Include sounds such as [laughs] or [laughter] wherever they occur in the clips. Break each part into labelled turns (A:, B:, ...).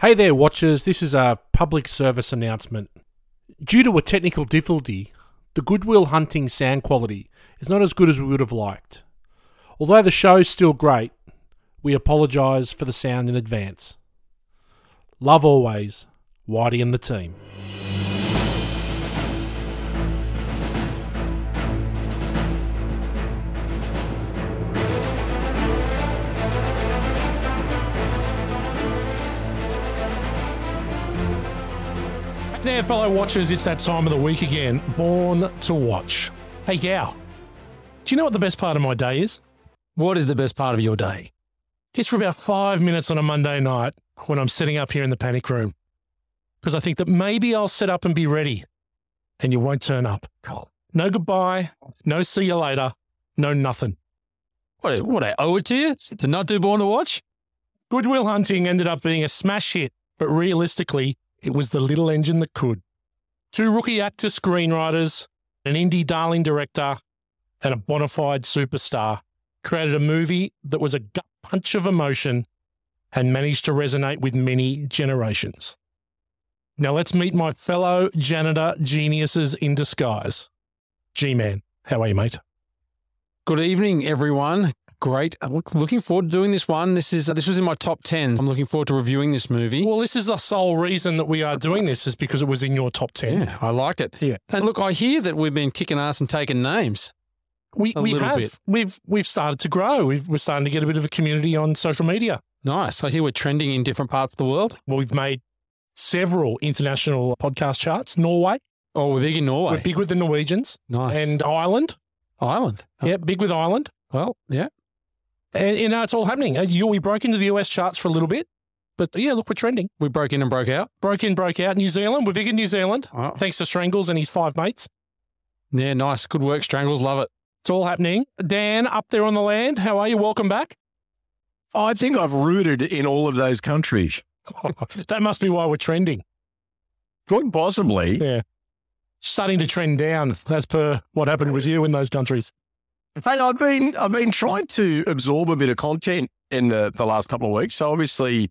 A: Hey there, watchers. This is a public service announcement. Due to a technical difficulty, the Goodwill Hunting sound quality is not as good as we would have liked. Although the show's still great, we apologise for the sound in advance. Love always, Whitey and the team. Hey there, fellow watchers. It's that time of the week again. Born to watch. Hey, Gow. Do you know what the best part of my day is?
B: What is the best part of your day?
A: It's for about five minutes on a Monday night when I'm sitting up here in the panic room because I think that maybe I'll set up and be ready and you won't turn up.
B: Cool.
A: No goodbye, no see you later, no nothing.
B: What, what, I owe it to you to not do Born to Watch?
A: Goodwill Hunting ended up being a smash hit, but realistically, it was the little engine that could. Two rookie actor screenwriters, an indie darling director, and a bona fide superstar created a movie that was a gut punch of emotion and managed to resonate with many generations. Now let's meet my fellow janitor geniuses in disguise. G Man, how are you, mate?
B: Good evening, everyone. Great. I'm look- looking forward to doing this one. This is uh, this was in my top 10. I'm looking forward to reviewing this movie.
A: Well, this is the sole reason that we are doing this is because it was in your top 10.
B: Yeah, I like it.
A: Yeah.
B: And look, I hear that we've been kicking ass and taking names.
A: We,
B: A
A: we
B: little
A: have
B: bit.
A: we've we've started to grow. We've, we're starting to get a bit of a community on social media.
B: Nice. I hear we're trending in different parts of the world.
A: Well, we've made several international podcast charts. Norway,
B: Oh, we're big in Norway.
A: we're big with the Norwegians
B: nice.
A: and Ireland.
B: Ireland. Oh,
A: Yeah, big with Ireland.
B: Well, yeah.
A: And you know, it's all happening. Uh, You, we broke into the US charts for a little bit, but yeah, look, we're trending.
B: We broke in and broke out.
A: Broke in, broke out. New Zealand, we're big in New Zealand.
B: Oh,
A: Thanks to Strangles and his five mates.
B: yeah, nice. Good work, Strangles. Love it.
A: It's all happening. Dan, up there on the land, how are you? Welcome back. [laughs]
C: I think I've rooted in all of those countries.
A: that must be why we're trending.
C: Quite possibly.
A: Yeah. Starting to trend down as per what happened with you in those countries.
C: Hey, I've been I've been trying to absorb a bit of content in the, the last couple of weeks. So obviously,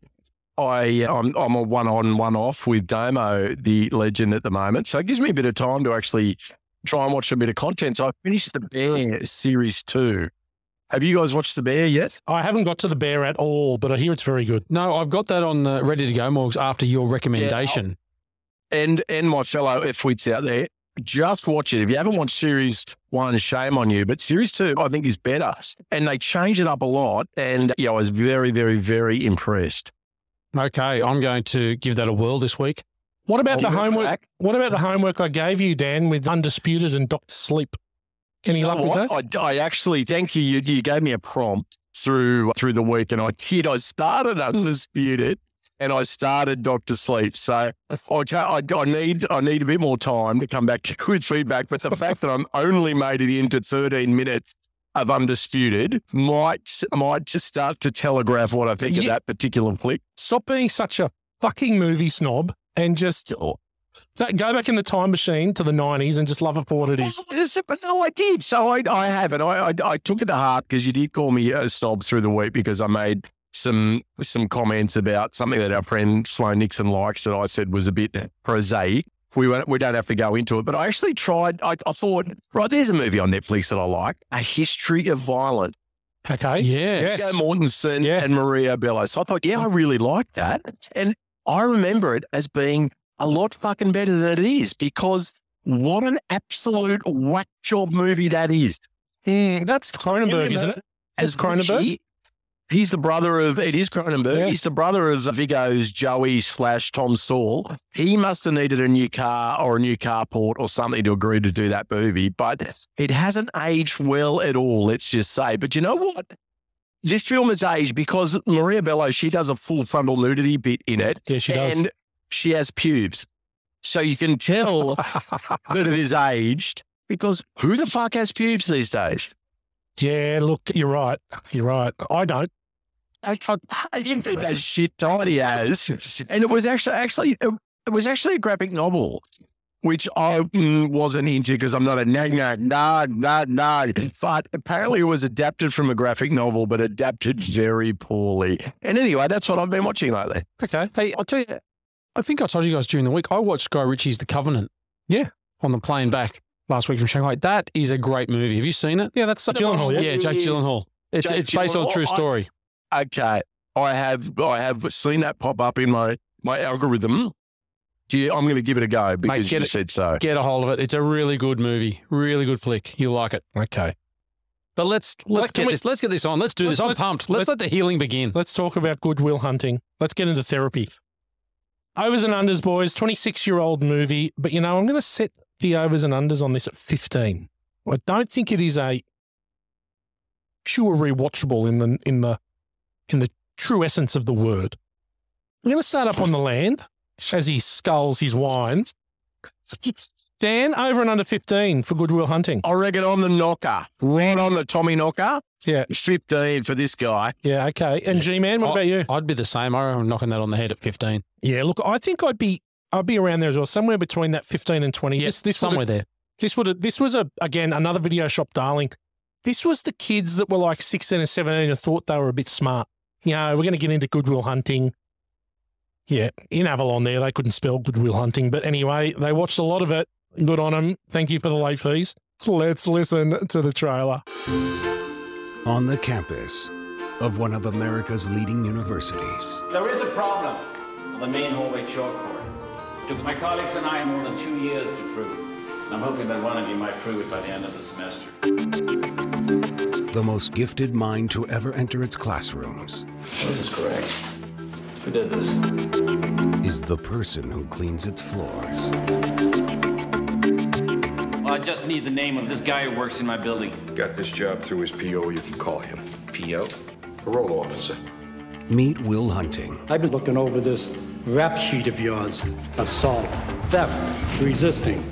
C: I I'm, I'm a one on one off with Damo, the legend at the moment. So it gives me a bit of time to actually try and watch a bit of content. So I finished the Bear series two. Have you guys watched the Bear yet?
A: I haven't got to the bear at all, but I hear it's very good.
B: No, I've got that on uh, ready to go, Morgs, after your recommendation.
C: And and my fellow F wits out there, just watch it. If you haven't watched series one, shame on you. But series two, I think, is better. And they change it up a lot. And yeah, I was very, very, very impressed.
B: Okay, I'm going to give that a whirl this week.
A: What about the
C: I'll work
A: homework?
C: back.
A: What about the homework I gave you, Dan, with Undisputed and Doctor Sleep? Any
C: You
A: luck
C: know
A: with
C: what?
A: those?
C: I, I actually thank you. you. You gave me a prompt through through the week, and I did. I started
A: Hmm.
C: undisputed, and I started Doctor Sleep. So I, ca- I, I need I need a bit more time to come back [laughs] to good feedback. But the fact that I'm only made it into 13 minutes of undisputed might might just start to telegraph what I think of
A: Ye-
C: that particular flick.
A: Stop being such a fucking movie snob and just ta- go back in the time machine to the nineties and just love it for what it is.
C: Well, is it- But no, I did. So I, I haven't. I, I, I took it to heart because you did call me a snob through the week because I made some some comments about something that our friend Sloan Nixon likes that I said was a bit prosaic. We won't, we don't have to go into it, but I actually tried. I, I thought, right, there's a movie on Netflix that I like, A History of Violence.
A: Okay.
C: [laughs]
B: Yes.
C: Joe Mortensen
A: Yeah.
C: and Maria Bello. So I thought, yeah, I really like that. And I remember it as being a lot fucking better than it is because what an absolute whack job movie that is.
A: Mm, that's Cronenberg, isn't it? Is Cronenberg?
C: He- he's the brother of, it is Cronenberg.
A: Yeah.
C: He's the brother of Vigo's Joey slash Tom Saul. He must have needed a new car or a new carport or something to agree to do that movie, but it hasn't aged well at all, let's just say. But you know what? This film has aged because Maria Bello, she does a full frontal nudity bit in it
A: Yeah, she does.
C: and she has pubes. So you
A: [laughs]
C: can tell that it is aged because who the fuck has pubes these days?
A: [laughs] yeah, look, you're right. You're right. I don't.
C: I, didn't think that shit tiny as. And it was actually actually it, it was actually a graphic novel. which I mm, wasn't into because I'm not a nag nag nah nah nah. But apparently it was adapted from a graphic novel, but adapted very poorly. And anyway, that's what I've been watching lately.
A: Okay.
B: Hey, I'll tell you, I think I told you guys during the week, I watched Guy Ritchie's The Covenant.
A: Yeah.
B: On the plane back last week from Shanghai. That is a great movie. Have you seen it?
A: Yeah, that's Gyllenhaal, yeah?
B: Yeah, Jake Gyllenhaal. It's,
C: Jake
B: it's based on a true
C: Gyllenhaal. I-
B: story.
C: Okay, I have I have seen that pop up in my my algorithm. Do you, I'm going to give it a go because
B: get
C: you
B: it-
C: said so.
B: Get a hold of it. It's a really good movie. Really good flick. You'll like it.
A: Okay.
B: But let's let's
A: Let- can
B: get
A: we-
B: this let's get this on. Let's do
A: Let's-
B: this. I'm
A: let's-
B: pumped. Let's
A: let's-
B: let the healing begin.
A: Let's talk about goodwill hunting. Let's get into therapy. Overs and unders, boys. 26 year old movie, but you know, I'm going to set the overs and unders on this at 15. I don't think it is a pure rewatchable in the in the in the true essence of the word. We're going to start up on the land as he sculls his wine. Dan, over and under 15 for Goodwill Hunting.
C: I reckon on the knocker, right on the Tommy knocker.
A: Yeah.
C: 15 for this guy.
A: Yeah, okay. And G Man, what
B: Oh.
A: about you?
B: I'd be the same. I'm knocking that on the head at 15.
A: Yeah, look, I think I'd be I'd be around there as well, somewhere between that fifteen and twenty.
B: Yeah,
A: this this
B: somewhere
A: would've-
B: there.
A: this would this was a again another video shop darling. This was the kids that were like sixteen and seventeen and thought they were a bit smart. You know, we're going to get into Goodwill Hunting. Yeah, in Avalon there they couldn't spell Goodwill Hunting, but anyway, they watched a lot of it. Good on them. Thank you for the late fees. Let's listen to the trailer.
D: on the campus of one of America's leading universities.
E: There is a problem on the main hallway chalkboard. Took my colleagues and I more than two years to prove it. And I'm hoping that one of you might prove it by the end of the semester.
D: The most gifted mind to ever enter its classrooms
E: This is correct. Who did this?
D: is the person who cleans its floors.
E: I just need the name of this guy who works in my building.
F: Got this job through his PO, you can call him.
E: P.O.
F: Parole officer.
D: Meet Will Hunting,
G: I've been looking over this rap sheet of yours assault, theft, resisting.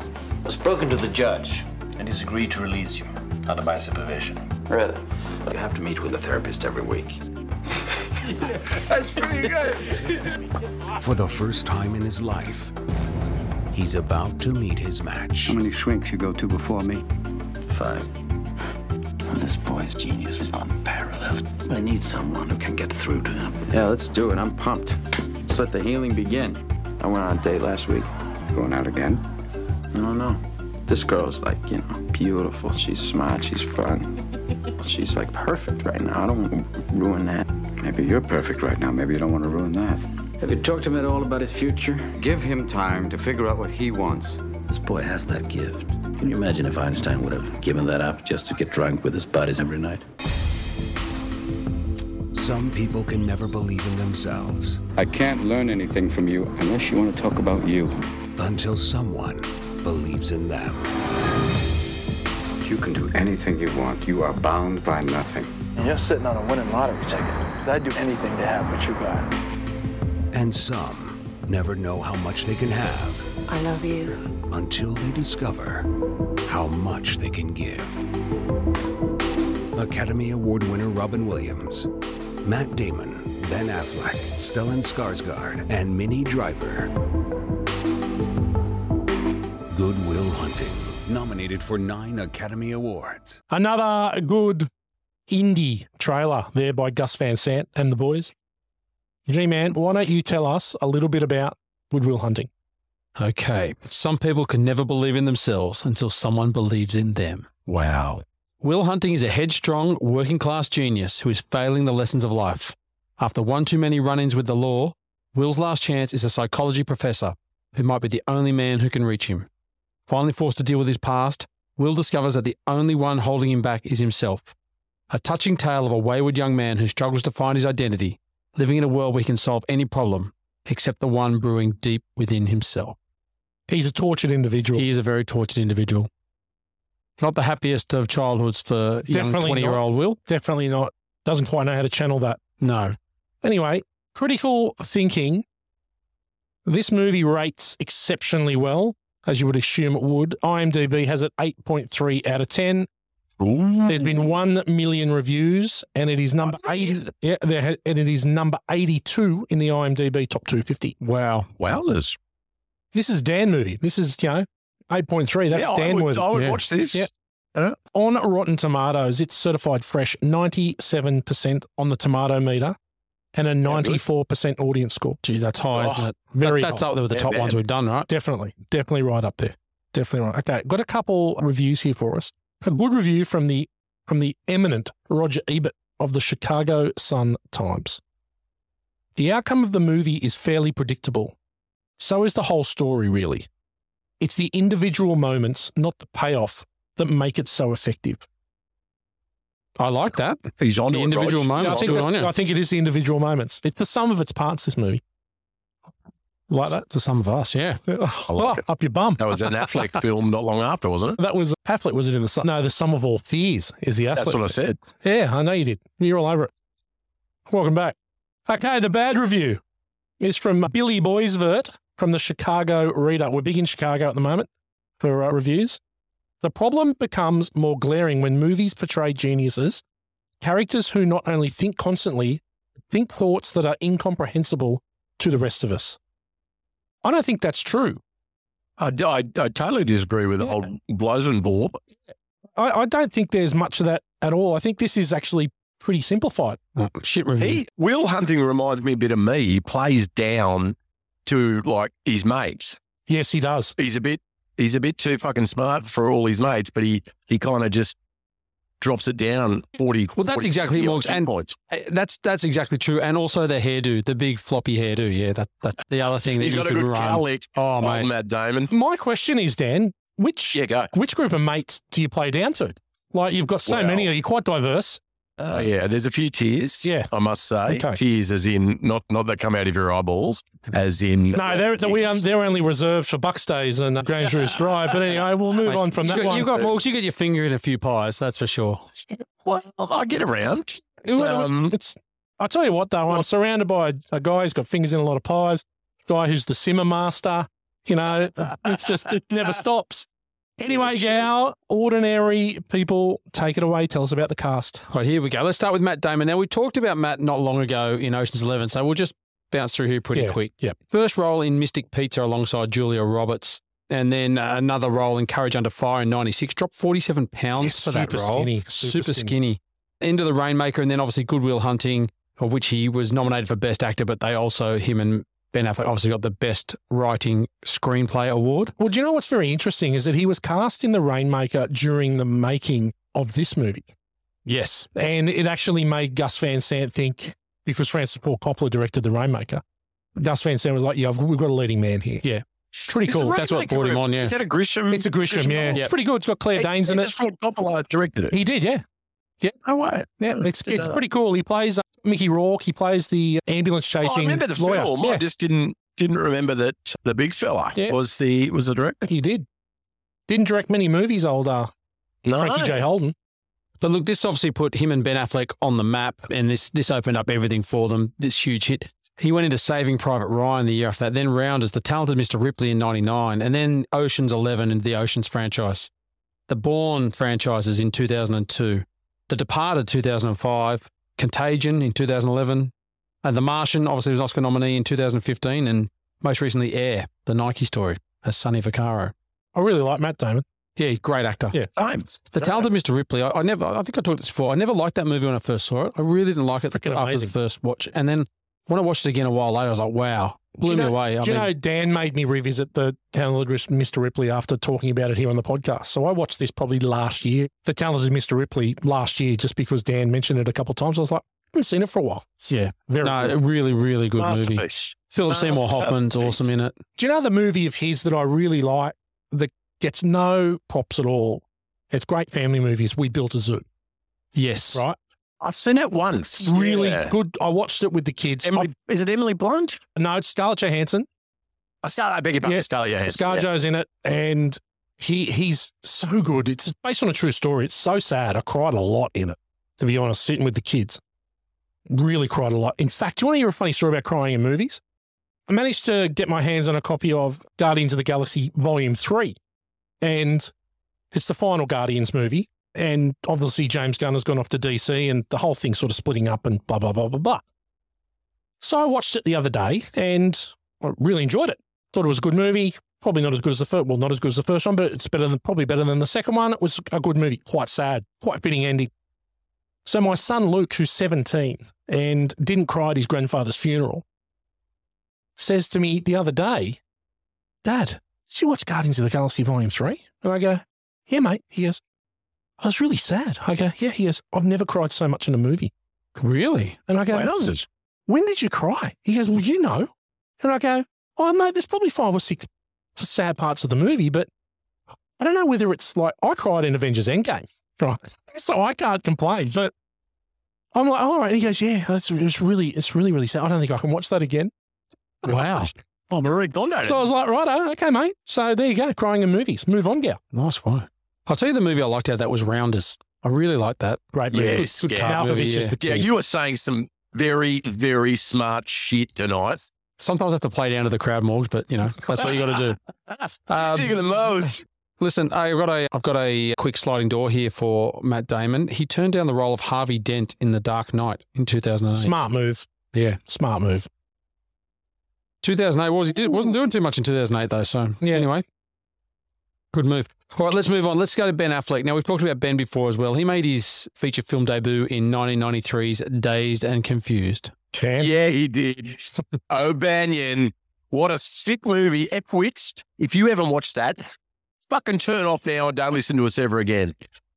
E: I was spoken to the judge, and he's agreed to release you under my supervision. Really? But you have to meet with a therapist every week.
D: for the first time in his life, he's about to meet his match.
H: How many shrinks you go to before me?
E: Five. This boy's genius is unparalleled. I need someone who can get through to him.
H: Yeah, let's do it. I'm pumped. Let's let the healing begin. I went on a date last week. Going out again? I don't know. This girl's like, you know, beautiful. She's smart. She's fun. She's like perfect right now. I don't want to ruin that. Maybe you're perfect right now. Maybe you don't want to ruin that. Have you talked to him at all about his future? Give him time to figure out what he wants.
E: This boy has that gift. Can you imagine if Einstein would have given that up just to get drunk with his buddies every night?
D: Some people can never believe in themselves
H: I can't learn anything from you unless you want to talk about you.
D: until someone believes in them.
H: You can do anything you want. You are bound by nothing.
I: And you're sitting on a winning lottery ticket. I'd do anything to have what you got.
D: And some never know how much they can have
J: I love you.
D: until they discover how much they can give. Academy Award winner Robin Williams, Matt Damon, Ben Affleck, Stellan Skarsgård, and Minnie Driver. Goodwill Hunting, nominated for nine Academy Awards.
A: Another good indie trailer there by Gus Van Sant and the boys. G Man, why don't you tell us a little bit about Goodwill Hunting?
B: Okay. Some people can never believe in themselves until someone believes in them.
C: Wow.
B: Will Hunting is a headstrong, working class genius who is failing the lessons of life. After one too many run ins with the law, Will's last chance is a psychology professor who might be the only man who can reach him. Finally forced to deal with his past, Will discovers that the only one holding him back is himself. A touching tale of a wayward young man who struggles to find his identity, living in a world where he can solve any problem except the one brewing deep within himself.
A: He's a tortured individual.
B: He is a very tortured individual. Not the happiest of childhoods for young
A: Definitely not.
B: 20 year old Will.
A: Definitely not, doesn't quite know how to channel that.
B: No.
A: Anyway, critical thinking. This movie rates exceptionally well, as you would assume it would. IMDb has it 8.3 out of 10. There's been 1 million reviews, and it is number 80. Yeah, there, ha- and it is number 82 in the IMDb top 250.
B: Wow.
C: Wowzers.
A: This is Dan movie. This is, you know, 8.3. That's
C: yeah, I
A: Dan
C: would,
A: worth.
C: I would
B: Yeah.
C: watch this.
A: Yeah. On Rotten Tomatoes, it's certified fresh 97% on the tomato meter and a 94% audience score.
B: Gee, that's high, isn't
A: Oh,
B: it?
A: Very
B: That- that's
A: high.
B: up there with the
C: Yeah,
B: top
C: man.
B: ones we've done, right?
A: Definitely, definitely right up there. Definitely right. Okay, got a couple reviews here for us. A good review from the from the eminent Roger Ebert of the Chicago Sun Times. The outcome of the movie is fairly predictable. So is the whole story, really. It's the individual moments, not the payoff, that make it so effective.
B: I like that.
C: He's on
B: The individual
A: Yeah, I
B: moments.
A: think,
B: Good
A: that-
B: on you.
A: I think it is the individual moments. It's the sum of its parts, this movie. Like that?
B: to some of us, yeah.
A: Oh, up your bum.
C: That was
B: [laughs]
C: an Affleck film not long after, wasn't it?
A: That was Affleck, was it in the sum? No, the sum of all fears is the Affleck.
C: That's what I said.
A: Yeah, I know you did. You're all over it. Welcome back. Okay, the bad review is from uh, Billy Boysvert from the Chicago Reader. We're big in Chicago at the moment for uh, reviews. The problem becomes more glaring when movies portray geniuses, characters who not only think constantly, but think thoughts that are incomprehensible to the rest of us. I don't think that's true.
C: I, d- I- I totally disagree with old Blasenborb.
A: I, I don't think there's much of that at all. I think this is actually pretty simplified.
B: Oh, shit review.
C: He Will Hunting reminds me a bit of me. He plays down to like his mates.
A: Yes, he does.
C: He's a bit he's a bit too fucking smart for all his mates, but he he kind of just drops it down forty.
B: Well, that's
C: 40,
B: exactly
C: 50
B: Morgs,
C: odd
B: and-
C: points.
B: Eh, That's that's exactly true. And also the hairdo, the big floppy hairdo. Yeah, that, that's the other thing that
C: He's
B: you
C: got a
B: could
C: good
B: run.
C: cowlick.
B: Oh,
C: Oh,
B: mate.
C: Matt Damon.
A: My question is, Dan, which
C: Yeah, go.
A: which group of mates do you play down to? Like you've got so
C: Well-
A: many, you're quite diverse.
C: Oh yeah, there's a few tears.
A: Yeah.
C: I must say
A: Okay.
C: tears, as in not not that come out of your eyeballs, as in
A: No, they're we um, they're only reserved for Buckstays and uh, Grange Roost Drive. But anyway, we'll move on from
B: You
A: that
B: got,
A: one.
B: you got Morgs, you got your finger in a few pies, that's for sure.
C: Well, I get around. um,
A: it's I tell you what though, I'm surrounded by a, a guy who's got fingers in a lot of pies, guy who's the simmer master. You know, [laughs] it's just it never stops. Anyway, Gow, ordinary people, take it away. Tell us about the cast.
B: Right, here we go. Let's start with Matt Damon. Now, we talked about Matt not long ago in Ocean's Eleven, so we'll just bounce through here pretty
A: Yeah,
B: quick.
A: yep.
B: First role in Mystic Pizza alongside Julia Roberts, and then uh, another role in Courage Under Fire in 96. Dropped 47 pounds
A: He's
B: for that
A: super
B: role.
A: skinny, super
B: super,
A: skinny.
B: skinny. Into the Rainmaker, and then obviously Goodwill Hunting, for which he was nominated for Best Actor, but they also, him and Ben Affleck, obviously got the Best Writing Screenplay Award.
A: Well, do you know what's very interesting is that he was cast in The Rainmaker during the making of this movie.
B: Yes.
A: And it actually made Gus Van Sant think, because Francis Paul Coppola directed The Rainmaker, Gus Van Sant was like, yeah, I've- we've got a leading man here.
B: Yeah.
A: It's pretty
C: Is
A: cool.
C: the
B: That's what
C: Rainmaker
B: brought him
C: a-
B: on, yeah.
C: Is that a Grisham?
A: It's a Grisham, yeah.
C: novel?
A: It's pretty good. It's got Claire Danes in
C: Hey,
A: it.
C: it's Frank Coppola directed it.
A: He did, yeah.
C: No way.
A: Yeah, it's,
C: Did
A: it's
C: Oh, that.
A: pretty cool. He plays uh, Mickey Rourke. He plays the ambulance
C: Oh, I
A: chasing
C: remember the
A: lawyer.
C: film. I
A: Yeah,
C: just didn't didn't remember that the big fella
A: Yeah.
C: was the was the director.
A: he did. Didn't direct many movies, old uh,
C: No,
A: Frankie J. Holden.
B: But look, this obviously put him and Ben Affleck on the map, and this this opened up everything for them. This huge hit. He went into Saving Private Ryan the year after that, then Rounders, The Talented Mr. Ripley in '99, and then Ocean's Eleven and the Ocean's franchise, the Bourne franchises in 2002, The Departed 2005, Contagion in 2011, and The Martian obviously was an Oscar nominee in 2015, and most recently Air, the Nike story, as Sonny Vaccaro.
A: I really like Matt Damon.
B: Yeah, great actor.
A: Yeah.
C: Same.
B: The Talented Mr. Ripley. I, I never. I think I talked this before. I never liked that movie when I first saw it. I really didn't like it
A: Freaking
B: after
A: amazing.
B: the first watch. And then when I watched it again a while later, I was like, "Wow, blew
A: you
B: me
A: know-
B: away." I
A: Do you
B: mean,
A: know, Dan made me revisit the Talented Mr. Ripley after talking about it here on the podcast. So I watched this probably last year, The Talented Mr. Ripley last year, just because Dan mentioned it a couple of times. I was like, I haven't seen it for a while.
B: yeah,
A: Very
B: no,
A: good.
B: a really, really good movie.
C: Masterpiece.
B: Philip Seymour Hoffman's
C: Masterpiece.
B: awesome in it.
A: Do you know the movie of his that I really like that gets no props at all? It's great family movies. We built a zoo,
B: Yes,
A: right?
C: I've seen it once.
A: Really
C: Yeah.
A: good. I watched it with the kids.
C: Emily, is it Emily Blunt?
A: I- no, it's Scarlett Johansson.
C: I start. I beg your pardon.
A: Yeah.
C: Scarlett Johansson.
A: ScarJo's in it, and he he's so good. It's based on a true story. It's so sad. I cried a lot in it, to be honest. Sitting with the kids, really cried a lot. In fact, do you want to hear a funny story about crying in movies? I managed to get my hands on a copy of Guardians of the Galaxy Volume Three, and it's the final Guardians movie. And obviously, James Gunn has gone off to DC, and the whole thing's sort of splitting up and blah blah blah blah blah. So I watched it the other day, and I really enjoyed it. Thought it was a good movie Probably not as good as the first. Well, not as good as the first one, but it's better than probably better than the second one. It was a good movie. Quite sad. Quite fitting ending. So my son Luke, who's 17 and didn't cry at his grandfather's funeral, says to me the other day, Dad, did you watch Guardians of the Galaxy Volume 3? And I go, Yeah, mate. He goes, I was really sad. I go, Yeah, he goes, I've never cried so much in a movie.
B: Really?
A: And I go,
C: Wait, how's this?
A: when did you cry? He goes, well, you know. And I go, oh, mate, there's probably five or six sad parts of the movie, but I don't know whether it's like I cried in Avengers Endgame, right? [laughs] So I can't complain. But I'm like, all right. He goes, yeah, it's, it's really, it's really, really sad. I don't think I can watch that again.
C: [laughs]
B: Wow.
C: I'm already gone at
A: So I was like, righto, okay, mate. So there you go, crying in movies. Move on, gal.
B: Nice one. I'll tell you the movie I liked out that was Rounders. I really liked that.
A: Great movie.
C: Yes,
A: Good
C: yeah.
A: card movie,
B: Malkovich is
A: yeah.
B: the
C: [laughs] yeah, you were saying some very, very smart shit tonight.
B: Sometimes I have to play down to the crowd, Morgs, but you know that's what you
A: [laughs]
B: got to do.
C: Digging
B: Um,
C: the most.
B: listen, I've got a I've got a quick sliding door here for Matt Damon. He turned down the role of Harvey Dent in The Dark Knight in 2008.
A: Smart move.
B: Yeah,
A: Smart move.
B: 2008 was he did, wasn't doing too much in 2008 though. So yeah, anyway, good move. All right, let's move on. Let's go to Ben Affleck. Now we've talked about Ben before as well. He made his feature film debut in 1993's Dazed and Confused.
A: Can.
C: Yeah, he did. O'Banion. What a sick movie. Epwitz. If you haven't watched that, fucking turn off now and don't listen to us ever again.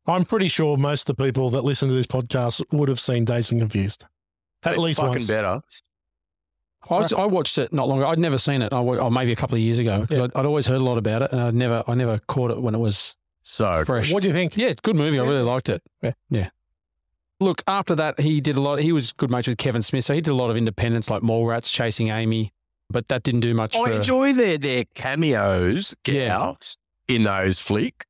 A: I'm pretty sure most of the people that listen to this podcast would have seen Days and Confused. At
C: It's
A: least
C: fucking
A: once.
C: better.
B: I, was, I watched it not long ago. I'd never seen it. I wa- or maybe a couple of years ago because I'd, I'd always heard a lot about it, and I'd never, I never caught it when it was
C: So
B: fresh.
A: What do you think?
B: Yeah, it's a good movie. I really liked it.
A: Yeah.
B: yeah. Look, after that, he did a lot. He was good mates with Kevin Smith, so he did a lot of independence like Mallrats, Chasing Amy, but that didn't do much.
C: I
B: for,
C: enjoy their their cameos,
B: uh, Yeah.
C: yeah, in those flick.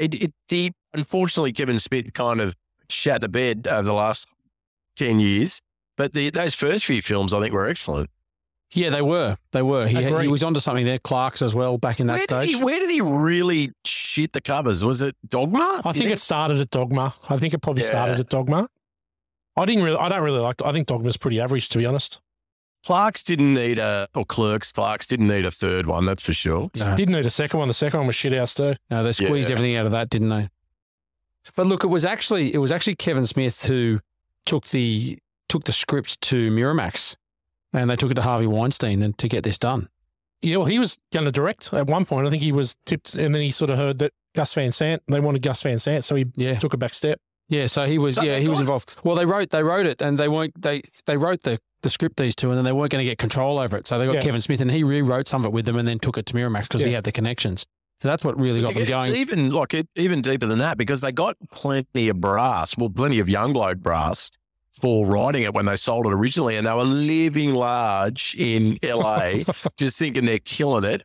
C: It, it the unfortunately Kevin Smith kind of shat the bed over the last ten years, but the, those first few films I think were excellent.
B: yeah, they were. They were. He, he
A: Agreed.
B: was onto something there. Clark's as well back in that
C: Where did,
B: stage.
C: he, where did he really shit the covers? Was it Dogma?
A: I
C: You
A: think it started at Dogma. I think it probably
C: Yeah.
A: started at Dogma. I didn't really. I don't really like. I think Dogma's pretty average, to be honest.
C: Clark's didn't need a or Clerks Clark's didn't need a third one. That's for sure.
B: Yeah.
A: Didn't need a second one. The second one was shit house too.
B: No, they squeezed
C: Yeah.
B: everything out of that, didn't they? But look, it was actually it was actually Kevin Smith who took the took the script to Miramax, and they took it to Harvey Weinstein and to get this done.
A: Yeah, well, he was going to direct at one point. I think he was tipped, and then he sort of heard that Gus Van Sant. They wanted Gus Van Sant, so he
B: Yeah,
A: took a back step.
B: yeah. So he was
C: So
B: yeah
C: they
B: he was
C: got-
B: involved. Well, they wrote they wrote it, and they weren't they they wrote the the script these two, and then they weren't going to get control over it. So they got
A: Yeah.
B: Kevin Smith, and he rewrote some of it with them, and then took it to Miramax because he
A: Yeah.
B: had the connections. So that's what really got them
C: It's
B: going.
C: even like it, even deeper than that because they got plenty of brass, well, plenty of young bloke brass for writing it when they sold it originally, and they were living large in
B: [laughs]
C: LA, just thinking they're killing it.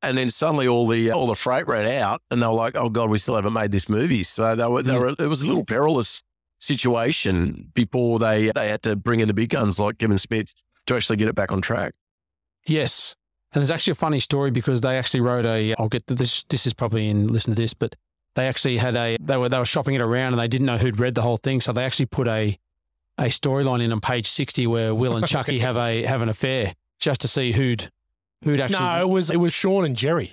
C: And then suddenly all the all the freight ran out, and they were like, "Oh God, we still haven't made this movie." So they were,
B: Hmm.
C: they were it was a little perilous situation before they they had to bring in the big guns like Kevin Smith to actually get it back on track.
B: Yes. And there's actually a funny story because they actually wrote a I'll get to this this is probably in listen to this, but they actually had a they were they were shopping it around and they didn't know who'd read the whole thing, so they actually put a a storyline in on page sixty where Will and
A: [laughs]
B: Chucky have a have an affair just to see who'd who'd actually
A: no, it was it was Sean and Jerry.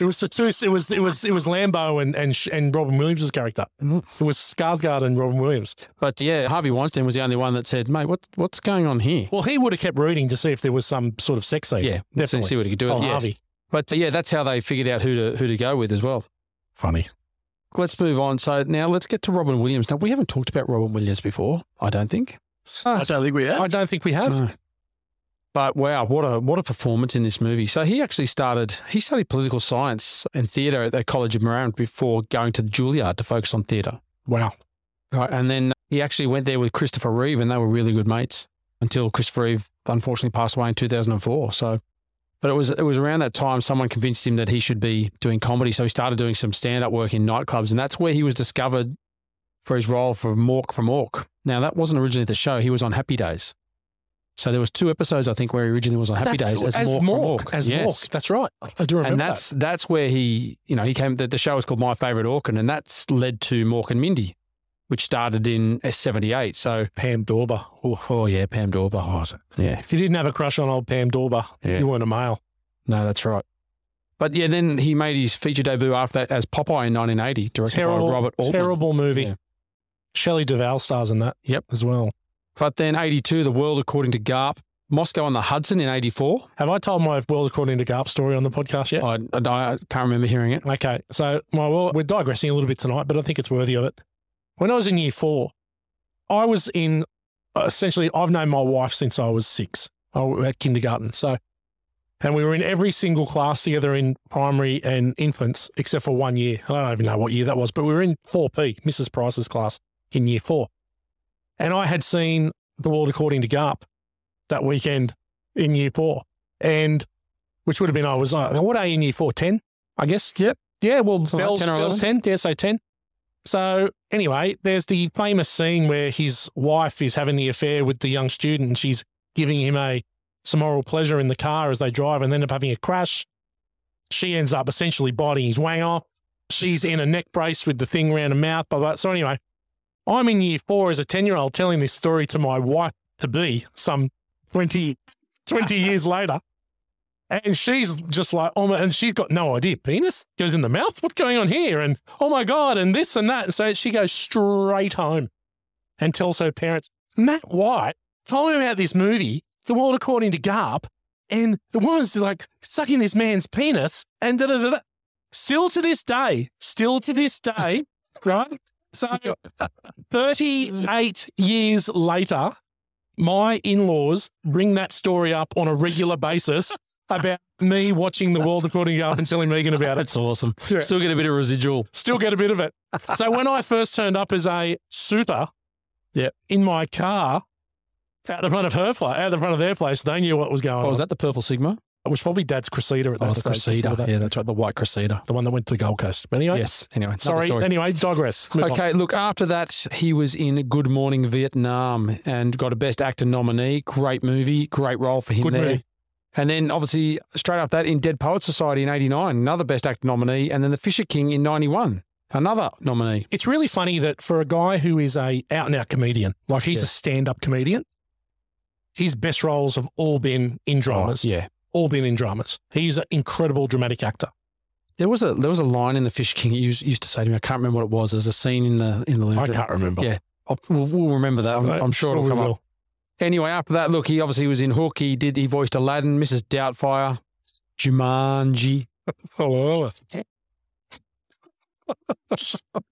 A: It was the two. It was it was it was Lambo and and Sh- and Robin Williams' character.
B: Mm-hmm.
A: It was Skarsgård and Robin Williams.
B: But yeah, Harvey Weinstein was the only one that said, Mate, what what's going on here?
A: Well, he would have kept reading to see if there was some sort of sex scene.
B: yeah, let's
A: definitely.
B: see what he could do.
A: oh,
B: yes.
A: Harvey,
B: But yeah, that's how they figured out who to who to go with as well.
A: funny.
B: Let's move on. So now let's get to Robin Williams. Now we haven't talked about Robin Williams before, I don't think.
C: I don't think we have.
A: I don't think we have.
B: No. But wow, what a what a performance in this movie! So he actually started he studied political science and theatre at the College of Marin before going to Juilliard to focus on theatre.
A: Wow.
B: Right, and then he actually went there with Christopher Reeve, and they were really good mates until Christopher Reeve unfortunately passed away in two thousand and four. So, but it was it was around that time someone convinced him that he should be doing comedy, so he started doing some stand up work in nightclubs, and that's where he was discovered for his role for Mork from Ork. Now that wasn't originally the show; he was on Happy Days. So there was two episodes, I think, where he originally was on Happy
A: That's-
B: Days as, Mork, from Ork.
A: As
B: Yes
A: Mork. That's right. I do remember
B: and that's that's where he you know he came the, the show was called my favorite orkin and that's led to mork and mindy which started in 78 so
A: that. Pam Dorber. Oh,
B: oh yeah pam dorber yeah
A: if you didn't have a crush on old Pam Dorber,
B: Yeah.
A: you weren't a male.
B: no that's right But yeah, then he made his feature debut after that as Popeye in 1980, directed by
A: Terrible,
B: Robert Altman.
A: terrible movie.
B: Yeah.
A: Shelley Duvall stars in that.
B: Yep.
A: as well.
B: But then 82, The World According to Garp, Moscow on the Hudson in 84.
A: Have I told my world according to Garp story on the podcast yet?
B: I, I- I can't remember hearing it.
A: Okay, so my world. We're digressing a little bit tonight, but I think it's worthy of it. When I was in year four, I was in uh, essentially. I've known my wife since I was six. I was at kindergarten, so and we were in every single class together in primary and infants, except for one year. I don't even know what year that was, but we were in 4P, Mrs. Price's class in year four, and I had seen The World According to Garp that weekend in year four, and which would have been I was like, what are you in year four? Ten, I guess.
B: Yep.
A: Yeah, well,
B: Something like
A: Bell's,
B: 10 or
A: Bell's 10, yeah, so 10. So anyway, there's the famous scene where his wife is having the affair with the young student and she's giving him a some moral pleasure in the car as they drive and they end up having a crash. She ends up essentially biting his wang off. She's in a neck brace with the thing around her mouth. Blah, blah. So anyway, I'm in year four as a 10-year-old telling this story to my wife-to-be some 20, 20 years later. And she's just like, oh my, and she's got no idea. Penis goes in the mouth. What's going on here? And oh my God, and this and that. And so she goes straight home and tells her parents, Matt White told me about this movie, The World According to Garp. And the woman's like sucking this man's penis and da da da da. Still to this day, still to this day, right? So 38 years later, my in laws bring that story up on a regular basis about me watching the world according up and telling Megan about it.
B: That's awesome.
A: Yeah.
B: Still get a bit of residual.
A: Still get a bit of it. So when I first turned up as a suitor
B: Yep.
A: in my car out the front of her place, out the front of their place, they knew what was going
B: Oh,
A: on.
B: was that the Purple Sigma?
A: It was probably Dad's Crusader at that
B: oh, the
A: stage. before
B: Crusader.
A: that.
B: Yeah, that's right. The white Crusader.
A: The one that went to the Gold Coast. But anyway,
B: Yes. Anyway, another
A: sorry.
B: story.
A: Anyway, digress. Move on.
B: Okay, look, after that, he was in Good Morning Vietnam and got a Best Actor nominee. Great movie, great role for him
A: Good
B: there.
A: movie.
B: And then, obviously, straight after that, in Dead Poets Society in 89, another Best Actor nominee. And then The Fisher King in 91, another nominee.
A: It's really funny that for a guy who is a out and out comedian, like he's
B: Yeah.
A: a stand up comedian, his best roles have all been in dramas.
B: Oh, Yeah.
A: all been in dramas. He's an incredible dramatic actor.
B: There was a there was a line in the Fish King you used, used to say to me. I can't remember what it was. There's a scene in the in the
A: I can't remember.
B: Yeah, I'll, we'll, we'll remember that. I'm, I'm sure it'll
A: we
B: come up.
A: will.
B: Anyway, after that, look, he obviously was in Hook. He did. He voiced Aladdin, Mrs. Doubtfire, Jumanji,
A: Hello.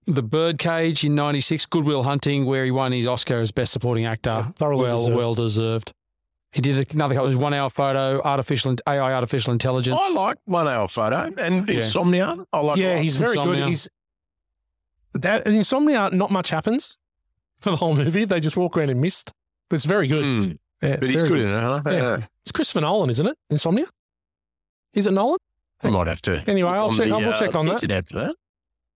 B: The Birdcage in '96, Goodwill Hunting, where he won his Oscar as Best Supporting Actor.
A: Thoroughly
B: well,
A: deserved.
B: well deserved. He did another couple. It was one hour photo, artificial in- AI, artificial intelligence.
C: I like one hour photo and
B: Yeah.
C: insomnia. I like
A: Yeah, he's very
B: Insomnia.
A: good. He's that in Insomnia. Not much happens [laughs] for the whole movie. They just walk around in mist. But it's very good.
C: Mm,
A: Yeah,
C: but he's
A: very
C: good, in it. huh?
A: Yeah.
C: Yeah.
A: It's Christopher Nolan, isn't it? Insomnia. Is it Nolan?
C: I might have to.
A: Anyway, I'll check. I will check on that.
C: After that.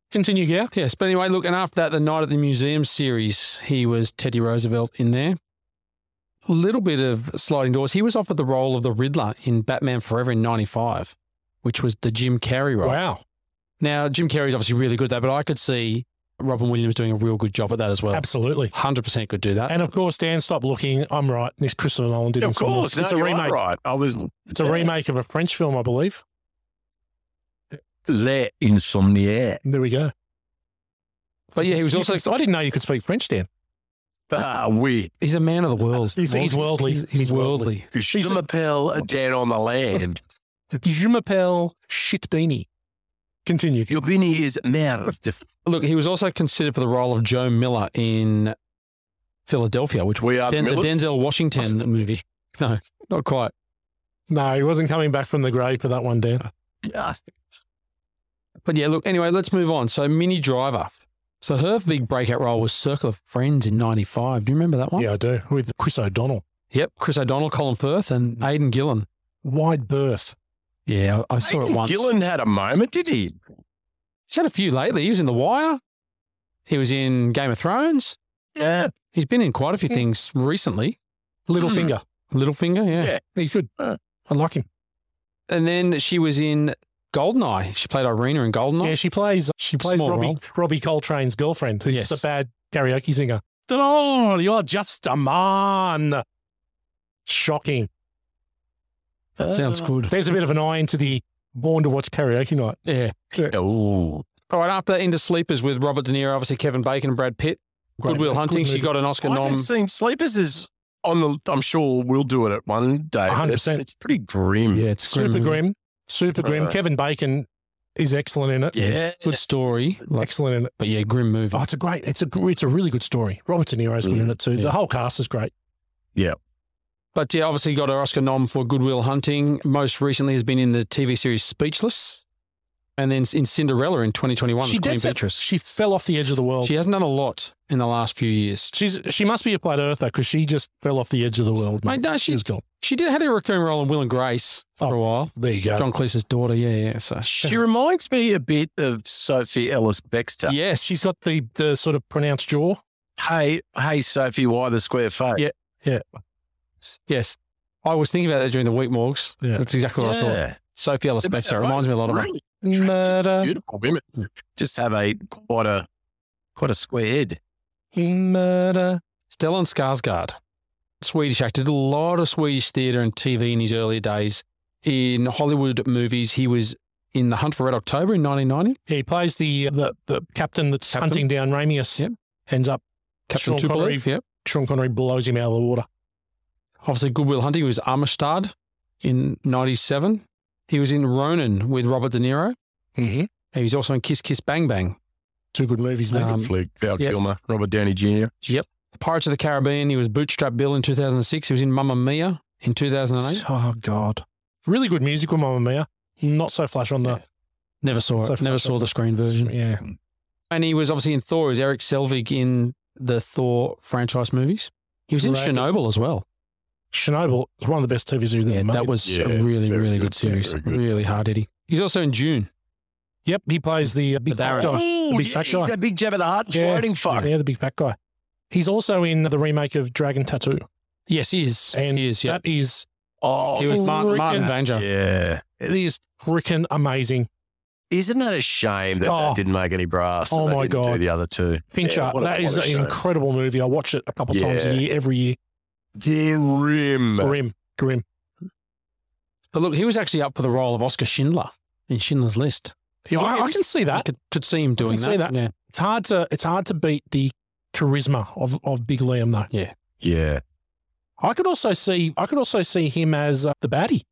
A: Continue, yeah.
B: Yes, but anyway, look, and after that, the Night at the Museum series, he was Teddy Roosevelt in there. A little bit of sliding doors. He was offered the role of the Riddler in Batman Forever in 95, which was the Jim Carrey role.
A: Wow,
B: Now, Jim Carrey's obviously really good at that, but I could see Robin Williams doing a real good job at that as well.
A: absolutely.
B: 100% could do that.
A: And of course, Dan, stop looking. I'm right. This Christopher Nolan did
C: Of
A: Insomnia.
C: course,
A: it's
C: no,
A: a
C: you are
A: remake.
C: Right, I was
A: It's a remake of a French film, I believe.
C: Le Insomniaire.
A: There we go.
B: But yeah, he was
A: You
B: also,
A: can- I didn't know you could speak French, Dan.
C: Ah, oui.
B: he's a man of the world.
A: He's- he's worldly.
B: He's, he's
A: He's worldly.
B: worldly.
C: Je m'appelle Dan on the land.
A: Je m'appelle Shit Beanie. Continue.
C: Your beanie is merde.
B: Look, he was also considered for the role of Joe Miller in Philadelphia, which
C: We are
B: Den- the
C: Millers.
B: Denzel
A: [laughs]
B: Washington movie. No, not quite.
A: No, he wasn't coming back from the grave for that one, Dan.
C: Yeah.
B: But yeah, look, anyway, let's move on. So, Mini Driver. So, her big breakout role was Circle of Friends in 95. Do you remember that one?
A: Yeah, I do. With Chris O'Donnell.
B: Yep. Chris O'Donnell, Colin Firth, and Aidan Gillen.
A: Wide berth.
B: Yeah, I, I saw it
C: Aidan
B: once.
C: Gillen had a moment, did he?
B: He's had a few lately. He was in The Wire. He was in Game of Thrones.
C: Yeah.
B: He's been in quite a few things recently. Hmm.
A: Littlefinger.
B: Littlefinger, yeah.
C: Yeah.
A: He's good.
C: Uh.
A: I like him.
B: And then she was in Goldeneye. She played Irina in Goldeneye.
A: Yeah, she plays uh, she plays
B: Small
A: Robbie
B: role.
A: Robbie Coltrane's girlfriend, who's
B: Yes.
A: the bad karaoke singer. Oh, you're just a man. Shocking.
B: Sounds good.
A: There's a bit of an eye into the born to watch karaoke night.
B: Yeah.
C: Oh,
B: All right, after that, into Sleepers with Robert De Niro, obviously Kevin Bacon and Brad Pitt.
A: Great
B: Goodwill
A: movie.
B: Hunting,
A: Good
B: she
A: movie.
B: got an Oscar
C: I
B: nom.
C: haven't seen Sleepers is on the. I'm sure we'll do it at one day. but
A: 100%.
C: It's, it's pretty grim.
B: Yeah, it's a
A: Super
B: movie.
A: grim. Super grim.
C: Right.
A: Kevin Bacon is excellent in it.
C: yeah.
B: Good story, like,
A: Excellent in it.
B: but yeah, grim movie.
A: Oh, it's a great. It's a gr- it's a really good story. Robert De Niro's good in it too.
B: Yeah.
A: The whole cast is great.
B: But yeah, obviously got her Oscar nom for Goodwill Hunting. Most recently has been in the TV series Speechless, and then in Cinderella in 2021 as Queen
A: did Oh. say-
B: Beatrice.
A: She fell off the edge of the world.
B: She hasn't done a lot in the last few years.
A: She's she must be a flat earther because she just fell off the edge of the world.
B: Mate,
A: Mate,
B: no, she-
A: was gone.
B: She did had a recurring role in Will and Grace for
A: Oh.
B: a while.
A: There you go.
B: John Cleese's daughter, yeah, yeah. So
A: [laughs]
C: She reminds me a bit of Sophie Ellis Bextor.
B: yes,
A: She's got the the sort of pronounced jaw.
C: Hey, hey, Sophie, why the square face?
B: Yeah. yes. I was thinking about that during the week, Morgs.
A: Yeah.
B: That's exactly what I thought.
C: Yeah.
B: Sophie Ellis Bextor it reminds me a lot of her.
C: Really
A: Murder, [laughs]
C: beautiful women.
A: Mm.
C: Just have a quite a quite a square head.
A: murder.
B: Stellan Skarsgård, Swedish actor, did a lot of Swedish theatre and TV in his earlier days. In Hollywood movies, he was in The Hunt for Red October in 1990.
A: He plays the the, the captain that's
B: Captain.
A: hunting down Ramius.
B: Yep.
A: Ends up
B: Captain
A: Sean Connery.
B: Tupolev, yep.
A: Sean Connery blows him out of the water.
B: Obviously, Goodwill Hunting he was Amistad in 97. He was in Ronin with Robert De Niro.
A: Mm-hmm.
B: He was also in Kiss Kiss Bang Bang.
A: Two good movies there.
B: Um,
C: Flick, Val
B: yeah.
C: Kilmer, Robert Downey Jr.
B: Pirates of the Caribbean, he was Bootstrap Bill in 2006. He was in Mamma Mia in 2008.
A: oh God, really good musical, Mamma Mia. Not so flash on the
B: Never saw it.
A: So
B: Never
A: flash
B: saw
A: up.
B: the screen version.
A: yeah.
B: And he was obviously in Thor. He was Eric Selvig in the Thor franchise movies. He was in
A: Right.
B: Chernobyl as well.
A: Chernobyl is one of the best TV series
B: Yeah,
A: ever made.
B: that was
C: Yeah,
B: a really,
C: very
B: really good,
C: good,
B: series.
C: very good.
B: Really hard hitting. He's also in June.
A: Yep, he plays the uh, big
B: The
A: fat
B: Baron.
A: guy.
C: Oh,
A: the big fat guy.
C: that big jab at the heart,
A: Yeah.
C: floating fuck.
A: Yeah, the big fat guy. He's also in the remake of Dragon Tattoo.
B: Yes, he is.
A: And
B: he is. Yeah,
A: That is
C: Oh,
B: he was Martin,
A: freaking-
B: Martin Banjo.
C: yeah.
A: it is freaking amazing.
C: Isn't that a shame that
A: Oh.
C: that didn't make any brass? and
A: Oh,
C: they
A: my
C: didn't Do
A: God.
C: the other two.
A: Fincher,
C: Yeah, what a-
A: that is
C: what a
A: an
C: shame.
A: incredible movie. I watch it a couple times a
C: Yeah.
A: year, every year.
C: Grim.
A: Grim, grim.
B: But look, he was actually up for the role of Oscar Schindler in Schindler's List.
A: Yeah, I, I can see
B: I
A: that.
B: could, could see him doing
A: can see that.
B: Yeah.
A: It's hard to it's hard to beat the charisma of, of Big Liam though.
C: Yeah.
A: I could also see I could also see him as uh, the baddie.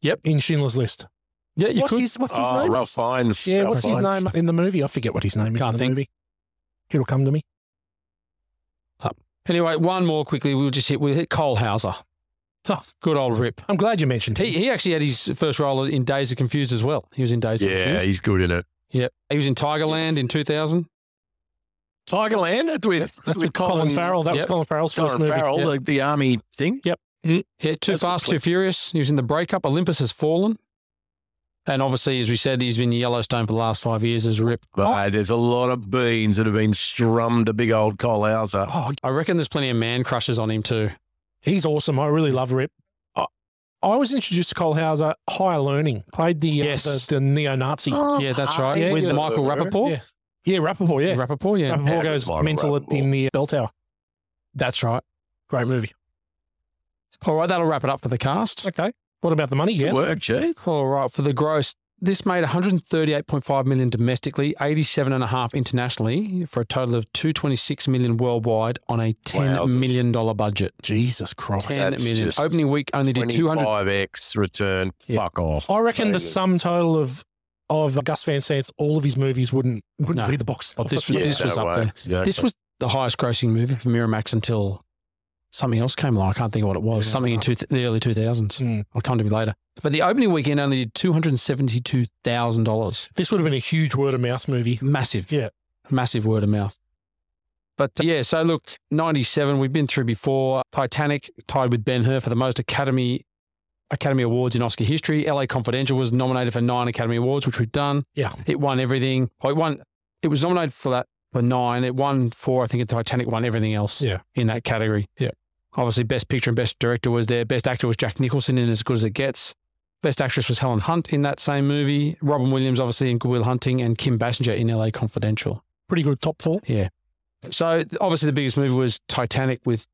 B: Yep.
A: in Schindler's List.
B: yeah, you
A: what's
B: could.
A: his what's his
C: Oh,
A: name?
C: Ralph Fiennes.
A: Yeah,
C: Ralph
A: what's his
C: Fiennes.
A: name in the movie? I forget what his name is
B: Can't
A: in the
B: think.
A: movie. It'll come to me.
B: Anyway, one more quickly. We'll just hit. We'll hit Cole Hauser.
A: Huh.
B: Good old Rip.
A: I'm glad you mentioned him.
B: He, he actually had his first role in Days of Confused as well. He was in Days of
C: Yeah,
B: Confused.
C: he's good in it.
B: Yeah, he was in Tigerland in 2000.
C: Tigerland. That's with,
A: That's with Colin, Farrell. That was
B: Yep.
A: Colin Farrell's first
C: Colin
A: movie.
C: Farrell,
B: yeah.
C: the, the army thing.
B: Yeah, Too
C: That's what
B: Fast, Too
C: clicked.
B: Furious. He was in The Breakup. Olympus Has Fallen. And obviously, as we said, he's been Yellowstone for the last five years as Rip.
C: But uh, there's a lot of beans that have been strummed to big old Cole Hauser.
A: Oh,
B: I reckon there's plenty of man crushes on him too.
A: he's awesome. I really love Rip. I, I was introduced to Cole Hauser, Higher Learning, played the uh,
B: Yes.
A: the, the neo-Nazi.
C: Oh,
B: yeah, that's right. With
A: Oh, yeah.
B: Michael Rappaport.
A: Yeah, yeah, Rappaport. Yeah,
B: Rappaport, yeah.
A: Rappaport
C: Yeah,
A: goes
C: Michael
A: mental at-
C: Rappaport.
A: in the bell tower. That's right. Great movie.
B: All right, that'll wrap it up for the cast.
A: Okay. What about the money?
C: Good
A: Yeah.
C: work, gee.
B: All right, for the gross, this made 138.5 million domestically, 87.5 internationally, for a total of 226 million worldwide on a ten
C: Wowzers.
B: million dollar budget.
A: Jesus Christ.
B: Ten
C: That's
B: million.
C: just
B: Opening week only did 200.
C: 25x return.
A: Yeah.
C: Fuck off.
B: Oh,
A: I reckon
C: Very
A: the
C: good.
A: sum total of of Gus Van Sant, all of his movies wouldn't wouldn't
B: No.
A: be the box.
B: Oh,
A: office.
B: this was- this was
C: no
B: up
C: way.
B: there.
C: Yeah.
B: This was the highest grossing movie for Miramax until something else came along. I can't think of what it was.
A: Yeah.
B: Something in two, the early 2000s.
A: Mm.
B: It'll come to me later. But the opening weekend only did $272,000.
A: This would have been a huge word of mouth movie.
B: Massive.
A: Yeah.
B: Massive word of mouth. But uh, yeah, so look, 97, we've been through before. Titanic tied with Ben Hur for the most Academy Academy Awards in Oscar history. LA Confidential was nominated for nine Academy Awards, which we've done.
A: Yeah.
B: It won everything. Oh, it won, it was nominated for that for nine. It won four. I think Titanic won everything else
A: Yeah.
B: in that category.
A: Yeah.
B: Obviously, Best Picture and Best Director was there. Best Actor was Jack Nicholson in As Good as It Gets. Best Actress was Helen Hunt in that same movie. Robin Williams, obviously, in Goodwill Hunting, and Kim Basinger in LA Confidential.
A: Pretty good top four.
B: So, th- obviously, the biggest movie was Titanic with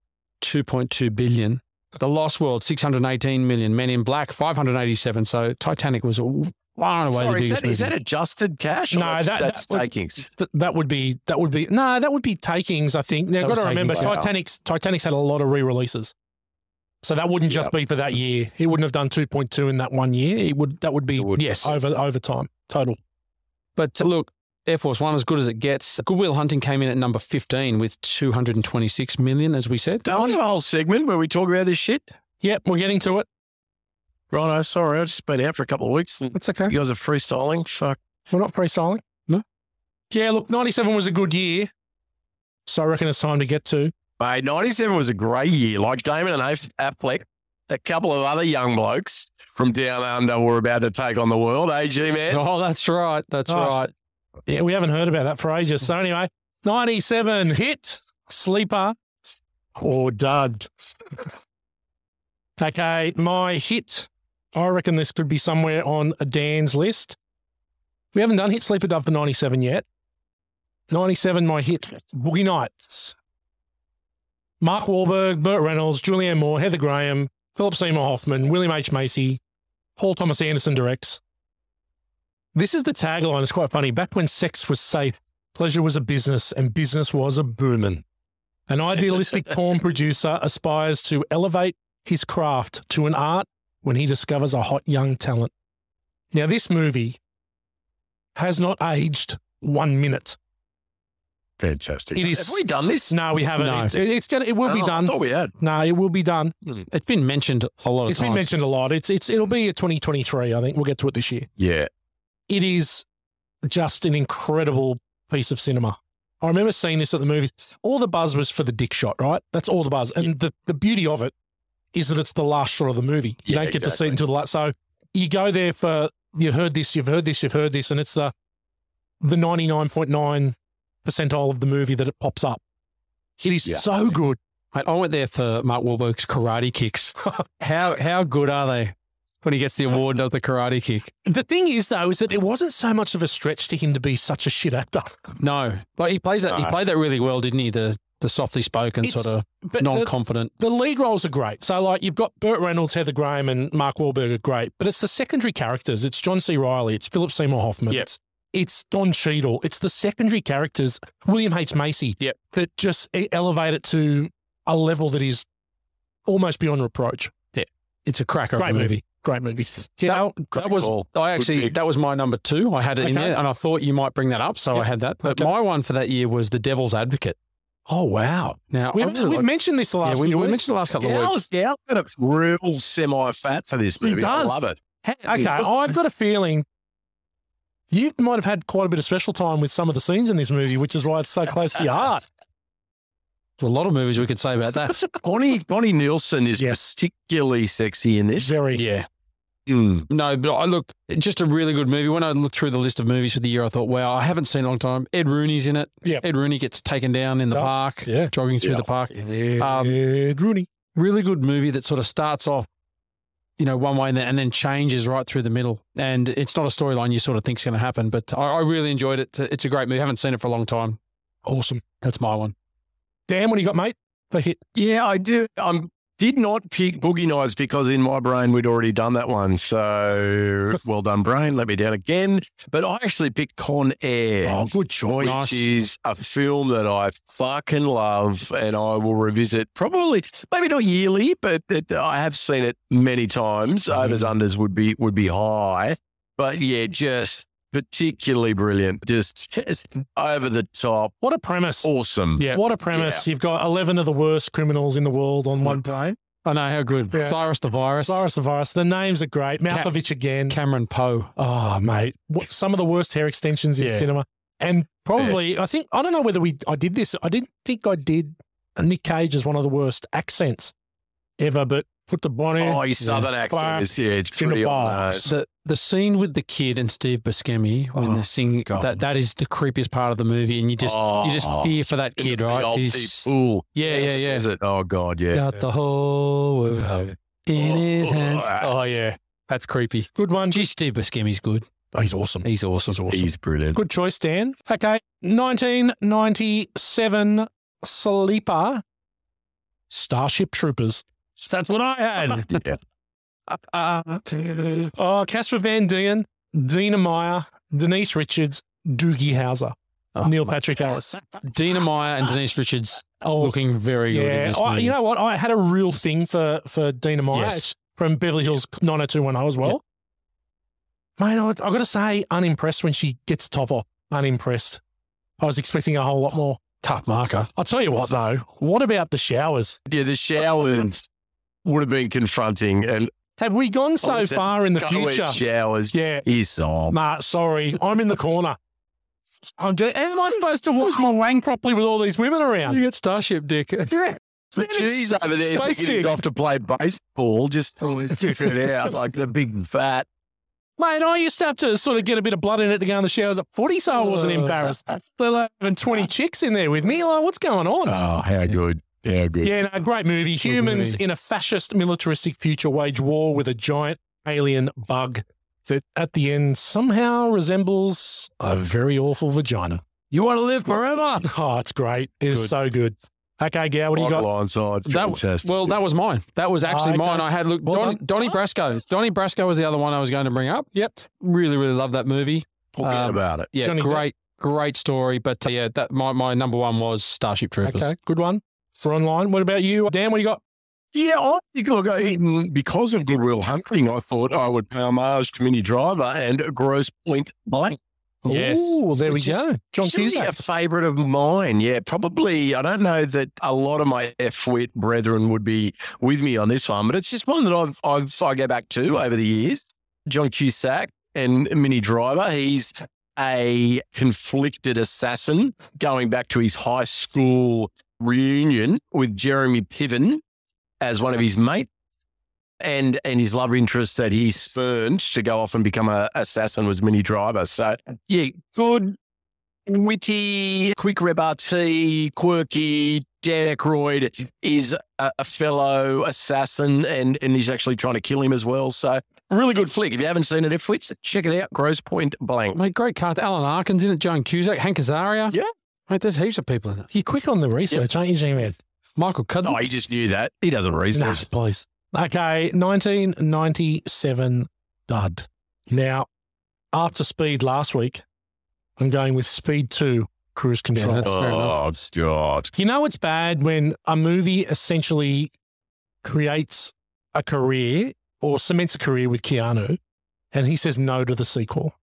B: 2.2 billion. The Lost World, 618 million. Men in Black, 587. So, Titanic was a w- far and away
C: Sorry,
B: the
C: is
B: biggest
C: that, is
B: movie.
C: that adjusted cash? or
A: No,
C: that's,
A: that-
C: that's
A: that-
C: takings.
A: Th- that would be that would be no, that would be takings. I think now
B: That
A: got
B: was
A: to remember
B: takings,
C: yeah.
A: Titanic's Titanic's had a lot of re-releases, so that wouldn't just be for that year. He wouldn't have done two point two in that one year. It would that would be
B: yes.
A: over over time total.
B: But uh, look, Air Force One, as good as it gets. Goodwill Hunting came in at number 15 with 226 million, as we said.
C: Don't we have a whole segment where we talk about this shit.
A: Yep, we're getting to it.
C: Righto, sorry, I've just been out for a couple of weeks.
B: Mm.
C: And
A: That's okay.
C: you guys are freestyling. Fuck.
A: We're not pre-styling.
B: No.
A: Yeah, look, ninety seven was a good year, so I reckon it's time to get to.
C: Mate, 97 was a great year. Like Damon and Af- Affleck, a couple of other young blokes from down under were about to take on the world. AG, man.
B: Oh, that's right. That's
A: Oh,
B: right.
A: Yeah, we haven't heard about that for ages. So anyway, ninety seven hit sleeper or dud. okay, my hit. I reckon this could be somewhere on Dan's list. We haven't done hit sleeper dud for ninety seven yet. Ninety seven, my hit Boogie Nights. Mark Wahlberg, Burt Reynolds, Julianne Moore, Heather Graham, Philip Seymour Hoffman, William H Macy, Paul Thomas Anderson directs. This is the tagline. It's quite funny. Back when sex was safe, pleasure was a business, and business was a booming. An
B: [laughs]
A: idealistic porn producer aspires to elevate his craft to an art when he discovers a hot young talent. Now, this movie has not aged one minute.
C: Fantastic.
A: It is-
C: Have we done this?
A: No, we haven't.
B: No.
A: It's, it's gonna. It will be
C: Oh, I
A: done.
C: thought we had.
A: No, it will be done.
B: It's been mentioned a lot of
A: It's
B: times.
A: been mentioned a lot. It's it's. It'll be a 2023. I think we'll get to it this year.
C: Yeah.
A: it is just an incredible piece of cinema. I remember seeing this at the movies. All the buzz was for the dick shot, right? That's all the buzz. And the, the beauty of it is that it's the last shot of the movie. You
C: Yeah,
A: don't get to see
C: exactly.
A: it until the last. So you go there for you've heard this, you've heard this, you've heard this, and it's the the ninety nine point nine percentile of the movie that it pops up. It is
C: Yeah.
A: so good. [laughs]
B: Mate, I went there for Mark Wahlberg's karate kicks. how how good are they when he gets the award and does the karate kick?
A: The thing is though, is that it wasn't so much of a stretch to him to be such a shit actor. [laughs]
B: No, like he plays that. He
C: No.
B: played that really well, didn't he? The the softly spoken,
A: It's-
B: sort of
A: But
B: non
A: the-
B: confident.
A: the lead roles are great. So like you've got Burt Reynolds, Heather Graham, and Mark Wahlberg are great, but it's the secondary characters. It's John C. Riley, it's Philip Seymour Hoffman,
C: Yep.
A: it's it's Don Cheadle. It's the secondary characters, William H Macy,
C: Yep.
A: that just e- elevate it to a level that is almost beyond reproach.
B: It's a cracker of
A: Great
B: a
A: movie.
B: movie.
A: Great movie. You know,
B: That was
C: call.
B: I actually
C: pick.
B: that was my number two. I had it in
A: Okay.
B: there, and I thought you might bring that up, so
A: Yeah.
B: I had that. But
A: Okay.
B: my one for that year was The Devil's Advocate.
A: oh wow.
B: Now
A: We,
B: I really
A: we
B: like-
A: mentioned this the
B: yeah,
A: last.
B: we,
A: few
B: we
A: weeks.
B: mentioned the last couple of
C: Gal's,
B: weeks.
C: Gal's got a real semi fat for this
A: He
C: movie. I
A: does.
C: love it.
A: Okay, I've got a feeling you might have had quite a bit of special time with some of the scenes in this movie, which is why it's so close
B: [laughs]
A: to your heart.
B: There's a lot of movies we could say
A: [laughs]
B: about that.
C: Bonnie, Bonnie Nielsen is
A: Yes.
C: particularly sexy in this.
A: Very.
B: yeah.
C: Mm.
B: No, but I look just a really good movie. When I looked through the list of movies for the year, I thought, wow, I haven't seen it in a long time. Ed Rooney's in it.
A: Yep.
B: Ed Rooney gets taken down in the
A: Does.
B: park,
A: Yeah.
B: jogging through
C: Yeah.
B: the park. Um,
A: Ed Rooney.
B: Really good movie that sort of starts off, you know, one way and then, and then changes right through the middle. And it's not a storyline you sort of think's going to happen, but I, I really enjoyed it. It's a great movie. I haven't seen it for a long time.
A: Awesome.
B: That's my one.
A: Dan, what do you got, mate? The hit.
C: Yeah, I do. I did not pick Boogie Knives because in my brain we'd already done that
A: [laughs]
C: one. So well done, brain. Let me down again. But I actually picked Con Air.
A: Oh, good
C: Which
A: choice.
C: is a film that I fucking love, and I will revisit probably, maybe not yearly, but it, I have seen it many times.
A: Mm-hmm.
C: Overs unders would be would be high, but yeah, just particularly brilliant, just, [laughs] just over the top,
A: What a premise.
C: awesome.
B: Yeah.
A: What a premise. You've got 11 of the worst criminals in the world on one plane.
B: I know how good.
A: Yeah.
B: Cyrus the Mm. Virus,
A: Cyrus the Virus. The names are great.
B: Ca-
A: Malkovich again.
B: Cameron Poe.
A: Oh, mate. What, some of the worst hair extensions in
B: Yeah.
A: cinema. And probably, I think, I don't know whether we, I did this. I didn't think I did. Nick Cage is one of the worst accents ever, but put the bonnet.
C: Oh, his southern accent is yeah, it's
A: in the
C: pretty on
A: box.
C: those.
B: The the scene with the kid and Steve Buscemi when
A: Oh,
B: they're singing
A: God.
B: that that is the creepiest part of the movie, and you just you just
C: Oh.
B: fear for that
C: In the
B: kid,
C: big
B: right?
C: old
B: He's-
C: deep pool.
B: yeah, yeah, yeah.
C: Is it? Oh God, yeah.
B: Got the whole world in his
C: Oh,
B: hands.
C: ah.
B: Oh yeah, that's creepy.
A: Good one.
B: Gee, Steve Buscemi's good.
A: Oh, he's awesome.
B: He's awesome.
A: He's awesome.
C: He's brilliant.
A: Good choice, Dan. Okay. 1997 Sleeper Starship Troopers. That's what I had.
C: yeah.
A: oh, Casper Van Dien, Dina Meyer, Denise Richards, Doogie Howser,
B: Oh,
A: Neil
B: mate.
A: Patrick Harris.
B: Dina Meyer and Denise Richards
A: Oh,
B: looking very good in
A: yeah.
B: this
A: I,
B: movie.
A: you know what? I had a real thing for for Dina Meyer
B: Yes.
A: It's from Beverly Hills 90210 as well. Mate, I, I got to say, unimpressed when she gets top off. Unimpressed. I was expecting a whole lot more.
B: Tough marker.
A: I'll tell you what, though. What about the showers?
C: Yeah, the showers would have been confronting and
A: Have we gone so
C: it's a
A: far in the
C: go
A: future?
C: at showers.
A: Yeah.
C: He's on.
A: Nah, sorry. I'm in the corner. I'm just, am I supposed to watch my wang properly with all these women around?
B: You get Starship Dick.
A: [laughs]
C: The
A: Man, it's
C: G's over there
A: space Oh,
C: thinking he's
A: dick.
C: off to play baseball, just figure
A: [laughs]
C: it out like the big and fat.
A: Mate, I used to have to sort of get a bit of blood in it to go in the shower at the footy, so I wasn't
C: Uh.
A: embarrassed. They're like having
C: [laughs]
A: 20 chicks in there with me. Like, what's going on?
C: Oh, how good. How good.
A: Yeah, no, great movie. Humans
B: movie.
A: in a fascist, militaristic future wage war with a giant alien bug that at the end somehow resembles a very awful vagina.
B: You want to live forever?
A: Oh, it's great. It's
B: Good.
A: so good. Okay, Gow, what do you got?
C: Blindside.
B: That,
C: fantastic.
B: well, that was mine. That was actually
A: Ah, okay.
B: mine. I had look.
A: Well
B: Donnie,
A: done. Ah.
B: Donnie Brasco. Donnie Brasco was the other one I was going to bring up.
A: Yep.
B: Really, really love that movie.
C: Forget
B: um,
C: about it.
B: Yeah,
A: Johnny Depp.
B: great, great story. But uh, yeah, that my, my number one was Starship Troopers.
A: Okay, good one. For online. What about you, Dan? What do you got?
C: Yeah, I think I got eaten because of Goodwill Hunting. I thought I would pay homage to Mini Driver and Gross Point Blank.
B: Yes.
A: Ooh, there
C: Which
A: we
C: is
A: go. John
C: Actually,
A: Cusack.
C: a favourite of mine. Yeah, probably. I don't know that a lot of my F-wit brethren would be with me on this one, but it's just one that I've, I've I go back to over the years. John Cusack and Mini Driver. He's a conflicted assassin going back to his high school reunion with Jeremy Piven as one of his mates. And and his love interest that he spurned to go off and become a assassin was Mini Driver. So yeah, good witty, quick repartee, quirky. Dan Aykroyd is a, a fellow assassin, and and he's actually trying to kill him as well. So really good flick. If you haven't seen it, if it's check it out. Gross Point Blank.
B: Mate, great cast. Alan Arkin's in it. Joan Cusack, Hank Azaria.
C: Yeah.
B: Mate, there's heaps of people in it.
A: You're quick on the research, aren't you, G-Man?
B: Michael Cuddles.
C: Oh, he just knew that. He doesn't
A: Nah,
C: research.
A: please. Okay, 1997 Dud. Now, after Speed last week, I'm going with Speed 2 Cruise Control.
B: that's fair enough.
C: Oh, God.
A: You know it's bad when a movie essentially creates a career or cements a career with Keanu and he says no to the sequel.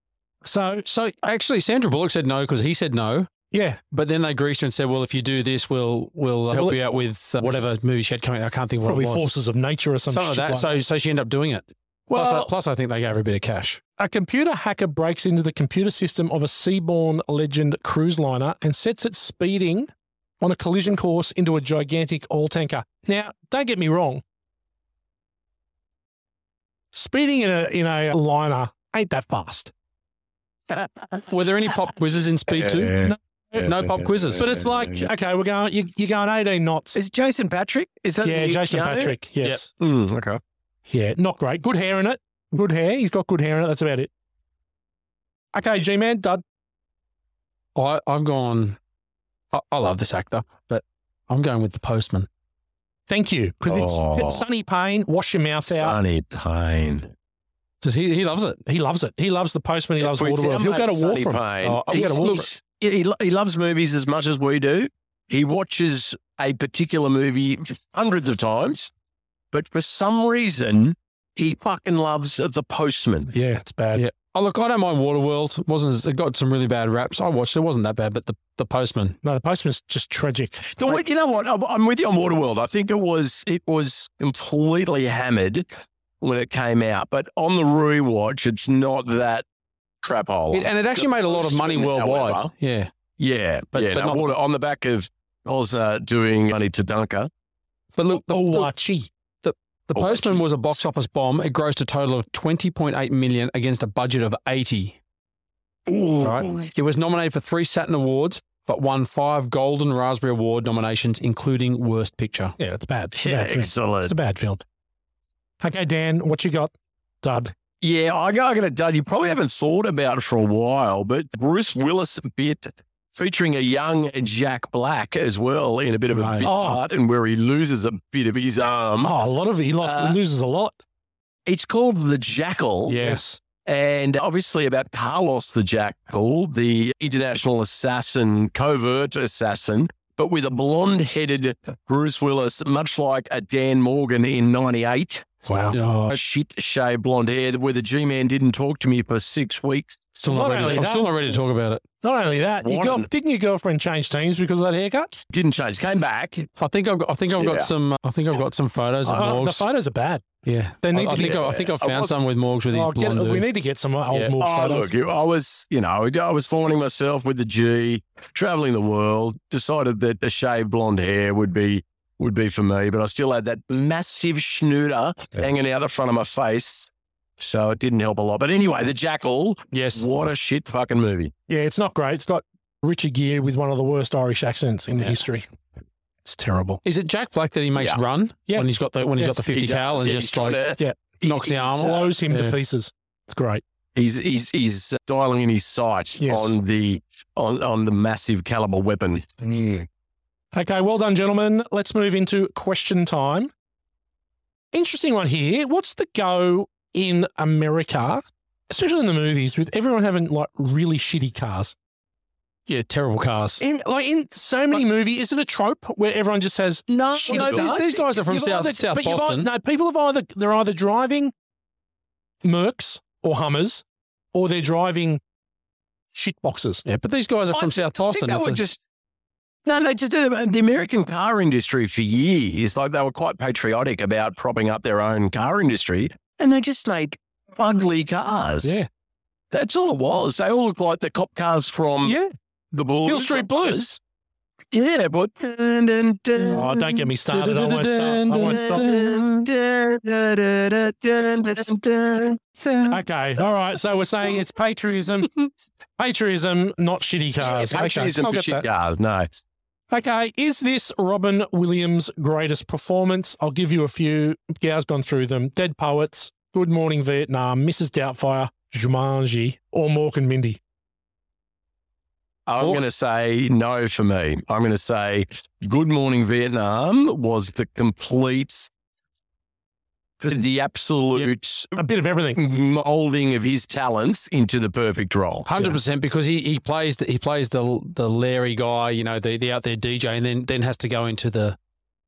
A: So,
B: So actually, Sandra Bullock said no because he said no.
A: yeah,
B: But then they greased her and said, "Well, if you do this, we'll we'll uh, help
A: Well,
B: you out with uh, whatever movie she had coming out. I can't think of what
A: probably
B: it was.
A: Forces of Nature or some
B: Something
A: shit
B: like that.
A: like
B: so so she ended up doing it. Plus, I, plus I think they gave her a bit of cash.
A: A computer hacker breaks into the computer system of a seaborne legend cruise liner and sets it speeding on a collision course into a gigantic oil tanker. Now, don't get me wrong. Speeding in a, in a liner ain't that fast.
B: Were there any pop quizzes in Speed Two? No pop quizzes.
A: But it's like, okay, we're going, you, you're going 18 knots.
C: Is Jason Patrick? Is that
A: Yeah,
C: the
A: Jason
C: Keanu?
A: Patrick. Yes.
C: Mm, okay.
A: Yeah, not great. Good hair in it. Good hair. He's got good hair in it. That's about it. Okay, G Man, dud.
B: I, I've gone. I, I love this actor, but I'm going with the postman.
A: Thank you. 'Cause it's-
C: Oh.
A: Sonny Payne, wash your mouth out.
C: Sonny Payne.
B: Does he? He loves it.
A: He loves it. He loves the postman. He loves
C: If we
A: Waterworld.
C: tell
A: He'll
C: mate
A: go to war
C: Sonny
A: for him.
C: Payne,
A: Oh, I'll
C: he,
A: go to war for
C: looks- he, lo- he loves movies as much as we do. He watches a particular movie hundreds of times, but for some reason, he fucking loves The Postman.
A: Yeah, it's bad.
B: Yeah. Oh look, I don't mind Waterworld. It wasn't as- it got some really bad raps? I watched it. it wasn't that bad, but the the postman.
A: No, the postman's just tragic.
C: The way- you know what? I'm, I'm with you on Waterworld. I think it was it was completely hammered when it came out, but on the rewatch, it's not that crap hole.
B: It, and it actually made a lot of money
C: Postman,
B: worldwide.
C: however,
B: Yeah.
C: Yeah,
B: But-
C: yeah.
B: but
C: no,
B: not-
C: Water- on the back of Osner doing money to Dunker.
B: But look, the,
A: oh,
B: the,
A: Archie.
B: the
C: oh,
B: postman
C: gee.
B: was a box office bomb. It grossed a total of 20.8 million against a budget of 80.
C: Ooh.
B: Right. It was nominated for three Saturn Awards, but won five Golden Raspberry Award nominations, including Worst Picture.
A: Yeah, it's bad. It's a
C: Yeah,
A: bad film.
C: excellent.
A: It's a bad film. Okay, Dan, what you got? Dud.
C: Yeah, I got, I got a dud. You probably haven't thought about it for a while, but Bruce Willis bit featuring a young Jack Black as well in a bit of a
B: Right.
C: bit
A: Oh.
C: part and where he loses a bit of his arm.
A: Oh, a lot of he lost,
C: Uh,
A: loses a lot.
C: It's called The Jackal.
A: Yes.
C: And obviously about Carlos the Jackal, the international assassin, covert assassin, but with a blonde headed Bruce Willis, much like a Dan Morgan in 98.
B: Wow.
C: A shit shaved blonde hair where the G Man didn't talk to me for six weeks.
B: still not
A: Not
B: ready.
A: only
B: I'm
A: that-
B: still not ready to talk about it.
A: Not only that, your girl,
C: Warren.
A: didn't your girlfriend change teams because of that haircut?
C: Didn't change, came back.
B: I think I've got, I think I've
C: Yeah.
B: got some. I think I've got some photos of
A: Uh,
B: Morgs.
A: the photos are bad.
B: yeah,
A: They need
B: I, I
A: to be-
B: think I, I think I've
C: I
B: found
C: was-
B: some with Morgs with his
A: Oh, get-
B: blonde.
A: we
B: dude.
A: need to get some old
B: Yeah.
A: Morgs
C: Oh,
A: photos.
C: look, I was, you know, I was finding myself with the G, traveling the world, decided that the shaved blonde hair would be would be for me, but I still had that massive schnooter hanging out the front of my face. So it didn't help a lot. But anyway, The Jackal,
B: yes.
C: what a shit fucking movie.
A: Yeah, it's not great. It's got Richard Gere with one of the worst Irish accents in history. It's terrible.
B: Is it Jack Black that he makes
C: Yeah.
B: run
A: Yeah.
B: when he's got the when he's
A: Yeah.
B: got the fifty cal and
C: Yeah,
B: just
C: he's
B: like
C: trying to-
A: yeah,
B: knocks the arm off?
A: Blows him
B: Yeah.
A: to pieces. It's great.
C: He's he's he's dialing in his sights
A: Yes.
C: on the on, on the massive caliber weapon.
A: Okay, well done, gentlemen. Let's move into question time. Interesting one here. What's the go in America, especially in the movies, with everyone having like really shitty cars?
B: yeah, terrible cars.
A: In, like in so many movies, is it a trope where everyone just says
B: No,
A: Shitty
B: no these,
A: cars?
B: these guys are from
A: You've
B: South
A: either-
B: South
A: but you've ei-
B: Boston.
A: no, people have either they're either driving Mercs or Hummers, or they're driving shit boxes.
B: Yeah, but these guys are
C: I
B: from South Boston.
C: think
B: It's
C: they
B: a-
C: were just no, no, just uh, the American car industry for years. Like they were quite patriotic about propping up their own car industry, and they just made ugly cars.
B: Yeah.
C: that's all it was. They all look like the cop cars from
A: yeah,
C: the Blues.
A: Hill Street Blues.
C: Yeah, but dun, dun, dun,
A: Oh, don't get me started. I won't stop. I won't stop.
B: [laughs]
C: dun, dun, dun, dun, dun, dun, dun, dun.
A: Okay, all right. So we're saying it's
B: [laughs]
A: patriotism, patriotism, not shitty cars. Okay,
C: Patriotism
A: I'll
C: for
A: get
C: shit
A: that.
C: cars. No,
A: Okay, is this Robin Williams' greatest performance? I'll give you a few. Gow's gone through them. Dead Poets, Good Morning Vietnam, Mrs. Doubtfire, Jumanji, or Mork and Mindy.
C: I'm
B: Or-
C: going to say no for me. I'm going to say Good Morning Vietnam was the complete, the absolute
A: A bit of everything.
C: molding of his talents into the perfect role.
B: Hundred percent, because he, he plays the, he plays the the Larry guy, you know, the, the out there DJ, and then then has to go into the,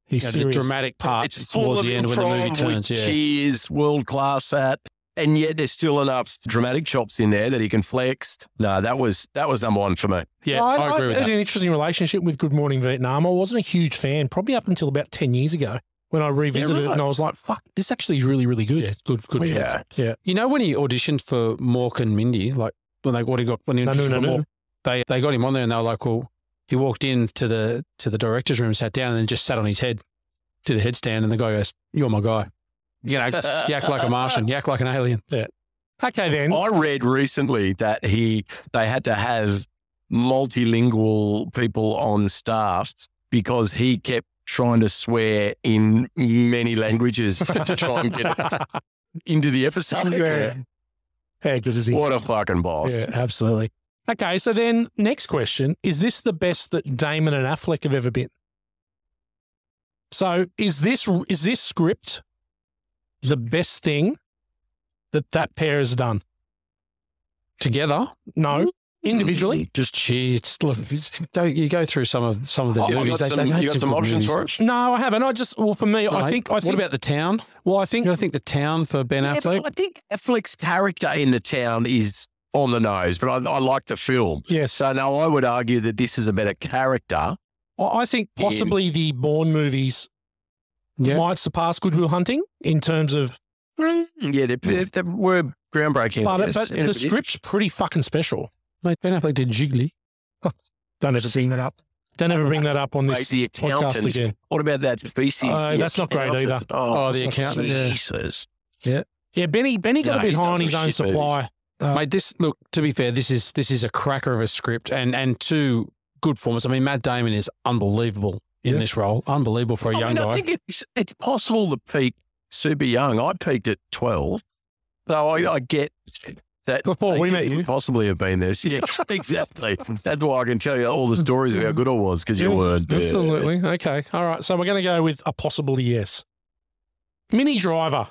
A: He's
B: you know, the
A: serious.
B: dramatic part
C: It's full
B: towards
C: of
B: the end when the movie
C: improv,
B: turns.
C: which
B: Yeah,
C: he is world class at, and yet there's still enough dramatic chops in there that he can flex. No, that was that was number one for me.
B: yeah,
A: I,
B: I, agree with
A: I
B: that.
A: had an interesting relationship with Good Morning Vietnam. I wasn't a huge fan, probably up until about 10 years ago when I revisited it
C: right.
A: and I was like, fuck, this actually is really, really good.
B: Yeah, it's good, good. film.
C: Yeah.
B: You know when he auditioned for Mork and Mindy, like when they what he got when he
A: No,
B: auditioned
A: no, no,
B: for
A: no.
B: Mork, they they got him on there and they were like, well, he walked in to the to the director's room, sat down, and then just sat on his head, did a headstand, and the guy goes, "You're my guy." You know, you act like a Martian, you act like an alien.
A: Okay, then.
B: Oh,
C: I read recently that he they had to have multilingual people on staff because he kept trying to swear in many languages to try and
A: [laughs]
C: get into the episode.
A: Yeah. How good is he?
C: What a fucking boss.
A: Yeah, absolutely. Okay, so then next question is this the best that Damon and Affleck have ever been? So is this is this script the best thing that that pair has done?
B: Together,
A: No, individually.
B: just shit. Look, it's- go- you go through some of some of the
C: Oh, you
B: movies.
C: got
B: They,
C: some,
B: they've had
C: you got
B: some
C: some
B: good
C: options
B: movies.
C: for it?
A: No, I haven't. I just well for me,
B: No,
A: I
B: mate,
A: think I think
B: Mm-hmm. what about the town?
A: well I
B: You
A: think
B: gotta think the town for Ben
C: Yeah,
B: Affleck.
C: but I think Affleck's character in the town is on the nose, but I, I like the film.
A: yes,
C: So now I would argue that this is a better character.
A: I I think
C: Yeah.
A: possibly the Bourne movies
B: Yeah.
A: might surpass Goodwill Hunting in terms of
C: Yeah, they, they, they were groundbreaking.
A: Mm. but, uh,
C: Yes.
A: but the script's pretty fucking special.
B: Mate, Ben Affleck did Jiggly.
A: Don't ever bring that up. Don't ever bring that up on
C: Mate,
A: this
C: the
A: podcast
C: accountant.
A: again.
C: What about that species?
A: Oh,
C: The
A: that's not great
C: accountant.
A: either.
B: Oh, the accountant, yeah.
C: Jesus.
A: Yeah, Benny Benny got
C: No,
A: a bit
C: he's
A: high
C: done
A: on
C: some
A: his own
C: shit movies.
A: supply.
B: Mate, this look. To be fair, this is this is a cracker of a script, and and two good performances. I mean, Matt Damon is unbelievable in
A: Yeah.
B: this role. Unbelievable for a
C: I
B: young
C: mean,
B: guy.
C: I think it's, it's possible to peak super young. I peaked at 12. So I, I get that.
A: Before
C: they
A: we
C: couldn't
A: met you.
C: Possibly have been this. Yeah, [laughs] exactly. That's why I can tell you all the stories of how good I was because you
A: Hmm. Yeah,
C: weren't. there.
A: Absolutely. Okay. All right. So we're going to go with a possible yes. Minnie Driver.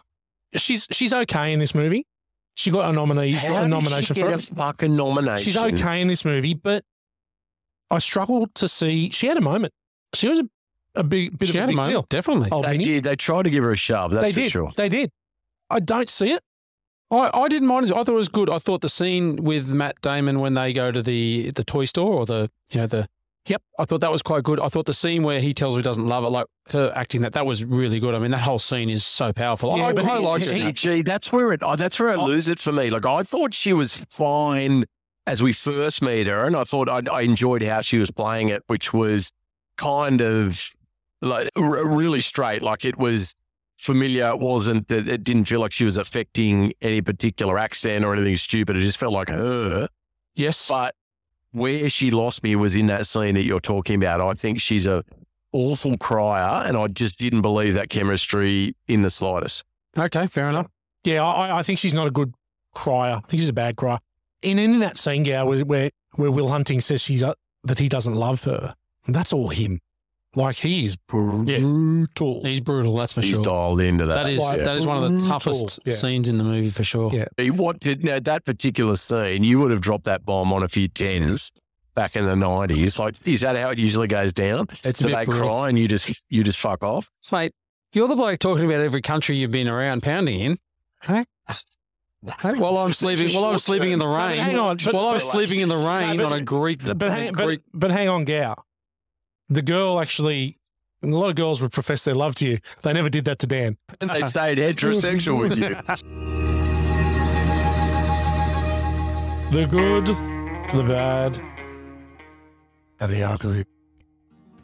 A: She's she's okay in this movie. She got a, nominee,
C: How
A: a
C: did
A: nomination
C: she
A: for
C: get
A: it.
C: a fucking nomination.
A: She's okay in this movie, but I struggled to see. She had a moment. She was a, a big bit
B: She
A: of
B: had
A: a
B: a
A: big
B: moment,
A: deal.
B: definitely.
A: Oh,
C: They
A: Minnie.
C: did. They tried to give her a shove. That's
A: they
C: for
A: did.
C: sure.
A: They did. I don't see it.
B: I, I didn't mind it. I thought it was good. I thought the scene with Matt Damon when they go to the the toy store or the you know the
A: Yep.
B: I thought that was quite good. I thought the scene where he tells her he doesn't love it, like her acting that that was really good. I mean, that whole scene is so powerful.
A: Yeah,
B: I,
A: but
B: I
A: he-
B: liked
A: he-
B: it.
C: Gee, gee, that's where it. Oh, that's where I lose it for me. Like I thought she was fine as we first meet her, and I thought I, I enjoyed how she was playing it, which was kind of like r- really straight. Like it was familiar. It wasn't. It, it didn't feel like she was affecting any particular accent or anything stupid. It just felt like her.
B: yes,
C: But where she lost me was in that scene that you're talking about. I think she's a awful crier, and I just didn't believe that chemistry in the slightest.
B: okay, fair enough.
A: Yeah, I, I- I think she's not a good crier. I think she's a bad crier. And in that scene, yeah, where where, where Will Hunting says she's uh, that he doesn't love her, and that's all him. Like he is brutal.
B: He's brutal, that's for
C: He's
B: sure.
C: dialed into that.
B: That is
A: Like,
B: that is one of the
A: brutal.
B: toughest
A: Yeah.
B: scenes in the movie for sure.
A: Yeah.
C: He wanted now that particular scene. You would have dropped that bomb on a few tens back in the nineties. Like, is that how it usually goes down?
B: It's
C: Do
B: a bit
C: they
B: brutal.
C: cry and you just you just fuck off?
B: Mate, you're the bloke talking about every country you've been around pounding in. Hey? Hey, while I'm sleeping, while I'm sleeping in the rain,
A: Hang on, but-
B: while I'm
A: but-
B: sleeping in the rain
A: but-
B: on a Greek,
A: but, hang, but,
B: Greek
A: but hang on, Gow. The girl actually, and a lot of girls would profess their love to you. They never did that to Dan.
C: And
B: Uh-huh.
C: they stayed heterosexual
B: [laughs]
C: with you.
A: The good, the bad, and the ugly.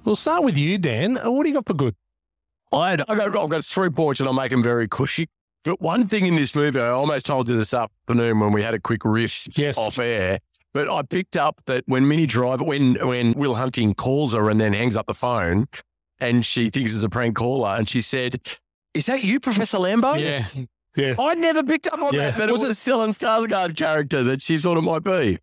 A: We'll start with you, Dan. Uh, What do you got for good?
C: I had, I got, I've got three points and I'll make them very cushy. But one thing in this movie, I almost told you this afternoon when we had a quick riff
A: Yes.
C: [laughs]
B: Oh,
C: off air. But I picked up that when Minnie Driver, when when Will Hunting calls her and then hangs up the phone, and she thinks it's a prank caller, and she said, "Is that you, Professor Lambo?"
B: Yeah.
A: Yeah.
C: I never picked up on
A: Yeah.
C: that. That was it was still an Skarsgård character that she thought it might be.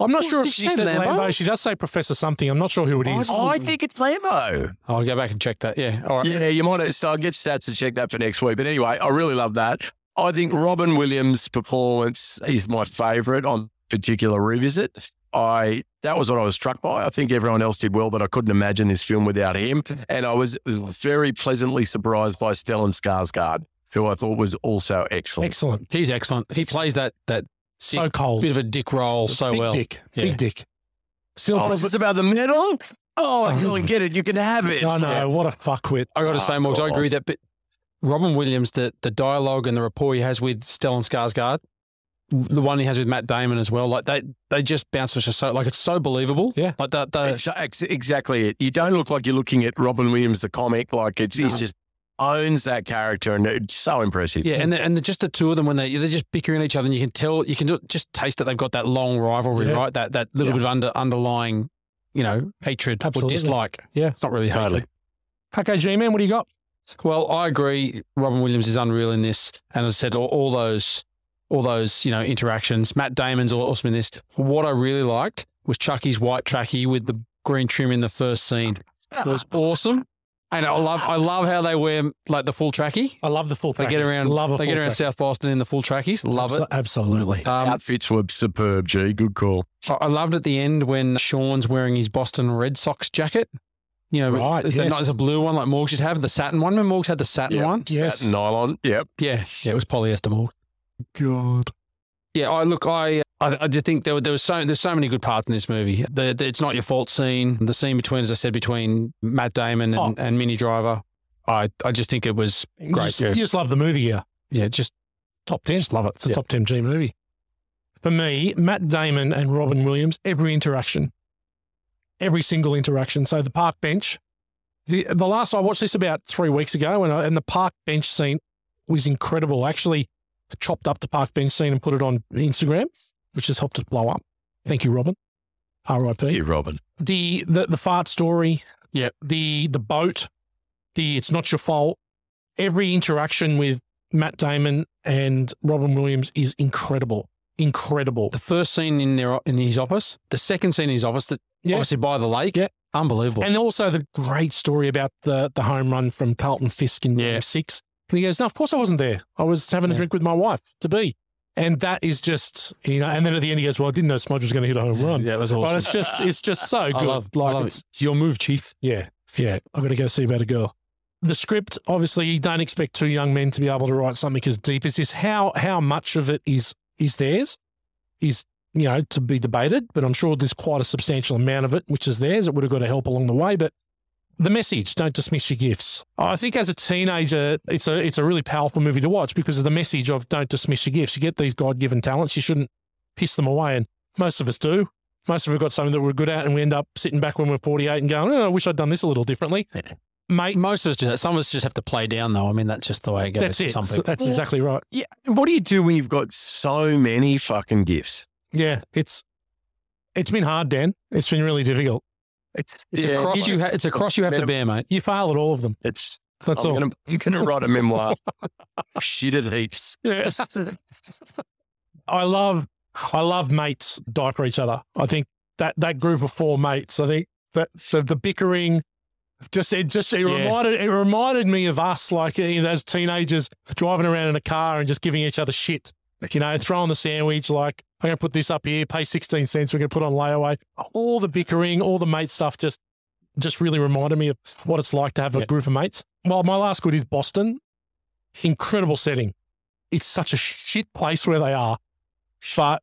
A: I'm not
B: Well,
A: sure if
B: did
A: she
B: she say
A: said Lambo?
B: Lambo? Oh,
A: She does say Professor something. I'm not sure who it is.
C: I think it's Lambo.
B: I'll go back and check that. Yeah. All right.
C: Yeah, you might have, so I'll get stats to check that for next week. But anyway, I really love that. I think Robin Williams' performance is my favourite on particular revisit. I that was what I was struck by. I think everyone else did well, but I couldn't imagine this film without him. And I was very pleasantly surprised by Stellan Skarsgård, who I thought was also excellent.
A: Excellent.
B: He's excellent. He plays that that
A: So
B: dick-
A: cold.
B: bit of a dick roll so
A: Big
B: well.
A: dick.
B: Yeah.
A: Big dick. Still,
C: Oh, is this about the medal? Oh, I
A: Oh.
C: can get it. You can have it.
A: I know. What a fuckwit.
B: I got to
C: Ah,
B: say, Morgs, I
C: God.
A: Oh.
B: agree that bit. Robin Williams, the the dialogue and the rapport he has with Stellan Skarsgård, the one he has with Matt Damon as well, like they they just bounce us just so like it's so believable.
A: Yeah.
B: like that. The,
C: Ex- Uh, ex- exactly it. You don't look like you're looking at Robin Williams, the comic. Like it's he just owns that character, and it's so impressive.
B: yeah, and the, and the, just the two of them when they they're just bickering each other, and you can tell you can do, just taste that they've got that long rivalry,
A: Yeah.
B: right? That that little
C: Yeah.
B: bit of under underlying, you know, hatred
A: Absolutely.
B: or dislike.
A: Yeah.
B: it's not really hatred.
C: Totally.
A: Okay, G Man, what do you got?
B: Well, I agree. Robin Williams is unreal in this, and as I said, all, all those, all those, you know, interactions. Matt Damon's awesome in this. What I really liked was Chucky's white trackie with the green trim in the first scene. It was awesome, and I love, I love how they wear like the full trackie.
A: I love the full.
B: They get around,
A: Love a
B: they
A: full
B: get around
A: track.
B: South Boston in the full trackies. Love it.
A: Abso- Absolutely.
B: Um,
C: Outfits were superb, G. Good call.
B: I I loved at the end when Sean's wearing his Boston Red Sox jacket. You know,
A: Right,
B: there's,
A: yes.
B: a, there's a blue one like Morgs used to have, the satin one. Remember Morgs had the satin
C: Yeah.
B: one?
A: Yes.
C: Satin nylon. Yep.
B: Yeah, yeah, it was polyester mold.
A: God.
B: Yeah, I look, I, I, I just think there were there was so there's so many good parts in this movie. The, the it's not your fault scene, the scene between, as I said, between Matt Damon
A: Oh.
B: and, and Minnie Driver. I, I just think it was
A: You
B: Great,
A: just,
B: yeah.
A: you just love the movie here.
B: yeah, just
A: Top 10.
B: Just love it,
A: It's a
B: yeah.
A: top 10 G movie. For me, Matt Damon and Robin Williams, every interaction, every single interaction. So the park bench, the, the last I watched this about three weeks ago, and, I, and the park bench scene was incredible. I actually chopped up the park bench scene and put it on Instagram, which has helped it blow up. Thank you, Robin. RIP
C: Yeah, Robin.
A: the the, the fart story.
B: Yep.
A: The the boat. The it's not your fault. Every interaction with Matt Damon and Robin Williams is incredible. Incredible.
B: the first scene in their in his office, the second scene in his office, that
A: Yeah.
B: obviously by the lake,
A: Yeah.
B: unbelievable.
A: And also the great story about the the home run from Carlton Fisk in
B: Yeah.
A: game six. And he goes, No, of course I wasn't there. I was having a
B: Yeah.
A: drink with my wife to be. And that is just, you know, and then at the end he goes, Well, I didn't know Smudge was going to hit a home run.
B: Yeah, it was
A: But
B: awesome.
A: it's just, it's just so good.
B: I love, I
A: Like,
B: love
A: it's-
B: it. Your move, Chief.
A: Yeah, yeah. I've got to go see about a girl. The script, obviously, you don't expect two young men to be able to write something as deep as this. How how much of it is is theirs? Is you know to be debated, but I'm sure there's quite a substantial amount of it which is theirs. It would have got to help along the way, but the message: don't dismiss your gifts. I think as a teenager, it's a it's a really powerful movie to watch because of the message of don't dismiss your gifts. You get these God given talents, you shouldn't piss them away, and most of us do. Most of us got something that we're good at, and we end up sitting back when we're 48 and going, oh, I wish I'd done this a little differently.
B: Yeah.
A: Mate,
B: Most of us do that. Some of us just have to play down, though. I mean, that's just the way it goes.
A: that's it.
B: Some
A: So
B: people-
A: That's exactly right.
C: Yeah. What do you do when you've got so many fucking gifts?
A: Yeah, it's it's been hard, Dan. It's been really difficult.
C: It's,
B: It's, a cross you ha- it's a cross you have to
C: Minimum.
B: bear, mate.
A: You fail at all of them.
C: It's
A: That's
C: I'm
A: all.
C: Gonna, I'm gonna write
B: [laughs]
C: a memoir. Shit at heaps. [laughs]
A: Yeah. I love I love mates die for each other. I think that that group of four mates, I think that the, the bickering just it just it
B: Yeah.
A: reminded it reminded me of us like you know, those teenagers driving around in a car and just giving each other shit. You know, throwing the sandwich like I'm gonna put this up here, pay sixteen cents, we're gonna put on layaway. All the bickering, all the mate stuff just just really reminded me of what it's like to have a
B: Yeah.
A: group of mates. Well, my last good is Boston. Incredible setting. It's such a shit place where they are, but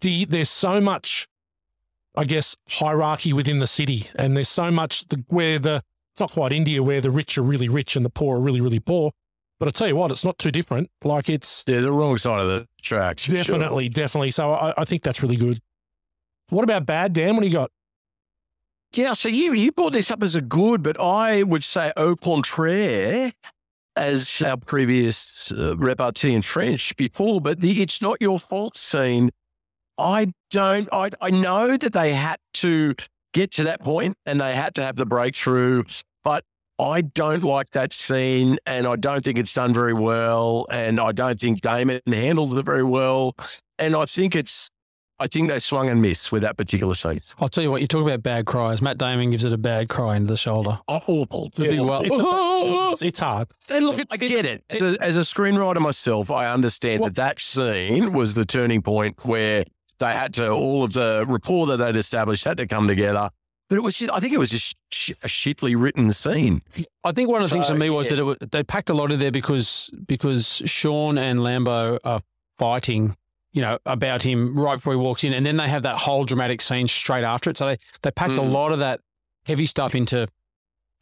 A: the there's so much, I guess, hierarchy within the city, and there's so much the, where the it's not quite India where the rich are really rich and the poor are really really poor. But I tell you what, it's not too different. Like it's
C: Yeah, the wrong side of the tracks. for sure.
A: definitely definitely. So I, I think that's really good. What about bad Dan? What do you got?
C: Yeah, so you you brought this up as a good, but I would say au contraire as our previous uh, repartee in French before. But the it's not your fault scene. I don't. I I know that they had to get to that point and they had to have the breakthrough, but I don't like that scene, and I don't think it's done very well, and I don't think Damon handled it very well, and I think it's. I think they swung and missed with that particular scene.
B: I'll tell you what, you talk about bad cries. Matt Damon gives it a bad cry into the shoulder.
C: Horrible.
B: The big [laughs] well-
A: It's, a- it's hard. And look, it's,
C: I get it. As a, as a screenwriter myself, I understand
A: Well-
C: that that scene was the turning point where they had to, all of the rapport that they'd established had to come together. But it was just, I think it was just sh- a shittily written scene.
B: I think one of the things
C: So,
B: for me was
C: yeah.
B: that it, wa- they packed a lot in there because because Sean and Lambo are fighting, you know, about him right before he walks in, and then they have that whole dramatic scene straight after it. So they they packed a
C: Mm.
B: lot of that heavy stuff into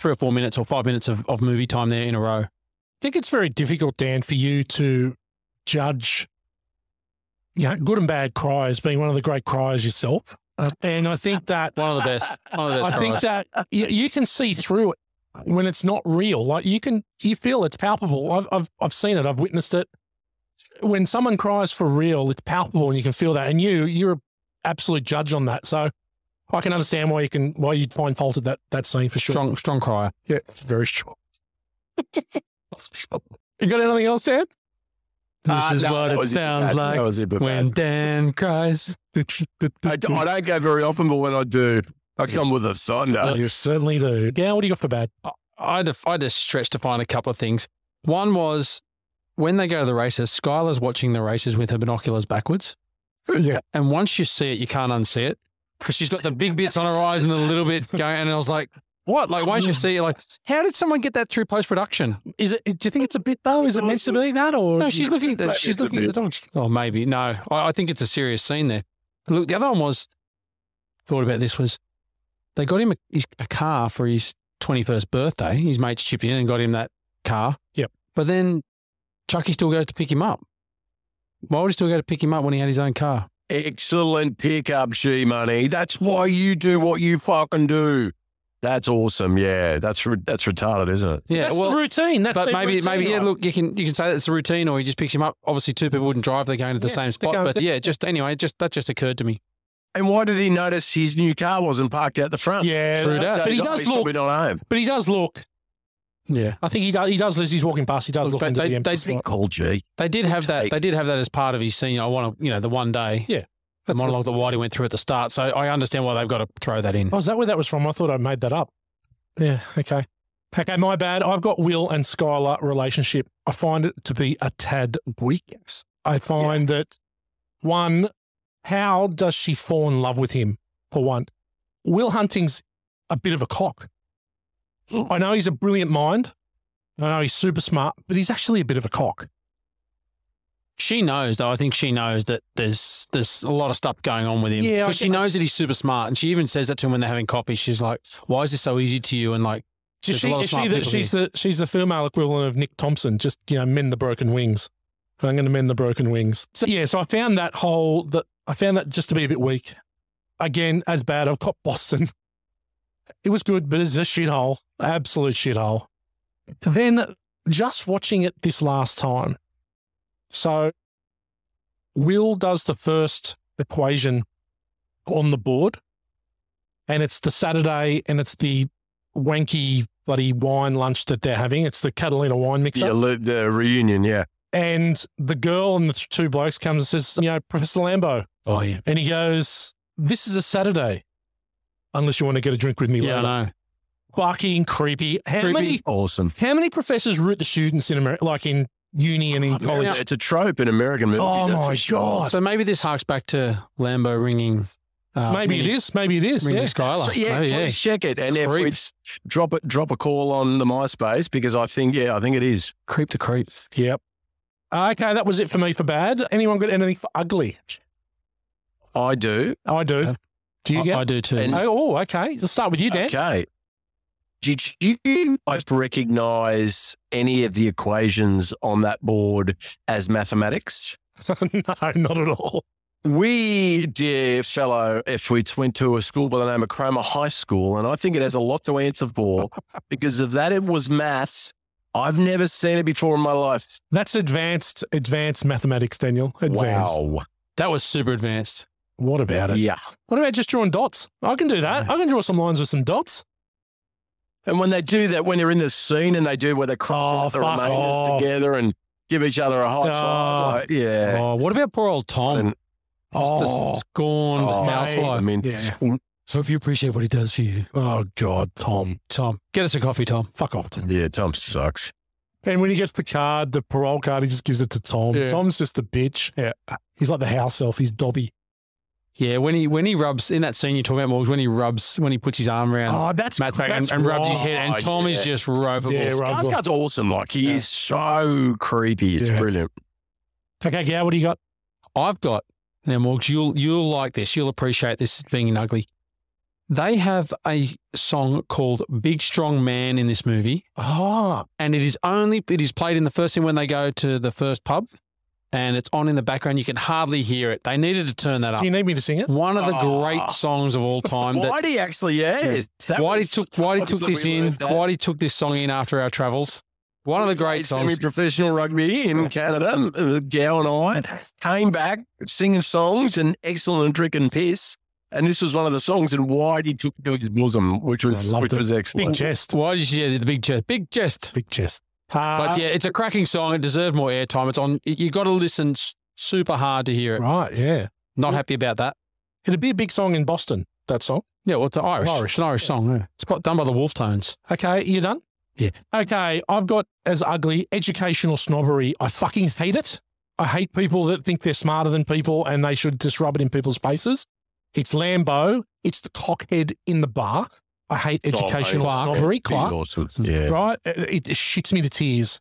B: three or four minutes or five minutes of, of movie time there in a row.
A: I think it's very difficult, Dan, for you to judge you know, good and bad cries, being one of the great cries yourself. and I think that
B: One of the best. One of
C: [laughs]
B: the best.
A: I think
B: cries.
A: that you, you can see through it when it's not real. Like you can, you feel it's palpable. I've, I've, I've seen it. I've witnessed it. When someone cries for real, it's palpable, and you can feel that. And you, you're an absolute judge on that. So I can understand why you can, why you'd find fault at that that scene for sure.
B: strong strong crier.
A: Yeah, very sure. you got anything else, Dan?
C: Uh, no, that was it. That- that was it, but bad.
B: Dan cries.
C: I, d- I don't go very often, but when I do, I come with a thunder.
A: you certainly do. Yeah, what do you got for bad?
B: I def- I just stretched to find a couple of things. One was when they go to the races, Skylar's watching the races with her binoculars backwards,
A: Yeah,
B: and once you see it, you can't unsee it because she's got the big bits on her eyes and the little bit going. And I was like, "What? Like, once you see it, like, how did someone get that through post production?"
A: is it? Do you think it's a bit though? Is it meant to be that, or
B: No, she's looking at the,
C: Maybe
B: she's
C: it's a
B: looking at the dogs. Oh, maybe no. I, I think it's a serious scene there. Look, the other one was thought about this was they got him a, his- a car for his twenty first birthday. His mates chipped in and got him that car.
A: Yep.
B: But then Chucky still goes to pick him up. Why would he still go to pick him up when he had his own car?
C: Excellent pick up, G Money. That's why you do what you fucking do. That's awesome. Yeah, that's re- that's retarded, isn't it?
B: Yeah.
A: that's
B: well,
A: the routine. That's
B: but
A: their
B: maybe
A: routine,
B: maybe yeah.
A: right?
B: Look, you can you can say that it's a routine, or he just picks him up. Obviously, two people wouldn't drive; they're going to the
A: Yeah,
B: same
A: they're
B: spot.
A: going-
B: but yeah, just anyway, just that just occurred to me.
C: And why did he notice his new car wasn't parked out the front?
A: Yeah,
B: True that.
C: So
A: but he
C: he's
A: does
C: obviously
A: look.
C: probably not home.
A: But he does look.
B: Yeah.
A: I think he does. He does. As he's walking past, he does look
B: But
A: into
B: they-
A: the empty
B: they-
A: spot.
C: Call G.
B: They did have that.
C: take.
B: They did have that as part of his scene. I want to, you know, the one day.
A: Yeah,
B: the monologue that Whitey went through at the start. So I understand why they've got to throw that in.
A: Oh, is that where that was from? I thought I made that up. Yeah. Okay. Okay. My bad. I've got Will and Skylar relationship. I find it to be a tad weak. I find that one, how does she fall in love with him? For one, Will Hunting's a bit of a cock. I know he's a brilliant mind. I know he's super smart, but he's actually a bit of a cock.
B: She knows, though. I think she knows that there's there's a lot of stuff going on with him.
A: Yeah, I
B: because she
A: get-
B: knows that he's super smart, and she even says that to him when they're having coffee. She's like, "Why is this so easy to you?" And like,
A: She's
B: There's a
A: she,
B: lot of
A: is
B: smart
A: she the,
B: people
A: she's the she's the female equivalent of Nick Thompson. Just you know, mend the broken wings. I'm going to mend the broken wings. So yeah, so I found that whole that I found that just to be a bit weak. Again, as bad. I've got Boston. It was good, but it's a shithole, absolute shithole. Then just watching it this last time. So Will does the first equation on the board, and it's the Saturday, and it's the wanky bloody wine lunch that they're having. It's the Catalina wine mixer.
C: Yeah, li- the reunion. Yeah.
A: And the girl and the th- two blokes comes and says, you know, Professor Lambo.
B: oh yeah,
A: And he goes, this is a Saturday. Unless you want to get a drink with me
B: yeah,
A: later.
B: I know.
A: Fucking creepy. How
B: Creepy.
A: many
C: Awesome.
A: how many professors root the students in America, like in uni and in college?
B: Oh, yeah.
C: It's a trope in American movies.
A: Oh
C: that's
A: my
C: for sure.
A: god!
B: So maybe this harks back to Lambo ringing. Uh,
A: maybe
B: Minnie,
A: it is. Maybe it is.
B: Ringing
A: yeah.
B: Skylar.
C: So, yeah,
B: Maybe,
C: please check it, and
B: Creep.
C: if it's drop it, drop a call on the MySpace because I think yeah, I think it is.
B: Creep to creep.
A: Yep. Okay, that was it for me for bad. Anyone got anything for ugly?
C: I do.
A: I do.
B: Uh,
A: do you
B: I,
A: get?
B: I do too.
C: And-
A: oh, okay. Let's start with you, Dan.
C: Okay. Did you guys recognize any of the equations on that board as mathematics?
A: [laughs] no, not at all.
C: We, dear fellow F-Tweets, went to a school by the name of Cromer High School, and I think it has a lot to answer
A: [laughs]
C: for because of that it was maths. I've never seen it before in my life.
A: That's advanced, advanced mathematics, Daniel. Advanced.
C: Wow.
B: that was super advanced.
A: What about it?
C: Yeah.
A: What about just drawing dots? I can do that. I can draw some lines with some dots.
C: And when they do that, when they're in the scene and they do where they cross
A: Oh,
C: out the
A: fuck
C: remainders
A: off.
C: together and give each other a high
A: Oh.
C: five, like, yeah.
B: Oh, what about poor old Tom?
C: And-
B: Just the
A: Oh.
B: scorned
C: Oh,
B: housewife.
C: I mean,
A: Yeah.
C: yeah.
B: Hope you appreciate what he does for you,
A: Oh God, Tom,
B: Tom. Get us a coffee, Tom.
A: fuck off. Tom.
C: Tom sucks.
A: And when he gets Picard, the parole card, he just gives it to Tom.
B: Yeah.
A: Tom's just a bitch. Yeah, he's like the house elf. He's Dobby.
B: Yeah, when he when he rubs in that scene you're talking about, Morgs, when he rubs when he puts his arm around
A: Oh, that's
B: Matt Craig and,
A: that's
B: and rubs his
A: right.
B: head,
C: Oh,
B: and Tom is
C: yeah.
B: just ropeable.
A: Yeah, right. Rubble.
C: Skarsgård's awesome. Like he
A: Yeah.
C: is so creepy. It's
A: Yeah.
C: brilliant.
A: Okay, Gow, what do you got?
B: I've got now, Morgs. You'll you'll like this. You'll appreciate this being ugly. They have a song called "Big Strong Man" in this movie,
A: Oh,
B: and it is only it is played in the first scene when they go to the first pub, and it's on in the background. You can hardly hear it. They needed to turn that up.
A: do you need me to sing it?
B: One of the
C: Ah.
B: great songs of all time. that
C: Whitey actually, yeah. is- that
B: Whitey
C: was-
B: took Whitey
C: that
B: took
C: was-
B: this
C: we
B: in.
C: learned that.
B: Whitey took this song in after our travels. One of the great songs.
C: Semi-professional rugby in Canada. uh, Gal and I came back singing songs and excellent drink and piss. And this was one of the songs, and Whitey took to his bosom, which was
A: I loved
C: which
A: it.
C: was
A: Big
C: excellent.
A: chest,
B: Why did you yeah, the big chest? Big chest.
A: big chest.
C: Uh-huh.
B: But yeah, it's a cracking song. It deserved more airtime. It's on. You got to listen s- super hard to hear it.
A: Right, yeah.
B: Not happy about that.
A: It'd be a big song in Boston. That song.
B: Yeah, well, it's an Irish.
A: Irish.
B: It's an Irish song. Yeah. It's got done by the Wolf Tones.
A: Okay, you done?
B: Yeah.
A: Okay, I've got as ugly educational snobbery. I fucking hate it. I hate people that think they're smarter than people and they should just rub it in people's faces. It's Lambo. It's the cockhead in the bar. I hate educational
C: Clark.
A: snobbery,
C: Big
A: Clark.
C: awesome. Yeah.
A: Right? It, it shits me to tears.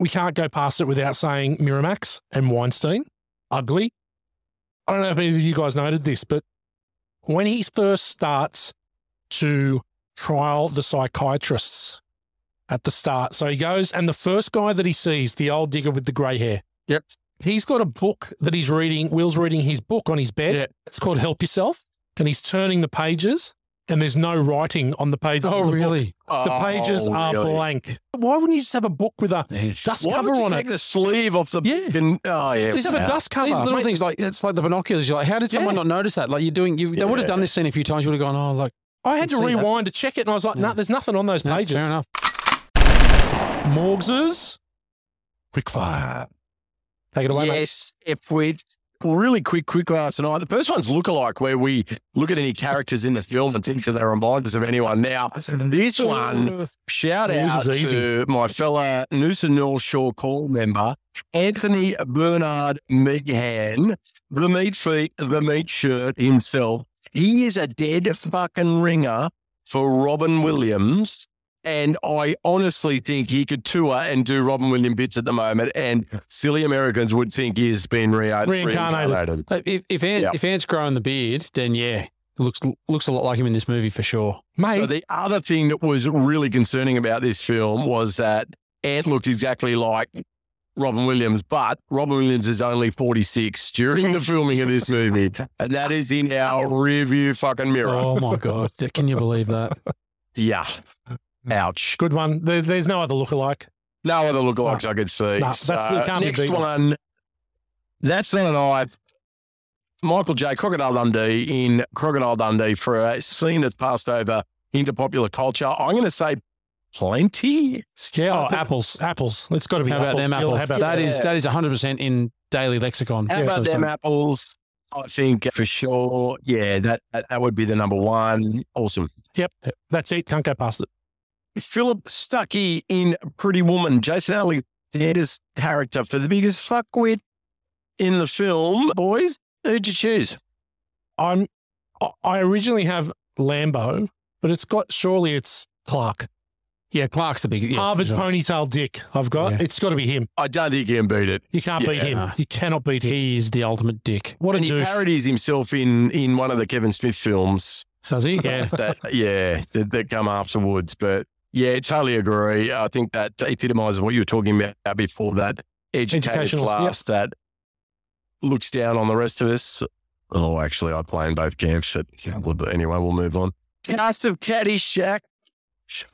A: We can't go past it without saying Miramax and Weinstein. Ugly. I don't know if any of you guys noted this, but when he first starts to trial the psychiatrists at the start, so he goes, and the first guy that he sees, the old digger with the grey hair.
B: Yep.
A: He's got a book that he's reading. Will's reading his book on his bed.
B: Yep.
A: It's called Help Yourself. And he's turning the pages, and there's no writing on the page. of the book. The pages
C: Oh,
A: are
C: really?
A: blank. Why wouldn't you just have a book with a dust
C: Why
A: cover
C: would you
A: on
C: take
A: it?
C: the sleeve off the
A: Yeah.
C: and- oh yeah,
A: Just have a
C: wow.
A: dust cover.
B: These little
A: mate.
B: things like it's like the binoculars. You're like, how did someone
A: Yeah.
B: not notice that? Like you're doing. You, They would have
C: Yeah.
B: done this scene a few times. You would have gone, oh, like
A: I had
B: can
A: to
B: see that.
A: rewind to check it, and I was like, no,
B: Yeah.
A: there's nothing on those
B: no,
A: pages.
B: Fair enough.
A: Morgses, quick
C: Uh,
A: fire. Take it away, mate.
C: yes, if we really quick, quick one tonight. The first one's lookalike, where we look at any characters in the film and think that they remind us of anyone. Now, this one, shout
A: This
C: out
A: is
C: to my fella Noosa North Shore Call member Anthony Bernard McGann, the meat feet, the meat shirt himself. He is a dead fucking ringer for Robin Williams. And I honestly think he could tour and do Robin Williams bits at the moment. And silly Americans would think he's been re-
A: Reincarnated.
C: reincarnated.
B: Uh, If if, Ant,
C: Yeah.
B: if Ant's growing the beard, then yeah, it looks looks a lot like him in this movie for sure.
A: Mate,
C: So the other thing that was really concerning about this film was that Ant looked exactly like Robin Williams, but Robin Williams is only 46
A: [laughs]
C: during the filming of this movie. And that is in our rearview fucking mirror.
B: Oh my god, can you believe that?
C: Yeah. Ouch.
A: [laughs] good one. There, there's no other lookalike.
C: No other lookalikes I could see.
A: Nah, that's- that can't be
C: next
A: beaten.
C: one. That's not an eye. Michael J. Crocodile Dundee in Crocodile Dundee for a scene that's passed over into popular culture. I'm going to say plenty.
A: Yeah,
B: I
A: oh,
B: think-
A: apples, apples. It's got to be
B: How about
A: apples.
B: them
A: Bill.
B: apples?
A: How about
B: That
A: that?
B: is that is hundred percent in daily lexicon.
C: How
B: Yeah,
C: about
B: so-
C: them apples? I think for sure. Yeah, that, that that would be the number one. Awesome.
A: That's it. Can't go past it.
C: Philip Stuckey in Pretty Woman. Jason Alexander's character for the biggest fuckwit in the film. Boys, who'd you choose?
A: I'm. I- I originally have Lambo, but it's got surely it's Clark.
B: yeah, Clark's the big yeah,
A: Harvard
B: sure.
A: ponytail dick. I've got.
B: Yeah.
A: It's got to be him.
C: I don't think you can beat it.
A: You can't beat
C: Yeah.
A: him. You cannot beat him.
B: He is the ultimate dick.
A: What a
C: And he
A: douche.
C: parodies himself in in one of the Kevin Smith films.
B: Does he?
C: [laughs] Yeah, that, yeah, that, that come afterwards. But yeah, totally agree. I think that epitomises what you were talking about before that educated
A: Educational, yep.
C: class that looks down on the rest of us. Oh, actually, I play in both camps, but, yeah, well, but anyway, we'll move on. Cast of Caddyshack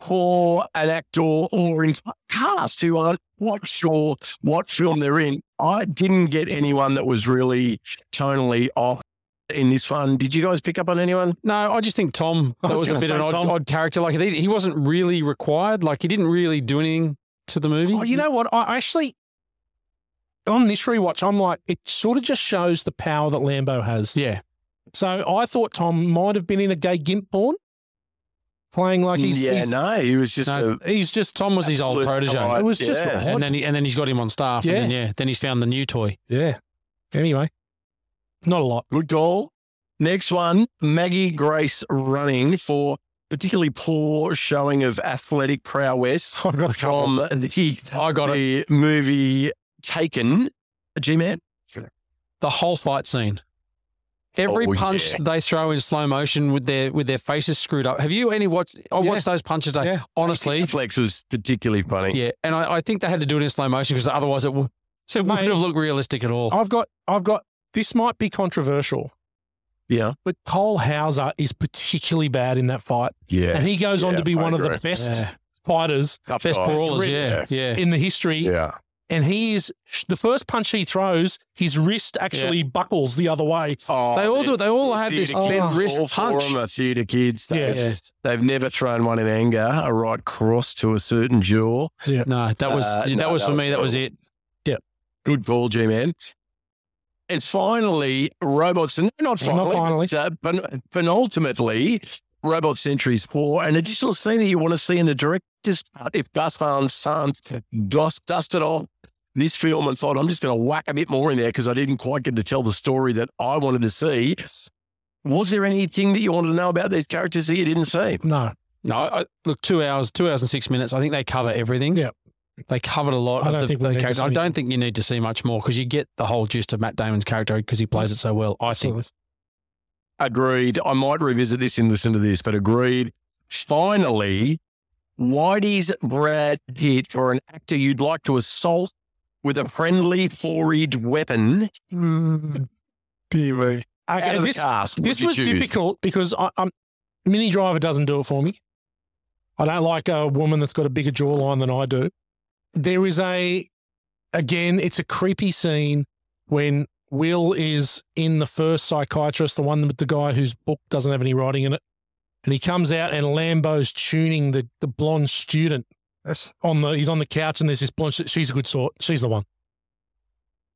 C: for an actor or in cast who aren't quite sure what film they're in. I didn't get anyone that was really tonally off in this one. Did you guys pick up on anyone?
B: No, I just think Tom
A: I
B: that
A: was
B: was, a
A: gonna
B: bit
A: say
B: of an odd,
A: Tom.
B: odd character. Like he, he wasn't really required. Like he didn't really do anything to the
A: [laughs]
B: movie.
A: Oh, you know what? I actually, on this rewatch, I'm like, it sort of just shows the power that Lambo has.
B: Yeah,
A: So I thought Tom might have been in a gay gimp porn, playing like he's.
C: yeah,
A: he's,
C: no, he was just
B: No,
C: a.
B: he's just Tom was his old
C: absolute
B: protege.
C: delight.
A: It was just
C: Yeah.
A: odd.
B: and then he, and then he's got him on staff.
A: Yeah.
B: And then, yeah. Then he's found the new toy.
A: yeah. Anyway, not a lot.
C: Good goal. Next one, Maggie Grace running for particularly poor showing of athletic prowess
A: I've got a couple.
C: from the,
B: Oh, I got it.
C: the movie Taken. G Man?
B: The whole fight scene. Every
C: Oh,
B: punch
C: yeah.
B: they throw in slow motion with their with their faces screwed up. Have you any watched? I
A: Yeah.
B: watched those punches. Today.
A: Yeah.
B: Honestly,
C: Flex was particularly funny.
B: yeah. And I, I think they had to do it in slow motion because otherwise it, would, [laughs] it wouldn't
A: Mate. Oh,
B: have looked realistic at all.
A: I've got, I've got, this might be controversial,
C: Yeah.
A: but Cole Hauser is particularly bad in that fight.
C: Yeah.
A: And he goes on
C: Yeah,
A: to be
C: I
A: one of
C: agree.
A: the best
B: Yeah.
A: fighters
C: Tough
B: Best
C: guy.
B: brawlers. Yeah, yeah.
A: in the history.
C: Yeah.
A: And he is, the first punch he throws, his wrist actually buckles the other way.
C: Oh,
B: They all do- they all have this
C: theatre
A: bent
C: kids,
B: wrist
C: all four
B: punch.
C: of 'em are theatre kids.
A: Yeah.
C: They've, they've never thrown one in anger, a right cross to a certain jaw.
B: No, that was
C: Uh,
B: that
C: no,
B: was
C: that
B: for
C: was
B: me. That was
C: brutal.
B: it.
C: Good call, G Man. And finally, robots, and not finally,
A: finally.
C: But, uh, pen- penultimately, Robot Sentries 4, an additional scene that you want to see in the director's cut if Gus Van Sant dus- dusted off this film and thought, I'm just going to whack a bit more in there because I didn't quite get to tell the story that I wanted to see. Was there anything that you wanted to know about these characters that you didn't see?
A: No,
B: No, I, look, two hours, two hours and six minutes. I think they cover everything.
A: Yeah.
B: They covered a lot
A: I
B: of
A: don't
B: the,
A: think we
B: the
A: need to
B: characters. I
A: see-
B: don't think you need to see much more because you get the whole gist of Matt Damon's character because he plays it so well. I think.
C: Agreed. I might revisit this and listen to this, but agreed. Finally, Whitey's Brad Pitt for an actor you'd like to assault with a friendly four-edged weapon. Mm,
I: Dear me.
A: Okay,
C: out of
A: this,
C: the cast. would
A: this
C: you
A: was
C: choose?
A: difficult because I, I'm, Mini Driver doesn't do it for me. I don't like a woman that's got a bigger jawline than I do. There is a, again, it's a creepy scene when Will is in the first psychiatrist, the one with the guy whose book doesn't have any writing in it. And he comes out and Lambo's tuning the, the blonde student. On the he's on the couch and there's this blonde. She's a good sort. She's the one.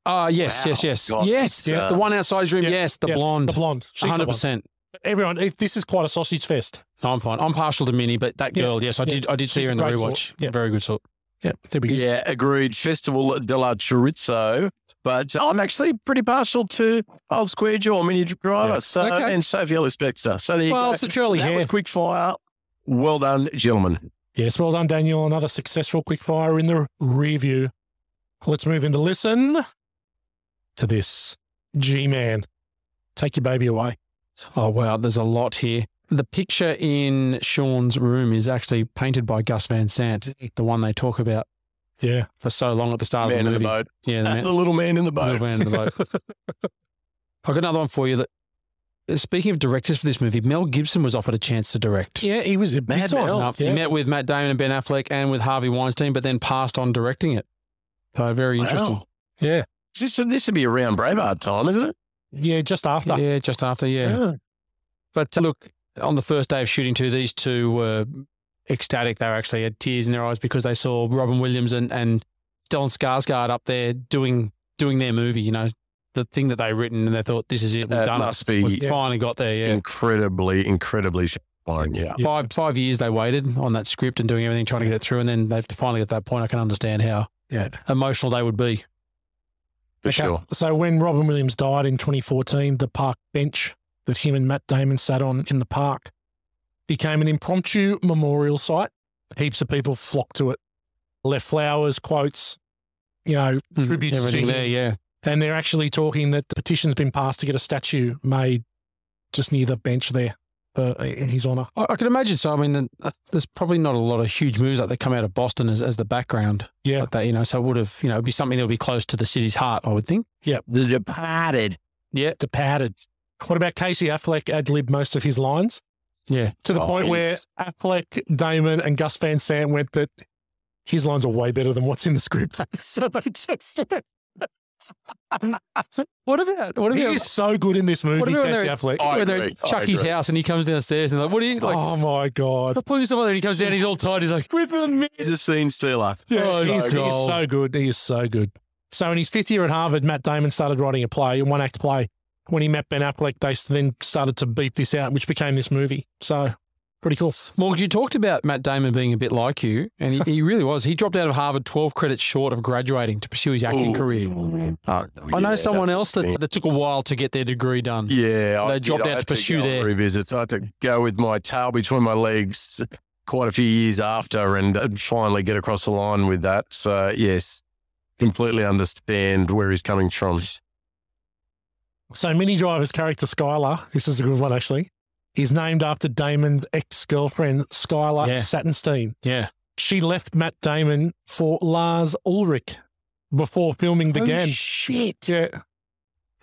B: Ah, yes, yes, yes,
C: God,
B: yes.
C: it's, uh,
B: the one outside his room.
A: yeah,
B: yes, the
A: yeah,
B: blonde.
A: The blonde. She's the
B: One
A: one.
B: hundred percent.
A: Everyone, it- this is quite a sausage fest.
B: I'm fine. I'm partial to Minnie, but that
A: Yeah,
B: girl, yes, I
A: yeah.
B: did. I did see
A: She's
B: her
A: a
B: in the
A: great
B: rewatch.
A: sort, yeah.
B: Very good sort.
A: Yeah, there we go.
C: Yeah, agreed. Festival de la Chorizo. But I'm actually pretty partial to Old Square Jaw, Mini Driver,
B: Yeah.
C: so,
A: Okay.
C: and Sophie Ellis Bextor. So there you
A: Well,
C: go.
A: it's the curly
C: that
A: hair.
C: was quick fire. Well done, gentlemen.
A: Yes, well done, Daniel. Another successful quickfire in the review. Let's move into listen to this. G Man, take your baby away.
B: Oh, wow. There's a lot here. The picture in Sean's room is actually painted by Gus Van Sant, the one they talk about
A: Yeah.
B: for so long at the start of
C: man
B: the
C: in the
B: movie.
C: boat.
B: Yeah,
C: [laughs]
B: the
C: The,
B: man,
C: little man in the boat.
B: little man in the
C: [laughs]
B: boat. I've got another one for you. That Speaking of directors for this movie, Mel Gibson was offered a chance to direct.
A: Yeah, he was a big
C: Mad
A: time.
C: Mel.
B: No,
A: Yeah.
B: He met with Matt Damon and Ben Affleck and with Harvey Weinstein, but then passed on directing it. So very interesting.
C: Wow.
A: Yeah.
C: This, this would be around Braveheart time, isn't it?
A: Yeah, just after.
B: Yeah, just after, yeah. But uh, look, on the first day of shooting too, these two were ecstatic. They were actually had tears in their eyes because they saw Robin Williams and, and Stellan Skarsgård up there doing doing their movie, you know, the thing that they'd written and they thought, this is it, we've
C: That
B: done
C: must
B: it.
C: be-
B: we finally got there, yeah.
C: Incredibly, incredibly satisfying. Yeah.
A: Yeah.
B: Five, five years they waited on that script and doing everything, trying to get it through. And then they've finally got to that point. I can understand how
A: Yeah.
B: emotional they would be.
C: For
A: Okay,
C: sure.
A: So when Robin Williams died in 2014, the park bench that him and Matt Damon sat on in the park became an impromptu memorial site. Heaps of people flocked to it, left flowers, quotes, you know, tributes to
B: Mm, everything
A: him.
B: there, yeah.
A: And they're actually talking that the petition's been passed to get a statue made just near the bench there uh, in his honour.
B: I, I can imagine. So, I mean, uh, there's probably not a lot of huge moves like that come out of Boston as, as the background.
A: Yeah.
B: Like that, you know, so it would have, you know, it'd be something that would be close to the city's heart, I would think.
C: The Departed.
B: [laughs] Yeah.
A: Departed. What about Casey Affleck ad libbed most of his lines?
B: Yeah.
A: to the
C: Oh,
A: point where
C: he's-
A: Affleck, Damon, and Gus Van Sant went that his lines are way better than what's in the script. so they
B: [laughs]
A: just.
B: What about, what
A: He is so good in this movie,
B: What about when
A: Casey
B: they're-
A: Affleck.
C: I
B: when they're
C: agree,
B: at
C: I
B: Chucky's
C: agree.
B: house and he comes downstairs and they're like, what are you, Oh, like,
A: oh my god!
B: they're pulling someone there and he comes down, he's all tired. He's like,
A: With the man,
C: He's a scene stealer.
A: yeah,
B: Oh,
A: he is- he is
B: God.
A: so good. He is so good. So in his fifth year at Harvard, Matt Damon started writing a play, a one act play. When he met Ben Affleck, they then started to beat this out, which became this movie. So pretty cool.
B: Morgan, you talked about Matt Damon being a bit like you, and he, he really was. He dropped out of Harvard 12 credits short of graduating to pursue his acting career.
C: Oh,
B: I know someone else that, that took a while to get their degree done.
C: Yeah,
B: They
C: did.
B: dropped out
C: had
B: to pursue
C: go on
B: their-
C: revisits. I had to go with my tail between my legs quite a few years after, and uh, finally get across the line with that. So yes, completely understand where he's coming from.
A: So Mini Driver's character Skylar, this is a good one actually, is named after Damon's ex-girlfriend Skylar
B: Yeah.
A: Satinstein.
B: Yeah.
A: She left Matt Damon for Lars Ulrich before filming began.
C: shit!
A: yeah.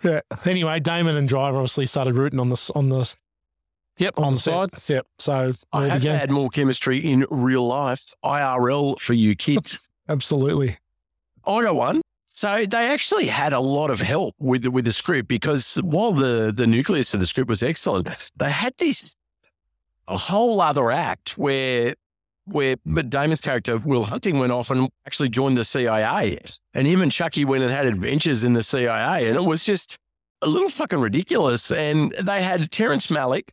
A: Yeah. Anyway, Damon and Driver obviously started rooting on the s- on the s-
B: Yep, on, the
A: set.
B: side.
A: Yep. So
C: I
A: all
C: have
A: began.
C: had more chemistry in real life, IRL, for you kids.
A: Absolutely.
C: I got one. So they actually had a lot of help with the, with the script because while the the nucleus of the script was excellent, they had this a whole other act where where
B: Hmm.
C: Matt Damon's character Will Hunting went off and actually joined the CIA, and him and Chucky went and had adventures in the CIA, and it was just a little fucking ridiculous. And they had Terrence Malick,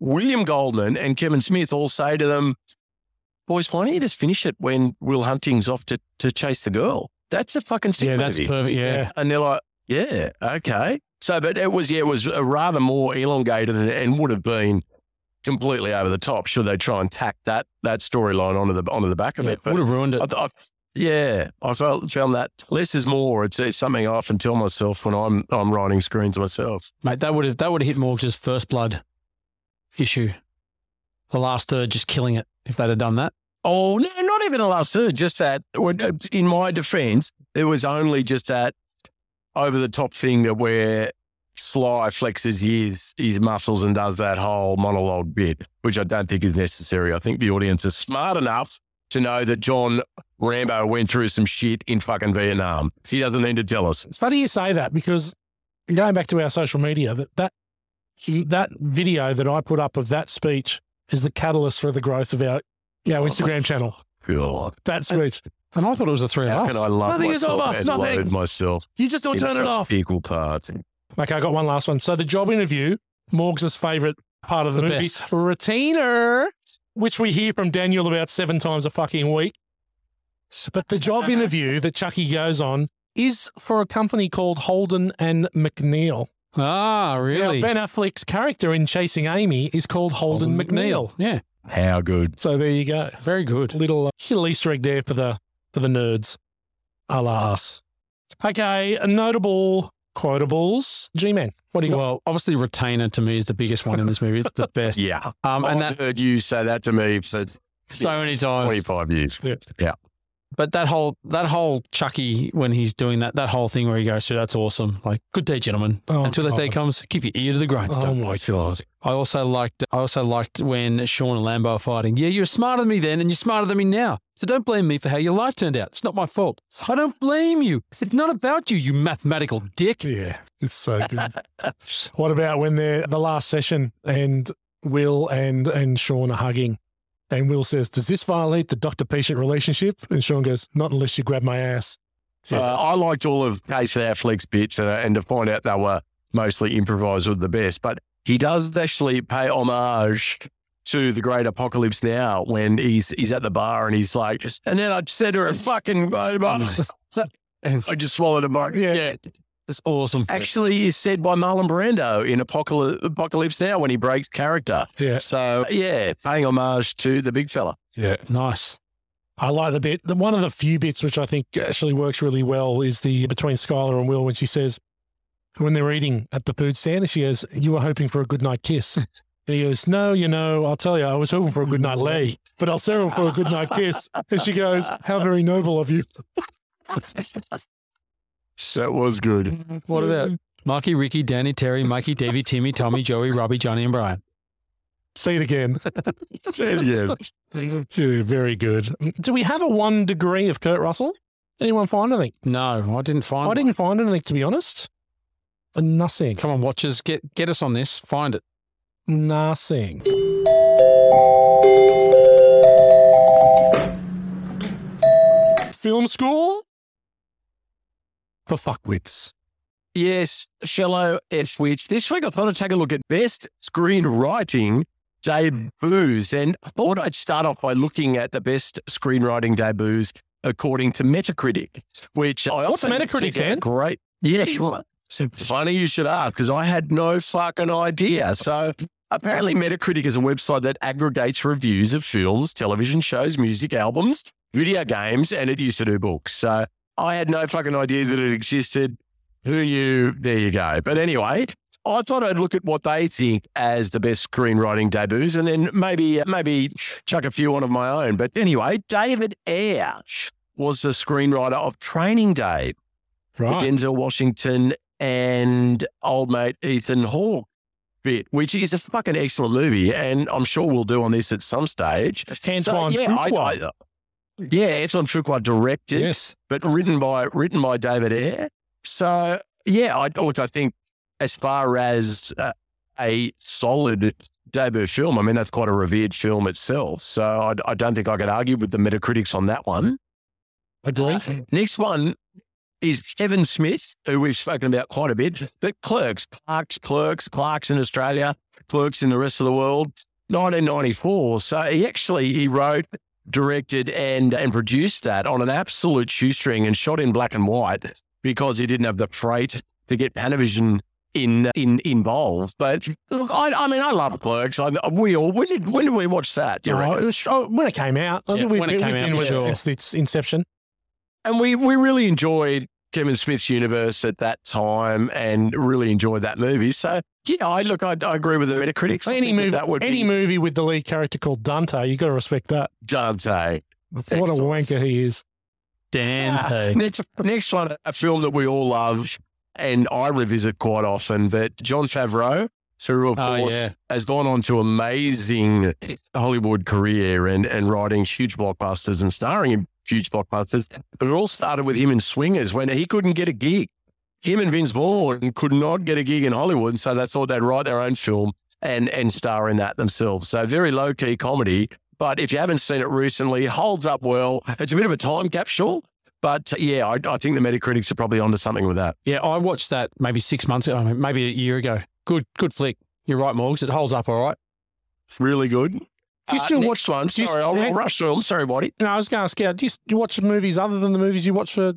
C: William Goldman, and Kevin Smith all say to them, boys, why don't you just finish it when Will Hunting's off to, to chase the girl? That's a fucking sick
B: Yeah, that's
C: movie.
B: perfect. Yeah.
C: And they're like, yeah, okay. So, but it was, yeah, it was a rather more elongated and, and would have been completely over the top should they try and tack that that storyline onto the onto the back of
B: Yeah,
C: it. But
B: would have ruined it.
C: I, th- I, yeah, I felt, found that less is more. It's, it's something I often tell myself when I'm I'm writing screens myself.
B: Mate, that would have that would have hit Morg's first blood issue. The last third just killing it if they'd have done that.
C: Oh no, not even a last third. Just that. when- uh, In my defence, it was only just that over the top thing that where Sly flexes his his muscles and does that whole monologue bit, which I don't think is necessary. I think the audience is smart enough to know that John Rambo went through some shit in fucking Vietnam. He doesn't need to tell us.
A: It's funny you say that because going back to our social media, that that that video that I put up of that speech is the catalyst for the growth of our yeah,
C: Oh.
A: our Instagram channel.
C: God,
A: That speech.
B: And I thought it was the three of
C: how
B: us.
C: can I love
A: Nothing is
C: myself
A: over.
C: and
A: Nothing.
C: loathe myself?
A: You just don't
C: in such Equal parts.
A: Okay, I got one last one. So the job interview, Morgs' favourite part of the,
B: The
A: movie,
B: best.
A: retainer, which we hear from Daniel about seven times a fucking week. But the [laughs] job interview that Chucky goes on is for a company called Holden and McNeil.
B: Ah, really?
A: Now, Ben Affleck's character in Chasing Amy is called Holden, McNeil.
B: Yeah,
C: How good.
A: So there you go.
B: very good.
A: Little, uh, little Easter egg there for the for the nerds. Alas. Okay, notable quotables. G-Man, what do you got?
B: Well, obviously, Retainer to me is the biggest one in this movie. [laughs] It's the best.
C: Yeah.
B: Um, and
C: I've
B: that
C: heard you say that to me for
B: so many times.
C: 25 years.
B: But that whole that whole Chucky when he's doing that that whole thing where he goes through that's awesome. Like good day, gentlemen.
A: Oh,
B: Until that day
A: God.
B: comes, keep your ear to the
A: Oh
B: grindstone.
A: my god!
B: I also liked I also liked when Sean and Lambo are fighting. Yeah, you were smarter than me then, and you're smarter than me now. So don't blame me for how your life turned out. It's not my fault. I don't blame you. It's not about you, you mathematical dick.
A: Yeah, it's so good. what about when they're the last session and Will and and Sean are hugging, and Will says, "Does this violate the doctor-patient relationship?" And Sean goes, "Not unless you grab my ass." Yeah.
C: Uh, I liked all of Case Affleck's bits, and, and to find out they were mostly improvised with the best. But he does actually pay homage to the great apocalypse now when he's he's at the bar and he's like, and then I said to her, "Fucking, I
B: And
C: just swallowed a mic."
A: Yeah.
B: it's awesome.
C: actually, is said by Marlon Brando in Apocalypse, apocalypse Now when he breaks character.
A: Yeah,
C: So yeah, paying homage to the big fella.
A: yeah.
B: nice.
A: I like the bit. The, one of the few bits which I think actually works really well is the between Skylar and Will when she says, when they're eating at the food stand, and she goes, "You were hoping for a good night kiss."
B: [laughs]
A: And he goes, "No, you know, I'll tell you, I was hoping for a good night lay, but I'll settle for a good night kiss." And she goes, "How very noble of you."
C: That was good.
B: What about Marky, Ricky, Danny, Terry, Mikey, Davey, Timmy, Tommy, Joey, Robbie, Johnny, and Brian?
A: See it again.
C: [laughs] yeah.
A: Yeah, very good. Do we have a one degree of Kurt Russell? Anyone find anything?
B: No, I didn't find.
A: I
B: one.
A: didn't find anything to be honest. Nothing.
B: Come on, watchers, get get us on this. Find it.
A: Nothing. Film school for fuckwits.
C: Yes, Shallow F. Which this week I thought I'd take a look at best screenwriting debuts. And I thought I'd start off by looking at the best screenwriting debuts according to Metacritic, which I
A: What's
C: often
A: Metacritic,
C: check out.
A: Dan?
C: Great. Yeah, sure. So funny you should ask because I had no fucking idea. So apparently, Metacritic is a website that aggregates reviews of films, television shows, music albums, video games, and it used to do books. So I had no fucking idea that it existed. Who you? There you go. But anyway, I thought I'd look at what they think as the best screenwriting debuts, and then maybe uh, maybe chuck a few on of my own. But anyway, David Ayer was the screenwriter of Training Day, the Denzel Washington and old mate Ethan Hawke bit, which is a fucking excellent movie, and I'm sure we'll do on this at some stage.
A: Antoine
C: yeah, I-
A: Fuqua.
C: I- yeah, Antoine Fuqua directed
A: Yes.
C: but written by written by David Ayer. So yeah, I look. I think as far as uh, a solid debut film, I mean that's quite a revered film itself. So I, I don't think I could argue with the Metacritics on that one.
A: Agree.
C: Uh, Next one is Kevin Smith, who we've spoken about quite a bit. But Clerks, Clerks, Clerks, Clerks in Australia, Clerks in the rest of the world, 1994. So he actually he wrote, directed, and and produced that on an absolute shoestring and shot in black and white because he didn't have the freight to get Panavision. In, in involved, but look, I, I mean, I love Clerks. I, we all when did when did we watch that? Do you
A: Oh,
C: reckon?
A: it was- oh, when it came out, I
B: Yeah,
A: think we've,
B: when it
A: we've
B: came out,
A: been
B: for
A: with it
B: sure.
A: since its inception.
C: And we we really enjoyed Kevin Smith's universe at that time, and really enjoyed that movie. So yeah, I look, I, I agree with the Metacritic. I
A: Any
C: think
A: movie,
C: that would
A: any
C: be
A: movie with the lead character called Dante, you got to respect that.
C: Dante.
A: What a
C: Excellent.
A: wanker he is.
B: Dan,
C: Ah,
B: hey.
C: next, next one, a film that we all love, and I revisit quite often. But John Favreau, who of
B: Oh,
C: course
B: yeah.
C: has gone on to amazing Hollywood career and and writing huge blockbusters and starring in huge blockbusters. But it all started with him in Swingers when he couldn't get a gig. Him and Vince Vaughn could not get a gig in Hollywood, so they thought they'd write their own film and and star in that themselves. So very low key comedy. But if you haven't seen it recently, holds up well. It's a bit of a time capsule, but uh, yeah, I, I think the Metacritics are probably onto something with that.
B: Yeah, I watched that maybe six months ago, maybe a year ago. Good, good flick. You're right, Morgs. It holds up all right.
C: Really good. Uh,
A: Do you still watch
C: next one?
A: do you- eh?
C: Sorry, I'll,
A: hang-
C: I'll rush through them. Sorry, buddy.
A: No, I was going to ask you. Do you, do you watch movies other than the movies you watch for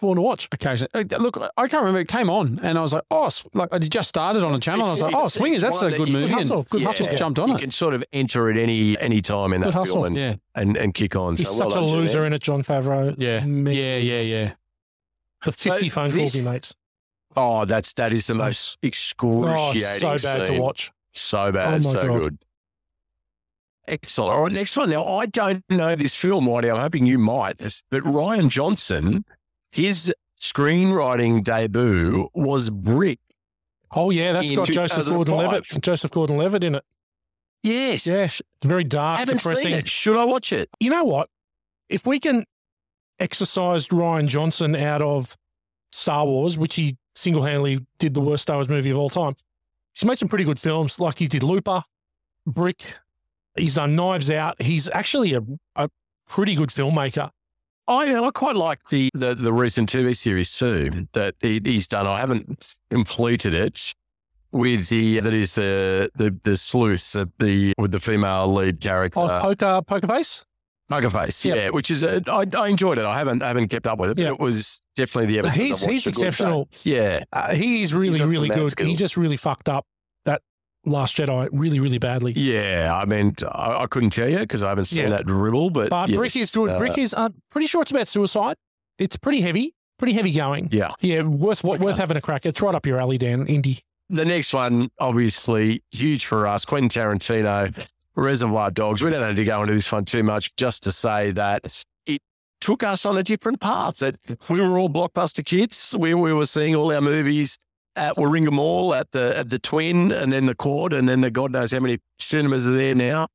A: want to watch?
B: occasionally. Uh, Look, I can't remember. It came on, and I was like, oh, sw- like I just started on a channel. and I was like,
C: It's-
B: oh,
C: it's-
B: Swingers,
C: it's
B: that's
C: one
B: a
C: that
B: good
C: you-
B: movie.
A: Good hustle,
B: and
A: good
B: yeah,
A: hustle.
B: just jumped on
C: You
B: it.
C: can sort of enter at any any time in that
A: Good hustle.
C: film and,
B: yeah,
C: and, and kick on.
A: He's
C: so well
A: such
C: done
A: a
C: to them.
A: loser in it, John Favreau.
B: yeah,
A: Me-
B: yeah, yeah, yeah.
A: The 50 phone
C: this-
A: calls he makes.
C: Oh, that's that is the most
A: Oh,
C: excruciating.
A: it's so bad to
C: scene.
A: watch.
C: So bad,
A: Oh, my
C: so
A: God.
C: good. Excellent. All right, next one. Now, I don't know this film, Whitey. I'm hoping you might, but Ryan Johnson, his screenwriting debut was Brick.
A: Oh, yeah, that's
C: In
A: got Joseph
C: 2005.
A: Gordon Levitt. Joseph Gordon Levitt in it.
C: Yes, yes.
A: It's very
C: I
A: dark,
C: haven't seen
A: depressing.
C: it. Should I watch it?
A: You know what? If we can exercise Ryan Johnson out of Star Wars, which he single handedly did the worst Star Wars movie of all time, he's made some pretty good films, like he did Looper, Brick. He's done Knives Out. He's actually a, a pretty good filmmaker.
C: Oh, I I quite like the, the the recent TV series too that he, he's done. I haven't completed it with the that is the the the sleuth the, the with the female lead character.
A: Oh, poker, poker face.
C: Poker Face,
A: Yep.
C: yeah, which is a, I, I enjoyed it. I haven't I haven't kept up with it,
A: Yeah.
C: but it was definitely the episode. I
A: He's
C: watched
A: he's
C: a good
A: exceptional.
C: day. Yeah,
A: Uh, he is really
C: got some
A: really
C: mad
A: good. He
C: skills.
A: just really fucked up that Last Jedi really really badly.
C: yeah. I mean, I, I couldn't tell you because I haven't seen
A: Yeah.
C: that dribble, but
A: But
C: yes,
A: Brick is good.
C: uh,
A: Brick is. I'm pretty sure it's about suicide. It's pretty heavy. Pretty heavy going.
C: Yeah.
A: Yeah, worth worth having a crack. It's right up your alley, Dan. Indy.
C: The next one, obviously huge for us, Quentin Tarantino, Reservoir Dogs. We don't need to go into this one too much, just to say that it took us on a different path. That we were all blockbuster kids. We, we were seeing all our movies at Warringah Mall, at the at the Twin, and then the Court, and then the God knows how many cinemas are there now.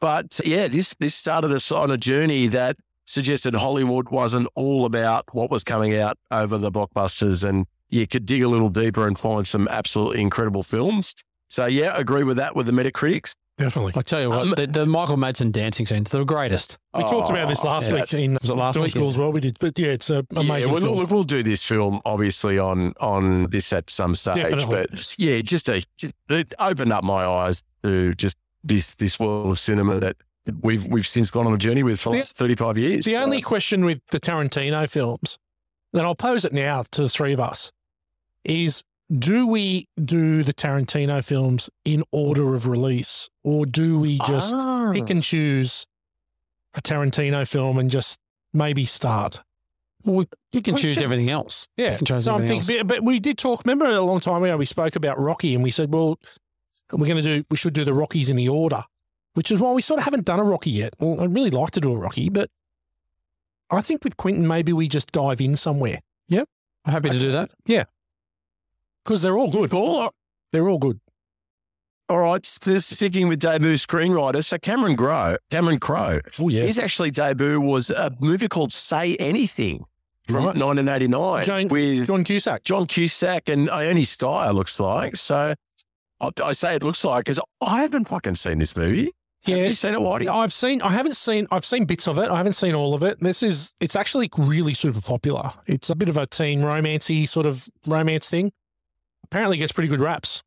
C: But yeah, this this started us on a journey that suggested Hollywood wasn't all about what was coming out over the blockbusters and you could dig a little deeper and find some absolutely incredible films. So yeah, agree with that with the Metacritics.
A: Definitely.
B: I tell you what,
C: Um,
B: the, the Michael Madsen dancing scenes, the greatest.
A: We talked about this last
C: Oh, yeah.
A: week in
B: Was it last
A: film
B: week?
A: school as well. We did, but yeah, it's an amazing.
C: yeah, well,
A: film.
C: look, we'll do this film obviously on on this at some stage,
A: Definitely.
C: but yeah, just a just, it opened up my eyes to just this this world of cinema that we've we've since gone on a journey with for the
A: The-
C: last thirty five years.
A: The
C: So-
A: only question with the Tarantino films, and I'll pose it now to the three of us, is do we do the Tarantino films in order of release, or do we just
C: Ah.
A: pick and choose a Tarantino film and just maybe start? Well,
B: You can
A: Well,
B: choose
A: shit.
B: everything else.
A: yeah.
B: can choose
A: So I'm
B: everything
A: thinking, but, but we did talk. Remember a long time ago we spoke about Rocky, and we said, well, we're going to do, we should do the Rockies in the order, which is why we sort of haven't done a Rocky yet. Well, I'd really like to do a Rocky, but I think with Quentin, maybe we just dive in somewhere
B: I'm happy to do that.
A: because they're all good.
C: Cool.
A: They're all good.
C: All right, still sticking with debut screenwriter, so Cameron Grow, Cameron Crowe.
A: Oh yeah,
C: His actually debut was a movie called Say Anything from
A: Right.
C: 1989
A: Jane-
C: with
A: John Cusack.
C: John Cusack and Ione Skye, looks like. So I, I say it looks like because I haven't fucking seen this movie. Have
A: Yeah,
C: you seen it, Whitey?
A: I've seen. I haven't seen. I've seen bits of it. I haven't seen all of it. This is. It's actually really super popular. It's a bit of a teen romancy sort of romance thing. Apparently, gets pretty good raps.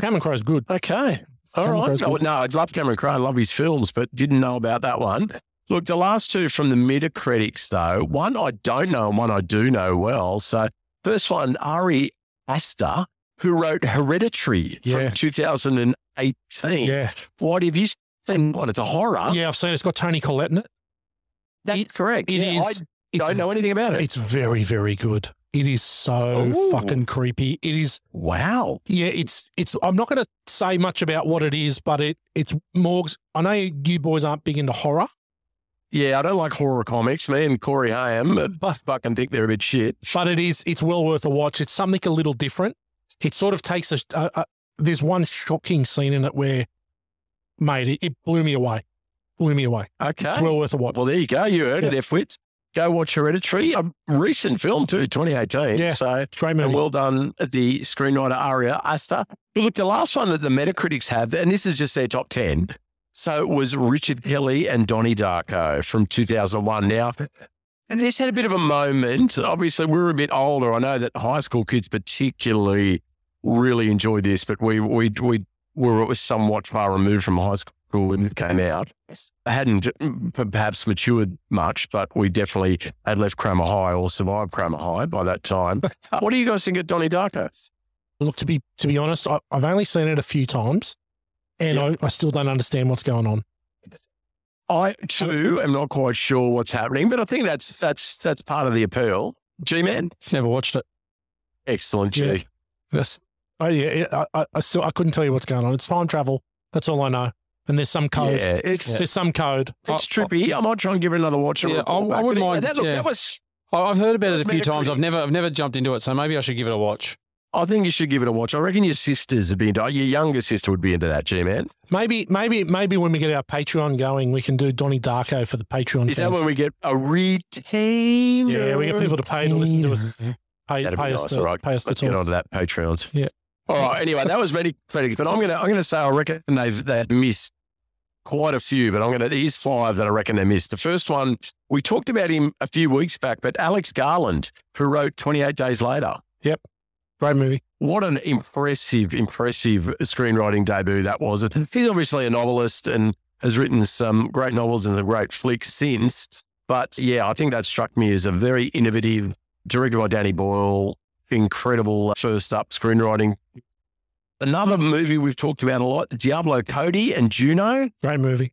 A: Cameron Crowe's good.
C: Okay. all right.
A: Cameron Crowe's
C: No,
A: good.
C: no, I'd love Cameron Crowe. I love his films, but didn't know about that one. Look, the last two from the Metacritics, though, one I don't know and one I do know well. So, first one, Ari Aster, who wrote Hereditary
A: Yeah.
C: from 2018.
A: Yeah,
C: What have you seen? What, it's a horror?
A: yeah. I've seen. it. It's got Tony Collette in it.
C: That's correct.
A: It is.
C: Yeah, I don't know anything about it.
A: It's very, very good. It is so
C: Ooh.
A: fucking creepy. It is.
C: wow.
A: Yeah, it's it's. I'm not going to say much about what it is, but it it's Morgs. I know you boys aren't big into horror,
C: Yeah, I don't like horror comics. Me and Corey Haim uh,
A: but
C: fucking think they're a bit shit.
A: but it is it's well worth a watch. It's something a little different. It sort of takes a, a, a there's one shocking scene in it where, mate, it, it blew me away, blew me away. It's
C: Okay. Well,
A: well worth a watch.
C: there you go. You heard
A: Yeah.
C: it, Fwits. Go watch Hereditary, a recent film too, 2018.
A: Yeah.
C: So,
A: Great
C: and
A: movie.
C: well done, the screenwriter Aria Aster. But look, the last one that the Metacritics have, and this is just their top 10. So it was Richard Kelly and Donnie Darko from 2001. Now, and this had a bit of a moment. Obviously, we were a bit older. I know that high school kids particularly really enjoyed this, but we we we were somewhat far removed from high school school when it came out. I hadn't mm, p- perhaps matured much, but we definitely had left Cramer High or survived Cramer High by that time. Uh, what do you guys think of Donnie Darko?
A: Look, to be to be honest, I, I've only seen it a few times, and I, I still don't understand what's going on.
C: I too am not quite sure what's happening, but I think that's that's that's part of the appeal. G man,
B: Never watched it.
C: excellent G.
A: Yeah. That's, I, yeah, it- I, I- I still I couldn't tell you what's going on. It's time travel. That's all I know. And there's some code.
C: Yeah, it's
A: There's some code.
C: it's
B: I-
C: trippy. I might try and give it another watch. and
B: Yeah,
C: report
B: I- I
C: back.
B: wouldn't
C: But
B: mind,
C: That, look,
B: yeah.
C: that was.
B: I- I've heard about it a few times. I've
C: Metacritic.
B: never, I've never jumped into it, so maybe I should give it a watch.
C: I think you should give it a watch. I reckon your sisters would be into. Your younger sister would be into that. G man,
A: Maybe, maybe, maybe when we get our Patreon going, we can do Donnie Darko for the Patreon.
C: is that
A: fans.
C: when we get a retain?
A: yeah, we get people to pay to listen to us. Pay,
C: That'd be
A: pay us
C: nice,
A: to
C: all right.
A: pay us to
C: Let's get
A: talk.
C: onto that Patreon.
A: Yeah.
C: All right. Anyway, that was very critical, but I'm gonna I'm gonna say I reckon they've they've missed quite a few, but I'm gonna here's five that I reckon they missed. The first one we talked about him a few weeks back, but Alex Garland, who wrote 28 Days Later.
A: Great movie.
C: What an impressive, impressive screenwriting debut that was. He's obviously a novelist and has written some great novels and a great flick since. But yeah, I think that struck me as a very innovative, directed by Danny Boyle, incredible first up screenwriting. Another movie we've talked about a lot, Diablo Cody and Juno.
A: Great movie.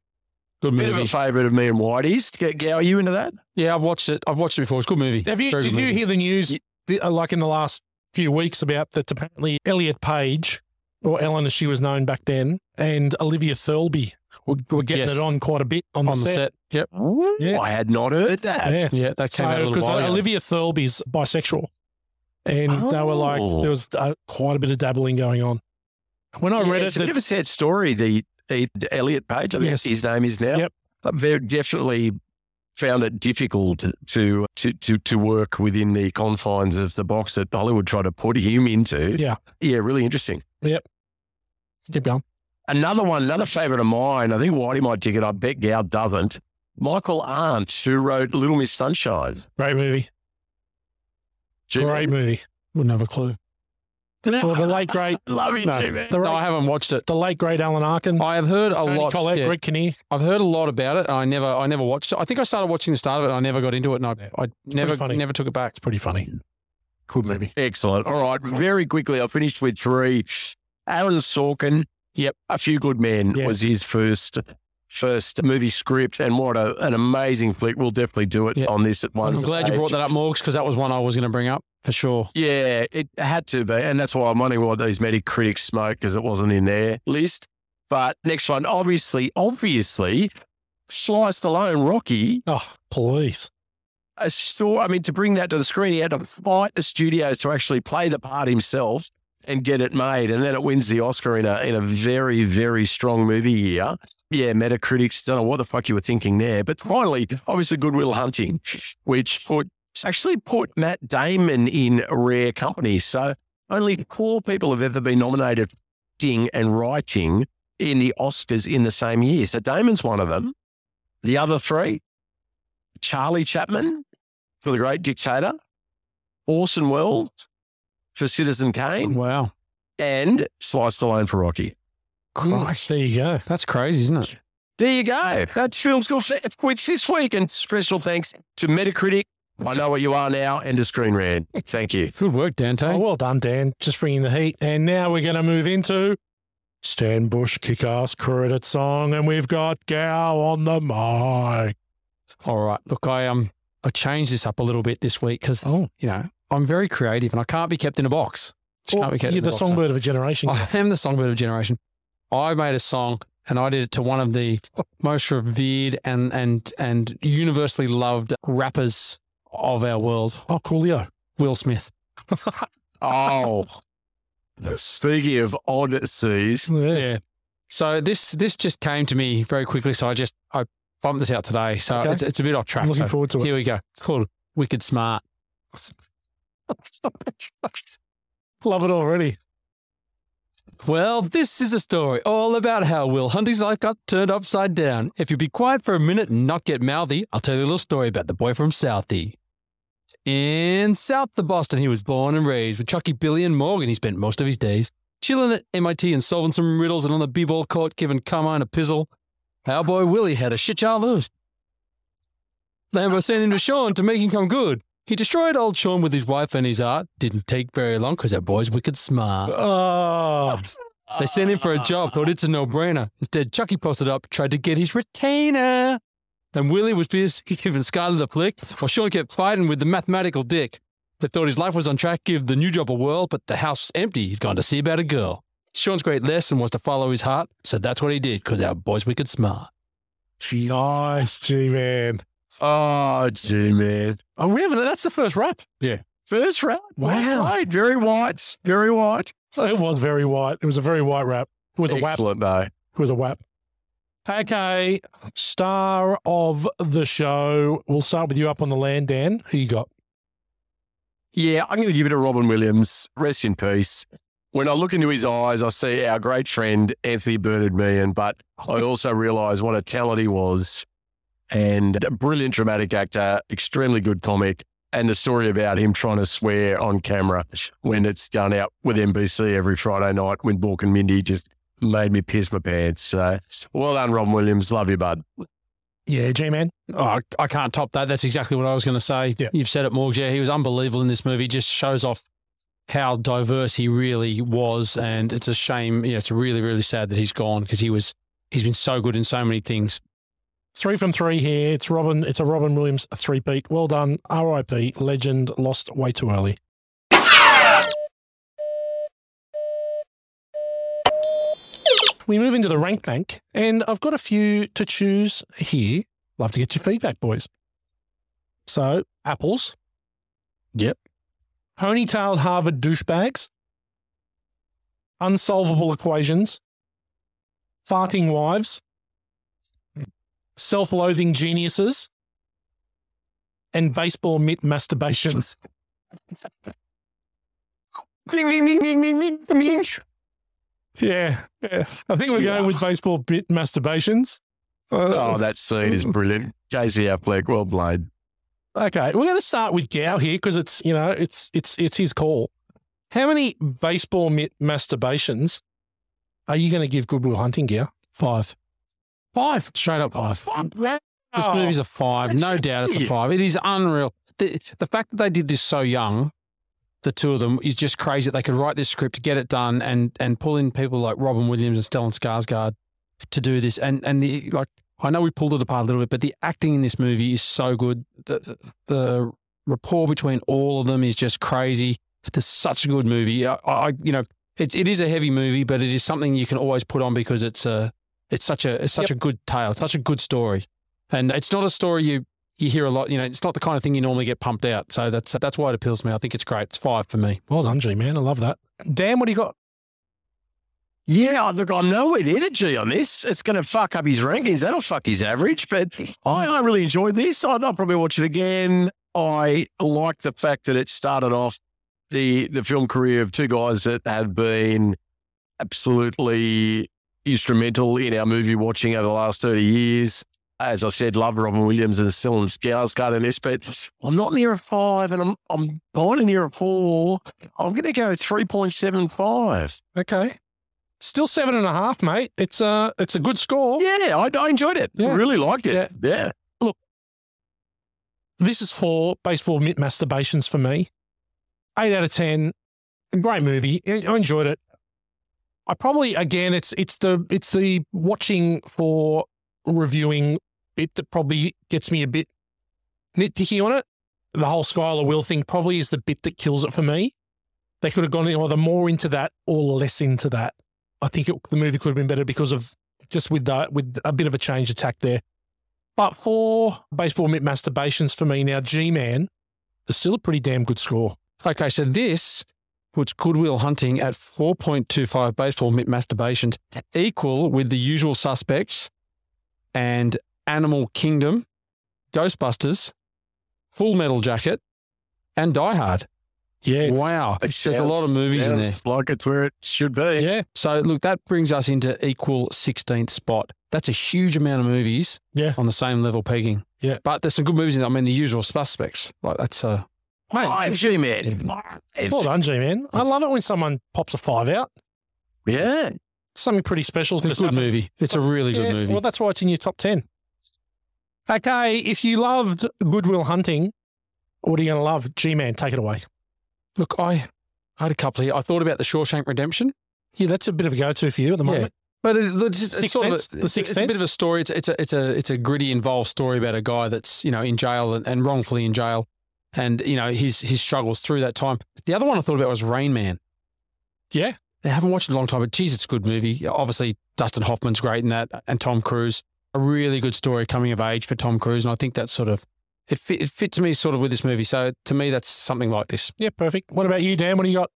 B: Good
C: Bit of a
B: movie.
C: favourite of me and Whitey's. G- Gao, are you into that?
B: Yeah, I've watched it. I've watched it before. It's a good movie.
A: Have you?
B: Very
A: did
B: good
A: you
B: movie.
A: hear the news? the- uh, Like in the last few weeks about that. Apparently, Elliot Page, or Ellen as she was known back then, and Olivia Thirlby were, were getting
B: Yes.
A: it on quite a bit on,
B: on the set? Yep.
A: Yeah.
C: I had not heard that.
A: Yeah.
B: Yeah, that came out
A: So,
B: a little
A: because
B: while ago.
A: Olivia Thirlby's bisexual, and they were like,
C: Oh.
A: there was uh, quite a bit of dabbling going on. When I
C: Yeah,
A: read it,
C: it's a
A: that-
C: bit of a sad story. The, the Elliot Page, I think
A: Yes.
C: his name is now.
A: Yep.
C: But They definitely found it difficult to, to to to work within the confines of the box that Hollywood tried to put him into.
A: Yeah.
C: yeah, really interesting.
A: keep going.
C: Another one, another favorite of mine. I think Whitey might dig it. I bet Gow doesn't. Michael Arndt, who wrote Little Miss Sunshine.
A: Great movie.
C: Jim-
A: Great movie.
B: Wouldn't have a clue.
A: Well,
C: [laughs]
A: the late great,
C: Love you,
B: No.
C: Jim, man.
A: the,
B: No,
A: ra-
B: I haven't watched it.
A: the late great Alan Arkin,
B: I have heard Oh, a
A: Tony
B: lot.
A: Collette,
B: yeah.
A: Greg Kinnear.
B: I've heard a lot about it. And I never, I never watched it. I think I started watching the start of it, and I never got into it, and I, I never,
A: funny.
B: never took it back.
A: It's pretty funny. Good movie.
C: Excellent. All right. Very quickly, I finished with three. Aaron Sorkin.
B: Yep.
C: A Few Good Men
A: Yeah.
C: was his first first movie script, and what a, an amazing flick. We'll definitely do it
B: Yeah.
C: on this at
B: I'm
C: once.
B: glad you brought that up, Morgs, because that was one I was going to bring up for sure.
C: Yeah, it had to be, and that's why I'm wondering why these Metacritic smoke because it wasn't in their list. But next one, obviously, obviously, sliced alone, Rocky.
A: Oh, please.
C: a store. I mean, to bring that to the screen, he had to fight the studios to actually play the part himself and get it made. And then it wins the Oscar in a in a very very strong movie year. Yeah, Metacritic's don't know what the fuck you were thinking there. But finally, obviously, Goodwill Hunting, which put actually put Matt Damon in rare company. So only four people have ever been nominated for acting and writing in the Oscars in the same year. So Damon's one of them. The other three, Charlie Chapman for The Great Dictator, Orson Welles for Citizen Kane,
B: Wow,
C: and Sliced Alone for Rocky.
A: Christ. Mm, There you go.
B: that's crazy, isn't it?
C: There you go. That's Film School F Quits this week. And special thanks to Metacritic. I know what you are now, and to Screen Rant.
A: [laughs]
C: Thank you.
B: Good work,
A: Oh,
B: Dante.
A: well done, Dan. Just bringing the heat. And now we're going to move into Stan Bush kick ass credit song. And we've got Gow on the mic.
B: All right, look, I um, I changed this up a little bit this week because
A: Oh,
B: you know I'm very creative and I can't be kept in a box. Just
A: well,
B: can't be kept
A: Oh, you're
B: in
A: the
B: a box, mate.
A: songbird of a generation.
B: I am the songbird of generation. I made a song and I did it to one of the most revered and and and universally loved rappers of our world,
A: Oh, Coolio.
B: Will Smith.
C: Oh. Speaking of odysseys,
A: Yes.
B: So this this just came to me very quickly. So I just I bumped this out today. So
A: Okay.
B: it's, it's a bit off track.
A: I'm looking
B: so
A: forward to it.
B: here we go. It's called Wicked Smart.
A: Love it already.
B: Well, this is a story all about how Will Hunting's life got turned upside down. If you be quiet for a minute and not get mouthy, I'll tell you a little story about the boy from Southie. In South of Boston, he was born and raised with Chucky, Billy, and Morgan. He spent most of his days chilling at MIT and solving some riddles and on the b-ball court, giving Carmine a pizzle. Our boy Willie had a shit childhood. Lambo sent him to Sean to make him come good. He destroyed old Sean with his wife and his art. Didn't take very long because our boy's wicked smart.
A: Oh,
B: They sent him for a job, thought it's a no-brainer. Instead, Chucky posted up, tried to get his retainer. And Willie was pissed, he giving Scarlett a flick, while Sean kept fighting with the mathematical dick. They thought his life was on track, give the new job a whirl, but the house was empty. He'd gone to see about a girl. Sean's great lesson was to follow his heart, so that's what he did, because our boy's wicked smart.
A: nice, G man.
C: Oh, gee, man.
A: Oh, we haven't. That's the first rap.
C: First round.
A: Wow.
C: Right. Very white. Very white.
A: It was very white. It was a very white rap. It was a whap.
C: Excellent, though.
A: It was a whap. Okay, star of the show. We'll start with you up on the land, Dan. Who you got?
C: Yeah, I'm going to give it to Robin Williams. Rest in peace. When I look into his eyes, I see our great friend, Anthony Bernard Meehan, but I also realize what a talent he was and a brilliant dramatic actor, extremely good comic. And the story about him trying to swear on camera when it's done out with NBC every Friday night with Bork and Mindy just made me piss my pants. So well done, Robin Williams. Love you, bud.
A: Yeah, G man.
B: Oh, I, I can't top that. That's exactly what I was going to say.
A: Yeah.
B: You've said it, Morgs. Yeah, he was unbelievable in this movie. Just shows off how diverse he really was, and it's a shame. You know, it's really, really sad that he's gone because he was he's been so good in so many things.
A: Three from three here. It's Robin. It's a Robin Williams three peat. Well done. R.I.P. Legend. Lost way too early. We move into the rank bank, and I've got a few to choose here. Love to get your feedback, boys. So, apples.
B: Yep.
A: Ponytailed Harvard douchebags. Unsolvable equations. Farting wives self loathing geniuses, and baseball mitt masturbations. yeah, yeah. I think we're going with baseball mitt masturbations. Uh,
C: Oh, that scene is brilliant. Casey Affleck, well played.
A: Okay, we're going to start with Gow here because it's you know it's it's it's his call. How many baseball mitt masturbations are you going to give Goodwill Hunting Gow? Five. Five.
B: Straight up five. This
A: Oh.
B: movie's a five, no doubt. It's a five. It is unreal. The, the fact that they did this so young, the two of them, is just crazy. That they could write this script, get it done, and and pull in people like Robin Williams and Stellan Skarsgård to do this. And and the like, I know we pulled it apart a little bit, but the acting in this movie is so good. The the, the rapport between all of them is just crazy. It's such a good movie. I, I you know, it's it is a heavy movie, but it is something you can always put on because it's a it's such a it's such a good tale, such a good story. And it's not a story you you hear a lot. You know, it's not the kind of thing you normally get pumped out. So that's that's why it appeals to me. I think it's great. It's five for me.
A: Well done, G man. I love that. Dan, what do you got?
C: Yeah, look, I'm nowhere with energy on this. It's going to fuck up his rankings. That'll fuck his average. But I, I really enjoyed this. I'd I'll probably watch it again. I like the fact that it started off the the film career of two guys that have been absolutely instrumental in our movie watching over the last 30 years. As I said, love Robin Williams and Stellan Skarsgård in this, but I'm not near a five, and I'm I'm kind of near a four. I'm going to go three point seven five.
A: Okay. Still seven and a half, mate. It's a it's a good score.
C: Oh, Yeah, I, I enjoyed it.
A: Yeah.
C: Really liked it. Yeah.
A: This is for baseball mitt masturbations for me. Eight out of ten. A Great movie. I I enjoyed it. I probably again it's it's the it's the watching for reviewing bit that probably gets me a bit nitpicky on it. The whole Skylar Will thing probably is the bit that kills it for me. They could have gone either more into that or less into that. I think it, the movie could have been better because of just with the, with a bit of a change attack there. But for baseball mitt masturbations for me now, G Man is still a pretty damn good score.
B: Okay, so this puts Goodwill Hunting at four point two five baseball mitt masturbations, equal with the usual suspects and Animal Kingdom, Ghostbusters, Full Metal Jacket, and Die Hard.
A: Yeah, it's-
B: wow, there's a lot of movies in there.
C: Like it's where it should be.
A: yeah,
B: So look, that brings us into equal 16th spot. That's a huge amount of movies
A: Yeah.
B: on the same level pegging.
A: Yeah.
B: But there's some good movies in there. I mean, the usual suspects. Like that's uh
A: mate.
C: Five, G man. Five.
A: well done, G Man. I love it when someone pops a five out.
C: Yeah.
A: Something pretty special.
B: It's a good movie. It's a really good movie.
A: Well, that's why it's in your top 10. Okay, if you loved Goodwill Hunting, what are you going to love? G Man, take it away.
B: Look, I, I had a couple here. I thought about The Shawshank Redemption.
A: Yeah, that's a bit of a go to for you at the moment.
B: But it, it's, just-
A: Sixth
B: it's sort
A: Sense?
B: of a,
A: The Sixth
B: it's a bit
A: Sense?
B: of a story. It's, it's a it's a it's a gritty, involved story about a guy that's you know in jail and, and wrongfully in jail, and you know his his struggles through that time. The other one I thought about was Rain Man.
A: Yeah.
B: I haven't watched it in a long time, but geez, it's a good movie. Obviously, Dustin Hoffman's great in that, and Tom Cruise. A really good story coming of age for Tom Cruise, and I think that sort of it fit, it fits me sort of with this movie. So to me, that's something like this.
A: Yeah, perfect. What about you, Dan? What do you got?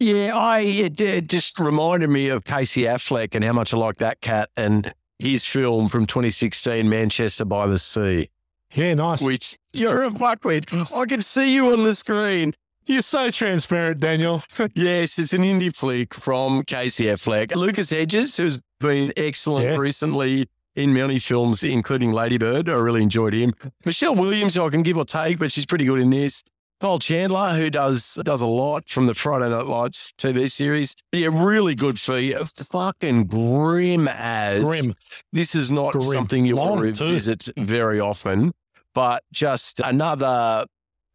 C: Yeah, I it, it just reminded me of Casey Affleck and how much I like that cat and his film from 2016, Manchester by the Sea,
A: Yeah, nice.
C: which you're a fuckwit. I can see you on the screen.
A: You're so transparent, Daniel.
C: Yes, it's an indie flick from Casey Affleck. Lucas Hedges, who's been excellent
A: Yeah.
C: recently in many films, including Ladybird. I really enjoyed him. Michelle Williams, who I can give or take, but she's pretty good in this. Cole Chandler, who does does a lot from the Friday Night Lights TV series. Yeah, really good for you. Fucking grim as
A: Grim.
C: this is not
A: Grim.
C: something you
A: Long,
C: want to
A: too.
C: revisit very often, but just another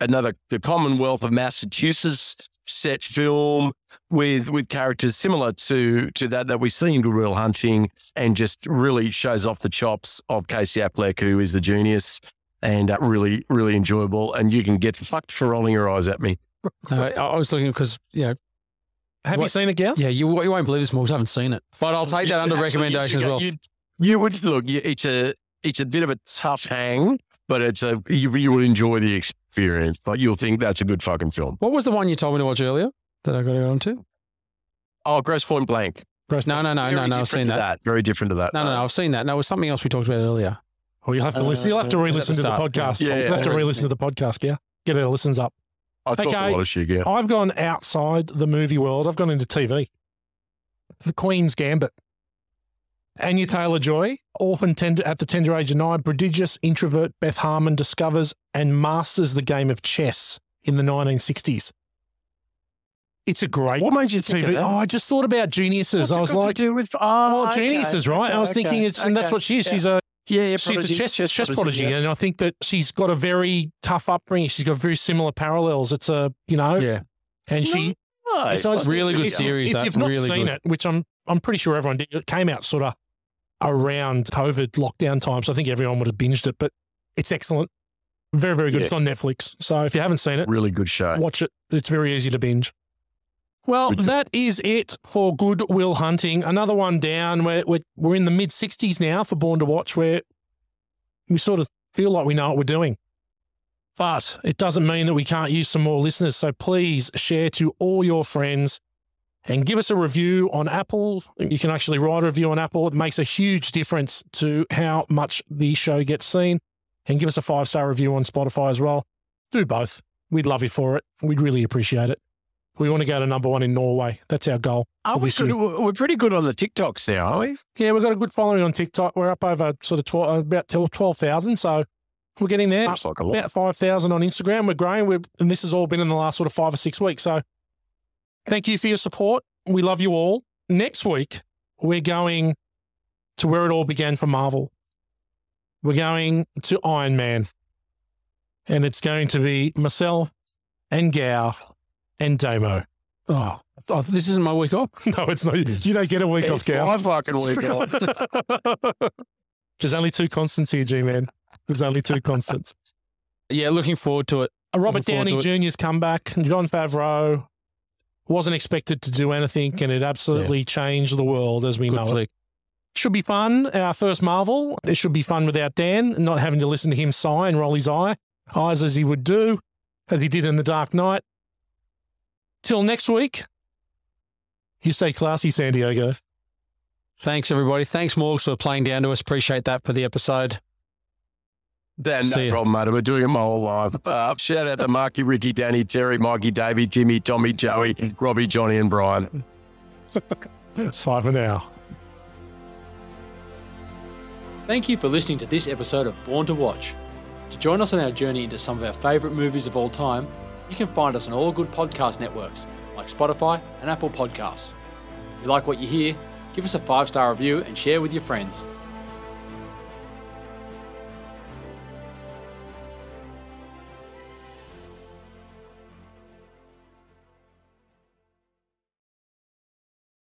C: another the Commonwealth of Massachusetts set film with with characters similar to to that that we see in Goodwill Hunting, and just really shows off the chops of Casey Affleck, who is the genius. And uh, really, really enjoyable. And you can get fucked for rolling your eyes at me.
B: Uh, I I was looking because you know,
A: Have you
B: What-
A: seen it, Gal?
B: yeah, you, you won't believe this, Morgs. I haven't seen it, but I'll take
C: You
B: that
C: should
B: under
C: actually- you
B: recommendation
C: should
B: as
C: go-
B: well.
C: You, you would look. You, it's a it's a bit of a tough hang, but it's a you, you would enjoy the experience. But you'll think that's a good fucking film.
B: What was the one you told me to watch earlier that I got to go on to?
C: Oh, Gross Point Blank.
B: No, no, no, no,
C: Very
B: no. I've
C: different
B: seen
C: to
B: that.
C: Very different to that.
B: No, no, no. I've seen that. No, it was something else we talked about earlier.
A: Well, you'll have to listen. You'll have to
B: Uh,
A: re-listen
B: is
A: to
B: that
A: the
B: the
A: podcast.
B: start?
C: Yeah. Yeah,
A: you'll have to
B: yeah.
A: re-listen to the podcast. Yeah, get our listens up.
C: I talked
A: Okay.
C: a lot of shit. Yeah.
A: I've gone outside the movie world. I've gone into TV. The Queen's Gambit. Anya Taylor Joy, orphan tender, at the tender age of nine, prodigious introvert Beth Harmon discovers and masters the game of chess in the 1960s. It's a great
C: What made you think of
A: TV.
C: that?
A: Oh, I just thought about geniuses. I was like,
C: do with
A: well, geniuses, right? I was thinking, it's, and that's what she is. She's a
C: yeah, yeah,
A: she's a
C: prodigy,
A: chess, chess prodigy,
C: yeah.
A: and I think that she's got a very tough upbringing. She's got very similar parallels. It's a you know,
B: Yeah.
A: and she
C: Right.
A: so I just
B: Really
A: think
B: good
A: if-
B: series,
A: If
B: that.
A: you've not
B: Really
A: seen
B: good.
A: it, which I'm I'm pretty sure everyone did, it came out sort of around COVID lockdown time, so I think everyone would have binged it. But it's excellent, very very good.
C: Yeah.
A: It's on Netflix, so if you haven't seen it,
C: really good show.
A: watch it. It's very easy to binge. Well,
C: Good.
A: that is it for Good Will Hunting. Another one down. We're, we're, we're in the mid 60s now for Born to Watch, where we sort of feel like we know what we're doing. But it doesn't mean that we can't use some more listeners. So please share to all your friends and give us a review on Apple. You can actually write a review on Apple, it makes a huge difference to how much the show gets seen. And give us a five star review on Spotify as well. Do both. We'd love you for it. We'd really appreciate it. We want to go to number one in Norway. That's our goal.
C: Are we
A: obviously-
C: good- we're pretty good on the TikToks now, are we?
A: Yeah, we've got a good following on TikTok. We're up over sort of 12, about 12,000. So we're getting there.
C: That's like a lot.
A: About 5,000 on Instagram. We're growing. We've, and this has all been in the last sort of five or six weeks. So thank you for your support. We love you all. Next week, we're going to where it all began for Marvel. We're going to Iron Man. And it's going to be myself and Gao and Damo.
B: Oh, I thought this isn't my week off.
A: [laughs] No, it's not. You don't get a week off,
C: It's
A: Gao.
C: my fucking
B: [laughs]
C: week off.
A: [laughs] There's only two constants here, G man. There's only two constants.
B: Yeah, looking forward to it.
A: Uh, Robert
B: Looking
A: Downey
B: forward to
A: Jr.'s comeback, John Favreau wasn't expected to do anything, and it absolutely changed the world as we
B: Good
A: know it.
B: flick.
A: Should be fun. Our first Marvel. It should be fun without Dan, not having to listen to him sigh and roll his eye, eyes as he would do, as he did in The Dark Knight. Till next week, you stay classy, San Diego.
B: Thanks, everybody. Thanks, Morgs, for playing down to us. Appreciate that for the episode.
C: Then
B: See
C: no
B: ya.
C: problem, mate. I've been doing it my whole life. Uh, shout out to Marky, Ricky, Danny, Terry, Mikey, Davey, Timmy, Tommy, Joey, Robbie, Johnny, and Brian.
A: Bye for now.
B: Thank you for listening to this episode of Born to Watch. To join us on our journey into some of our favourite movies of all time, you can find us on all good podcast networks like Spotify and Apple Podcasts. you like what you hear, give us a five star review and share with your friends.